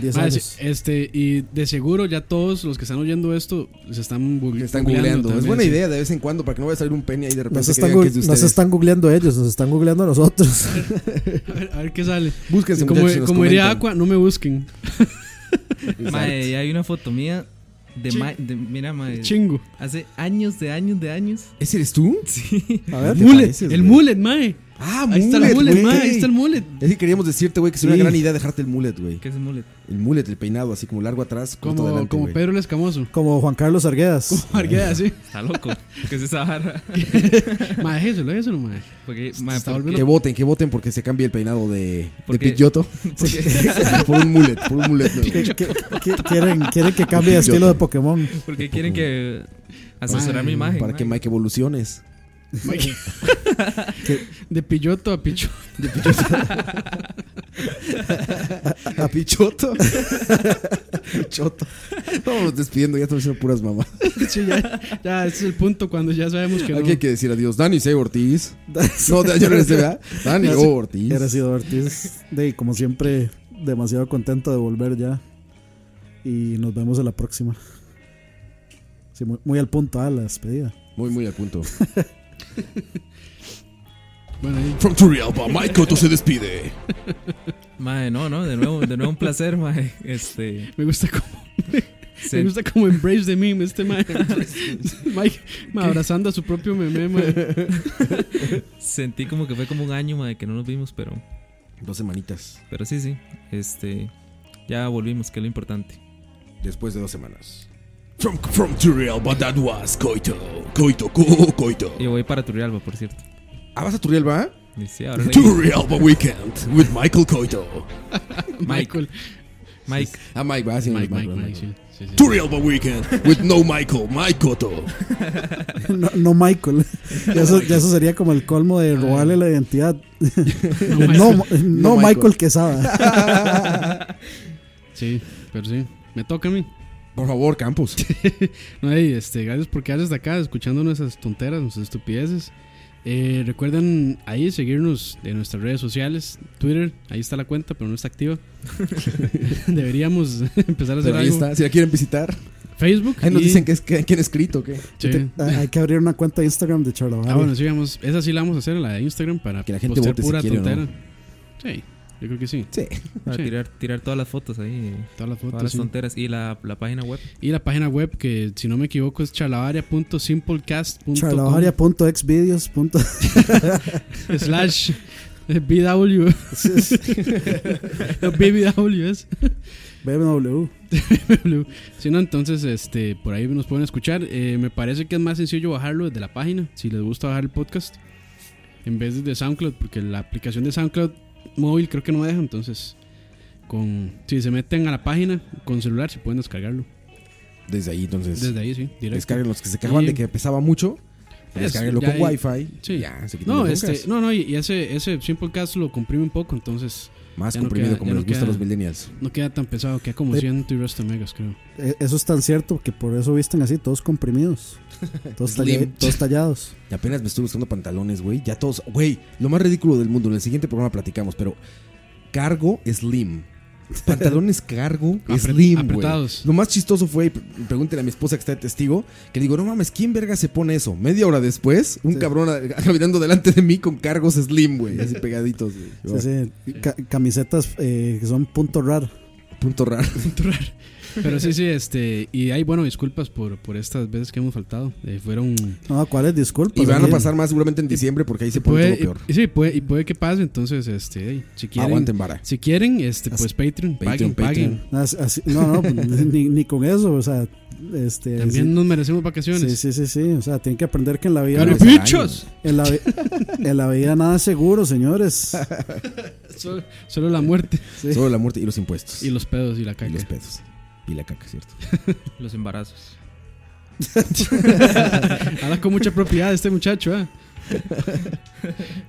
10
Mae,
años.
este, y de seguro ya todos los que están oyendo esto se están, google-
Me están googleando. es
también,
buena
sí.
idea de vez en cuando para que no vaya a salir un pene ahí de repente.
No se,
que
están
digan que
gu-
es de
no se
ustedes.
están googleando ellos, nos están googleando a nosotros.
A ver, a ver qué sale.
Búsquense
Como,
muchachos, nos
como diría
comentan.
Aqua, no me busquen.
Ma, y hay una foto mía de
Ching.
Mike. de- Mira, ma.
Chingo.
Hace años de años de años.
¿Ese eres tú?
Sí.
¿Qué
A ver.
te
Mullet,
pareces, güey?
el mullet, mae.
Ah,
Ahí está el mullet,
güey.
mae. Ahí está el mullet.
Es que queríamos decirte, güey, que sería
Sí.
una gran idea dejarte el mullet, güey.
¿Qué es el mullet?
El mullet, el peinado, así como largo atrás, corto
Como,
adelante,
como
güey.
Pedro el Escamoso.
Como Juan Carlos Arguedas.
Marqueda así.
Está loco. ¿Qué es esa vara?
Mae, déjeselo, déjeselo, mae.
Porque, ma,
Está
porque-
Que voten, que voten porque se cambie el peinado de, de
Porque-
Pidgeotto. por un mullet, por un mullet. nuevo.
¿Qué- qué- qué- quieren, quieren que cambie de estilo de Pokémon.
porque quieren que asesorar mi imagen.
Para
ma.
que Mike evoluciones.
De pilloto a picho.
A Pichoto. Pichoto. Vámonos despidiendo, ya estamos haciendo puras mamás.
Sí, ya, ya, ese es el punto cuando ya sabemos que no.
Aquí hay que decir adiós. Dani C. Ortiz. No, de- yo no sé, ¿verdad? Dani
Ya sé.
O. Ortiz.
Gracias, Ortiz. De, como siempre, demasiado contento de volver ya. Y nos vemos en la próxima. Sí, muy, muy al punto a la despedida.
Muy, muy al punto.
Bueno, ahí.
From Turrialba, Mike Cotto se despide.
Ma, no, no, de nuevo, de nuevo un placer, ma. Este.
Me gusta como,
se-
me gusta como embrace de meme este mae. Mike mae, abrazando a su propio meme, mae.
Sentí como que fue como un año, ma, de que no nos vimos, pero.
Dos semanitas.
Pero sí, sí. Este. Ya volvimos, que es lo importante.
Después de dos semanas.
From, from Turrialba, that was Coito. Coito, co, Coito.
Y voy para Turrialba, por cierto.
Ah, vas a Turrialba.
Y sí, ahora le-
Turrialba Weekend with Michael Coito.
Mike.
Michael.
Mike.
Ah, Mike, va. Sí,
Mike,
Mike,
Mike,
va,
Mike,
Mike.
sí. sí, sí.
Turrialba Weekend with no Michael, Mike Cotto.
No, no Michael. Ya eso, ya eso sería como el colmo de robarle la identidad.
No, Mike.
No, no,
Ah. Pues, No
Michael.
Michael.
Quesada.
Sí, pero sí. Me toca a mí.
Por favor, Campos.
No, ey, este, gracias por quedarse hasta acá escuchando nuestras tonteras, nuestras estupideces. Eh, recuerden ahí seguirnos en nuestras redes sociales, Twitter, ahí está la cuenta, pero no está activa. Deberíamos empezar a hacer
Pero ahí
algo.
está, si la quieren visitar.
Facebook.
Ahí nos
y-
dicen que es, que, quién ha escrito, ¿qué?
sí.
Te- ah, hay que abrir una cuenta de Instagram de Charlavaria.
Ah, bueno, sí, vamos. Esa sí la vamos a hacer, la de Instagram, para
Que la gente
postear
vote si
pura
quiere o no.
tontera. Sí, yo creo que sí.
Sí.
Para
Sí.
tirar, tirar todas las fotos ahí.
Todas las
Todas
fotos.
las
sí.
tonteras. Y la, la página web.
Y la página web que, si no me equivoco, es charlavaria.simplecast.com
Charlavaria.exvideos.
slash BW. BW es.
BMW.
Blue. Si no, entonces este, por ahí nos pueden escuchar. Eh, me parece que es más sencillo bajarlo desde la página, si les gusta bajar el podcast, en vez de de SoundCloud, porque la aplicación de SoundCloud móvil creo que no deja. Entonces, con, si se meten a la página con celular, si pueden descargarlo.
Desde ahí, entonces.
Desde ahí, sí, directo.
Descarguen los que se quejaban
Y-
de que pesaba mucho.
Es,
Descarguenlo
ya
con
hay-
Wi-Fi.
sí.
Ya, se quitan
No,
las
este,
broncas.
no, no, y- y ese, ese Simplecast lo comprime un poco, entonces
Más
ya no
comprimido
queda-
como
ya no
les gusta a
queda.
los millennials.
no queda tan pesado, queda como
De-
100 y resto de megas, creo.
E- Eso es tan cierto que por eso visten así, todos comprimidos. Todos, talla-
Slim.
todos tallados.
Y apenas me estoy buscando pantalones, güey. Ya todos. Güey, lo más ridículo del mundo. En el siguiente programa platicamos, pero. Cargo slim. Pantalones cargo
Apre-
slim, güey.
apretados.
Lo más chistoso fue, y pre- pregúntele a mi esposa que está de testigo, que le digo, no mames, ¿quién verga se pone eso? Media hora después, un
Sí.
cabrón a- caminando delante de mí con cargos slim, güey. Así pegaditos, güey.
Sí, sí. Ca- camisetas eh, que son punto raro.
Punto raro.
Pues Torrar. Pero sí, sí, este. Y hay, bueno, disculpas por, por estas veces que hemos faltado. Eh, fueron.
No, ¿cuáles? Disculpas.
Y van a
Daniel.
pasar más seguramente en diciembre porque ahí se pone
Puede,
todo peor.
y, sí, puede, y puede que pase, entonces, este, hey, si quieren.
Aguanten vara.
Si quieren, este,
As-
pues Patreon,
Patreon,
paguen, paguen.
As- Ah, así- no, no, ni, ni con eso. O sea, este.
También nos merecemos
sí, sí,
vacaciones.
sí, sí, sí, O sea, tienen que aprender que en la vida.
Claro.
¡Carapichos!
En la, vi- en la vida nada es seguro, señores.
Solo, solo la muerte.
Sí.
Solo la muerte y los impuestos.
Y los pedos y la caca.
Y los pedos. Y la caca, ¿cierto?
Los embarazos.
Habla con mucha propiedad este muchacho, ¿ah?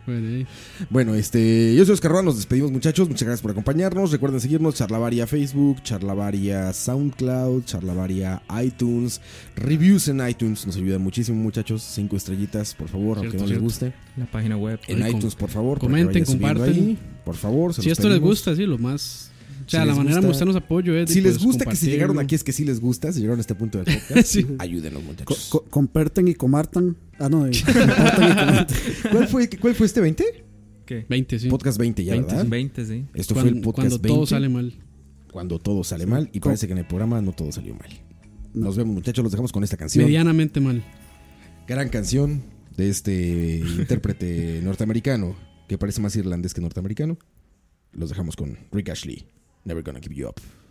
bueno, ahí.
Bueno, este, yo soy Oscar Roa, nos despedimos muchachos, muchas gracias por acompañarnos, recuerden seguirnos, Charlavaria Facebook, Charlavaria SoundCloud, Charlavaria iTunes, reviews en iTunes, nos ayudan muchísimo muchachos, cinco estrellitas, por favor, aunque
Cierto,
no les
cierto.
guste,
La página web.
en
Ay, com-
iTunes, por favor, para que
comenten,
vaya subiendo
compartan.
ahí, por favor, se
Si
los
esto les
pedimos.
gusta, sí, lo más. O sea,
Si
la
les
manera de
gusta-
mostrarnos apoyo es. de,
Si les
pues,
gusta que si llegaron
compartirlo.
aquí es que sí les gusta, si llegaron a este punto del podcast,
Sí.
ayúdenos
Co-
muchachos.
co- comparten y comartan. Ah, no, eh, compartan y comartan.
¿Cuál fue, ¿Cuál fue este 20?
20, sí.
Podcast 20 ya,
20,
¿verdad?
20, sí.
Esto
cuando,
fue el podcast
cuando
20.
todo sale mal.
cuando todo sale mal y
Con-
parece que en el programa no todo salió mal. Nos vemos muchachos, los dejamos con esta canción.
Medianamente mal.
Gran canción de este intérprete norteamericano que parece más irlandés que norteamericano. Los dejamos con Rick Ashley, Never Gonna Give You Up.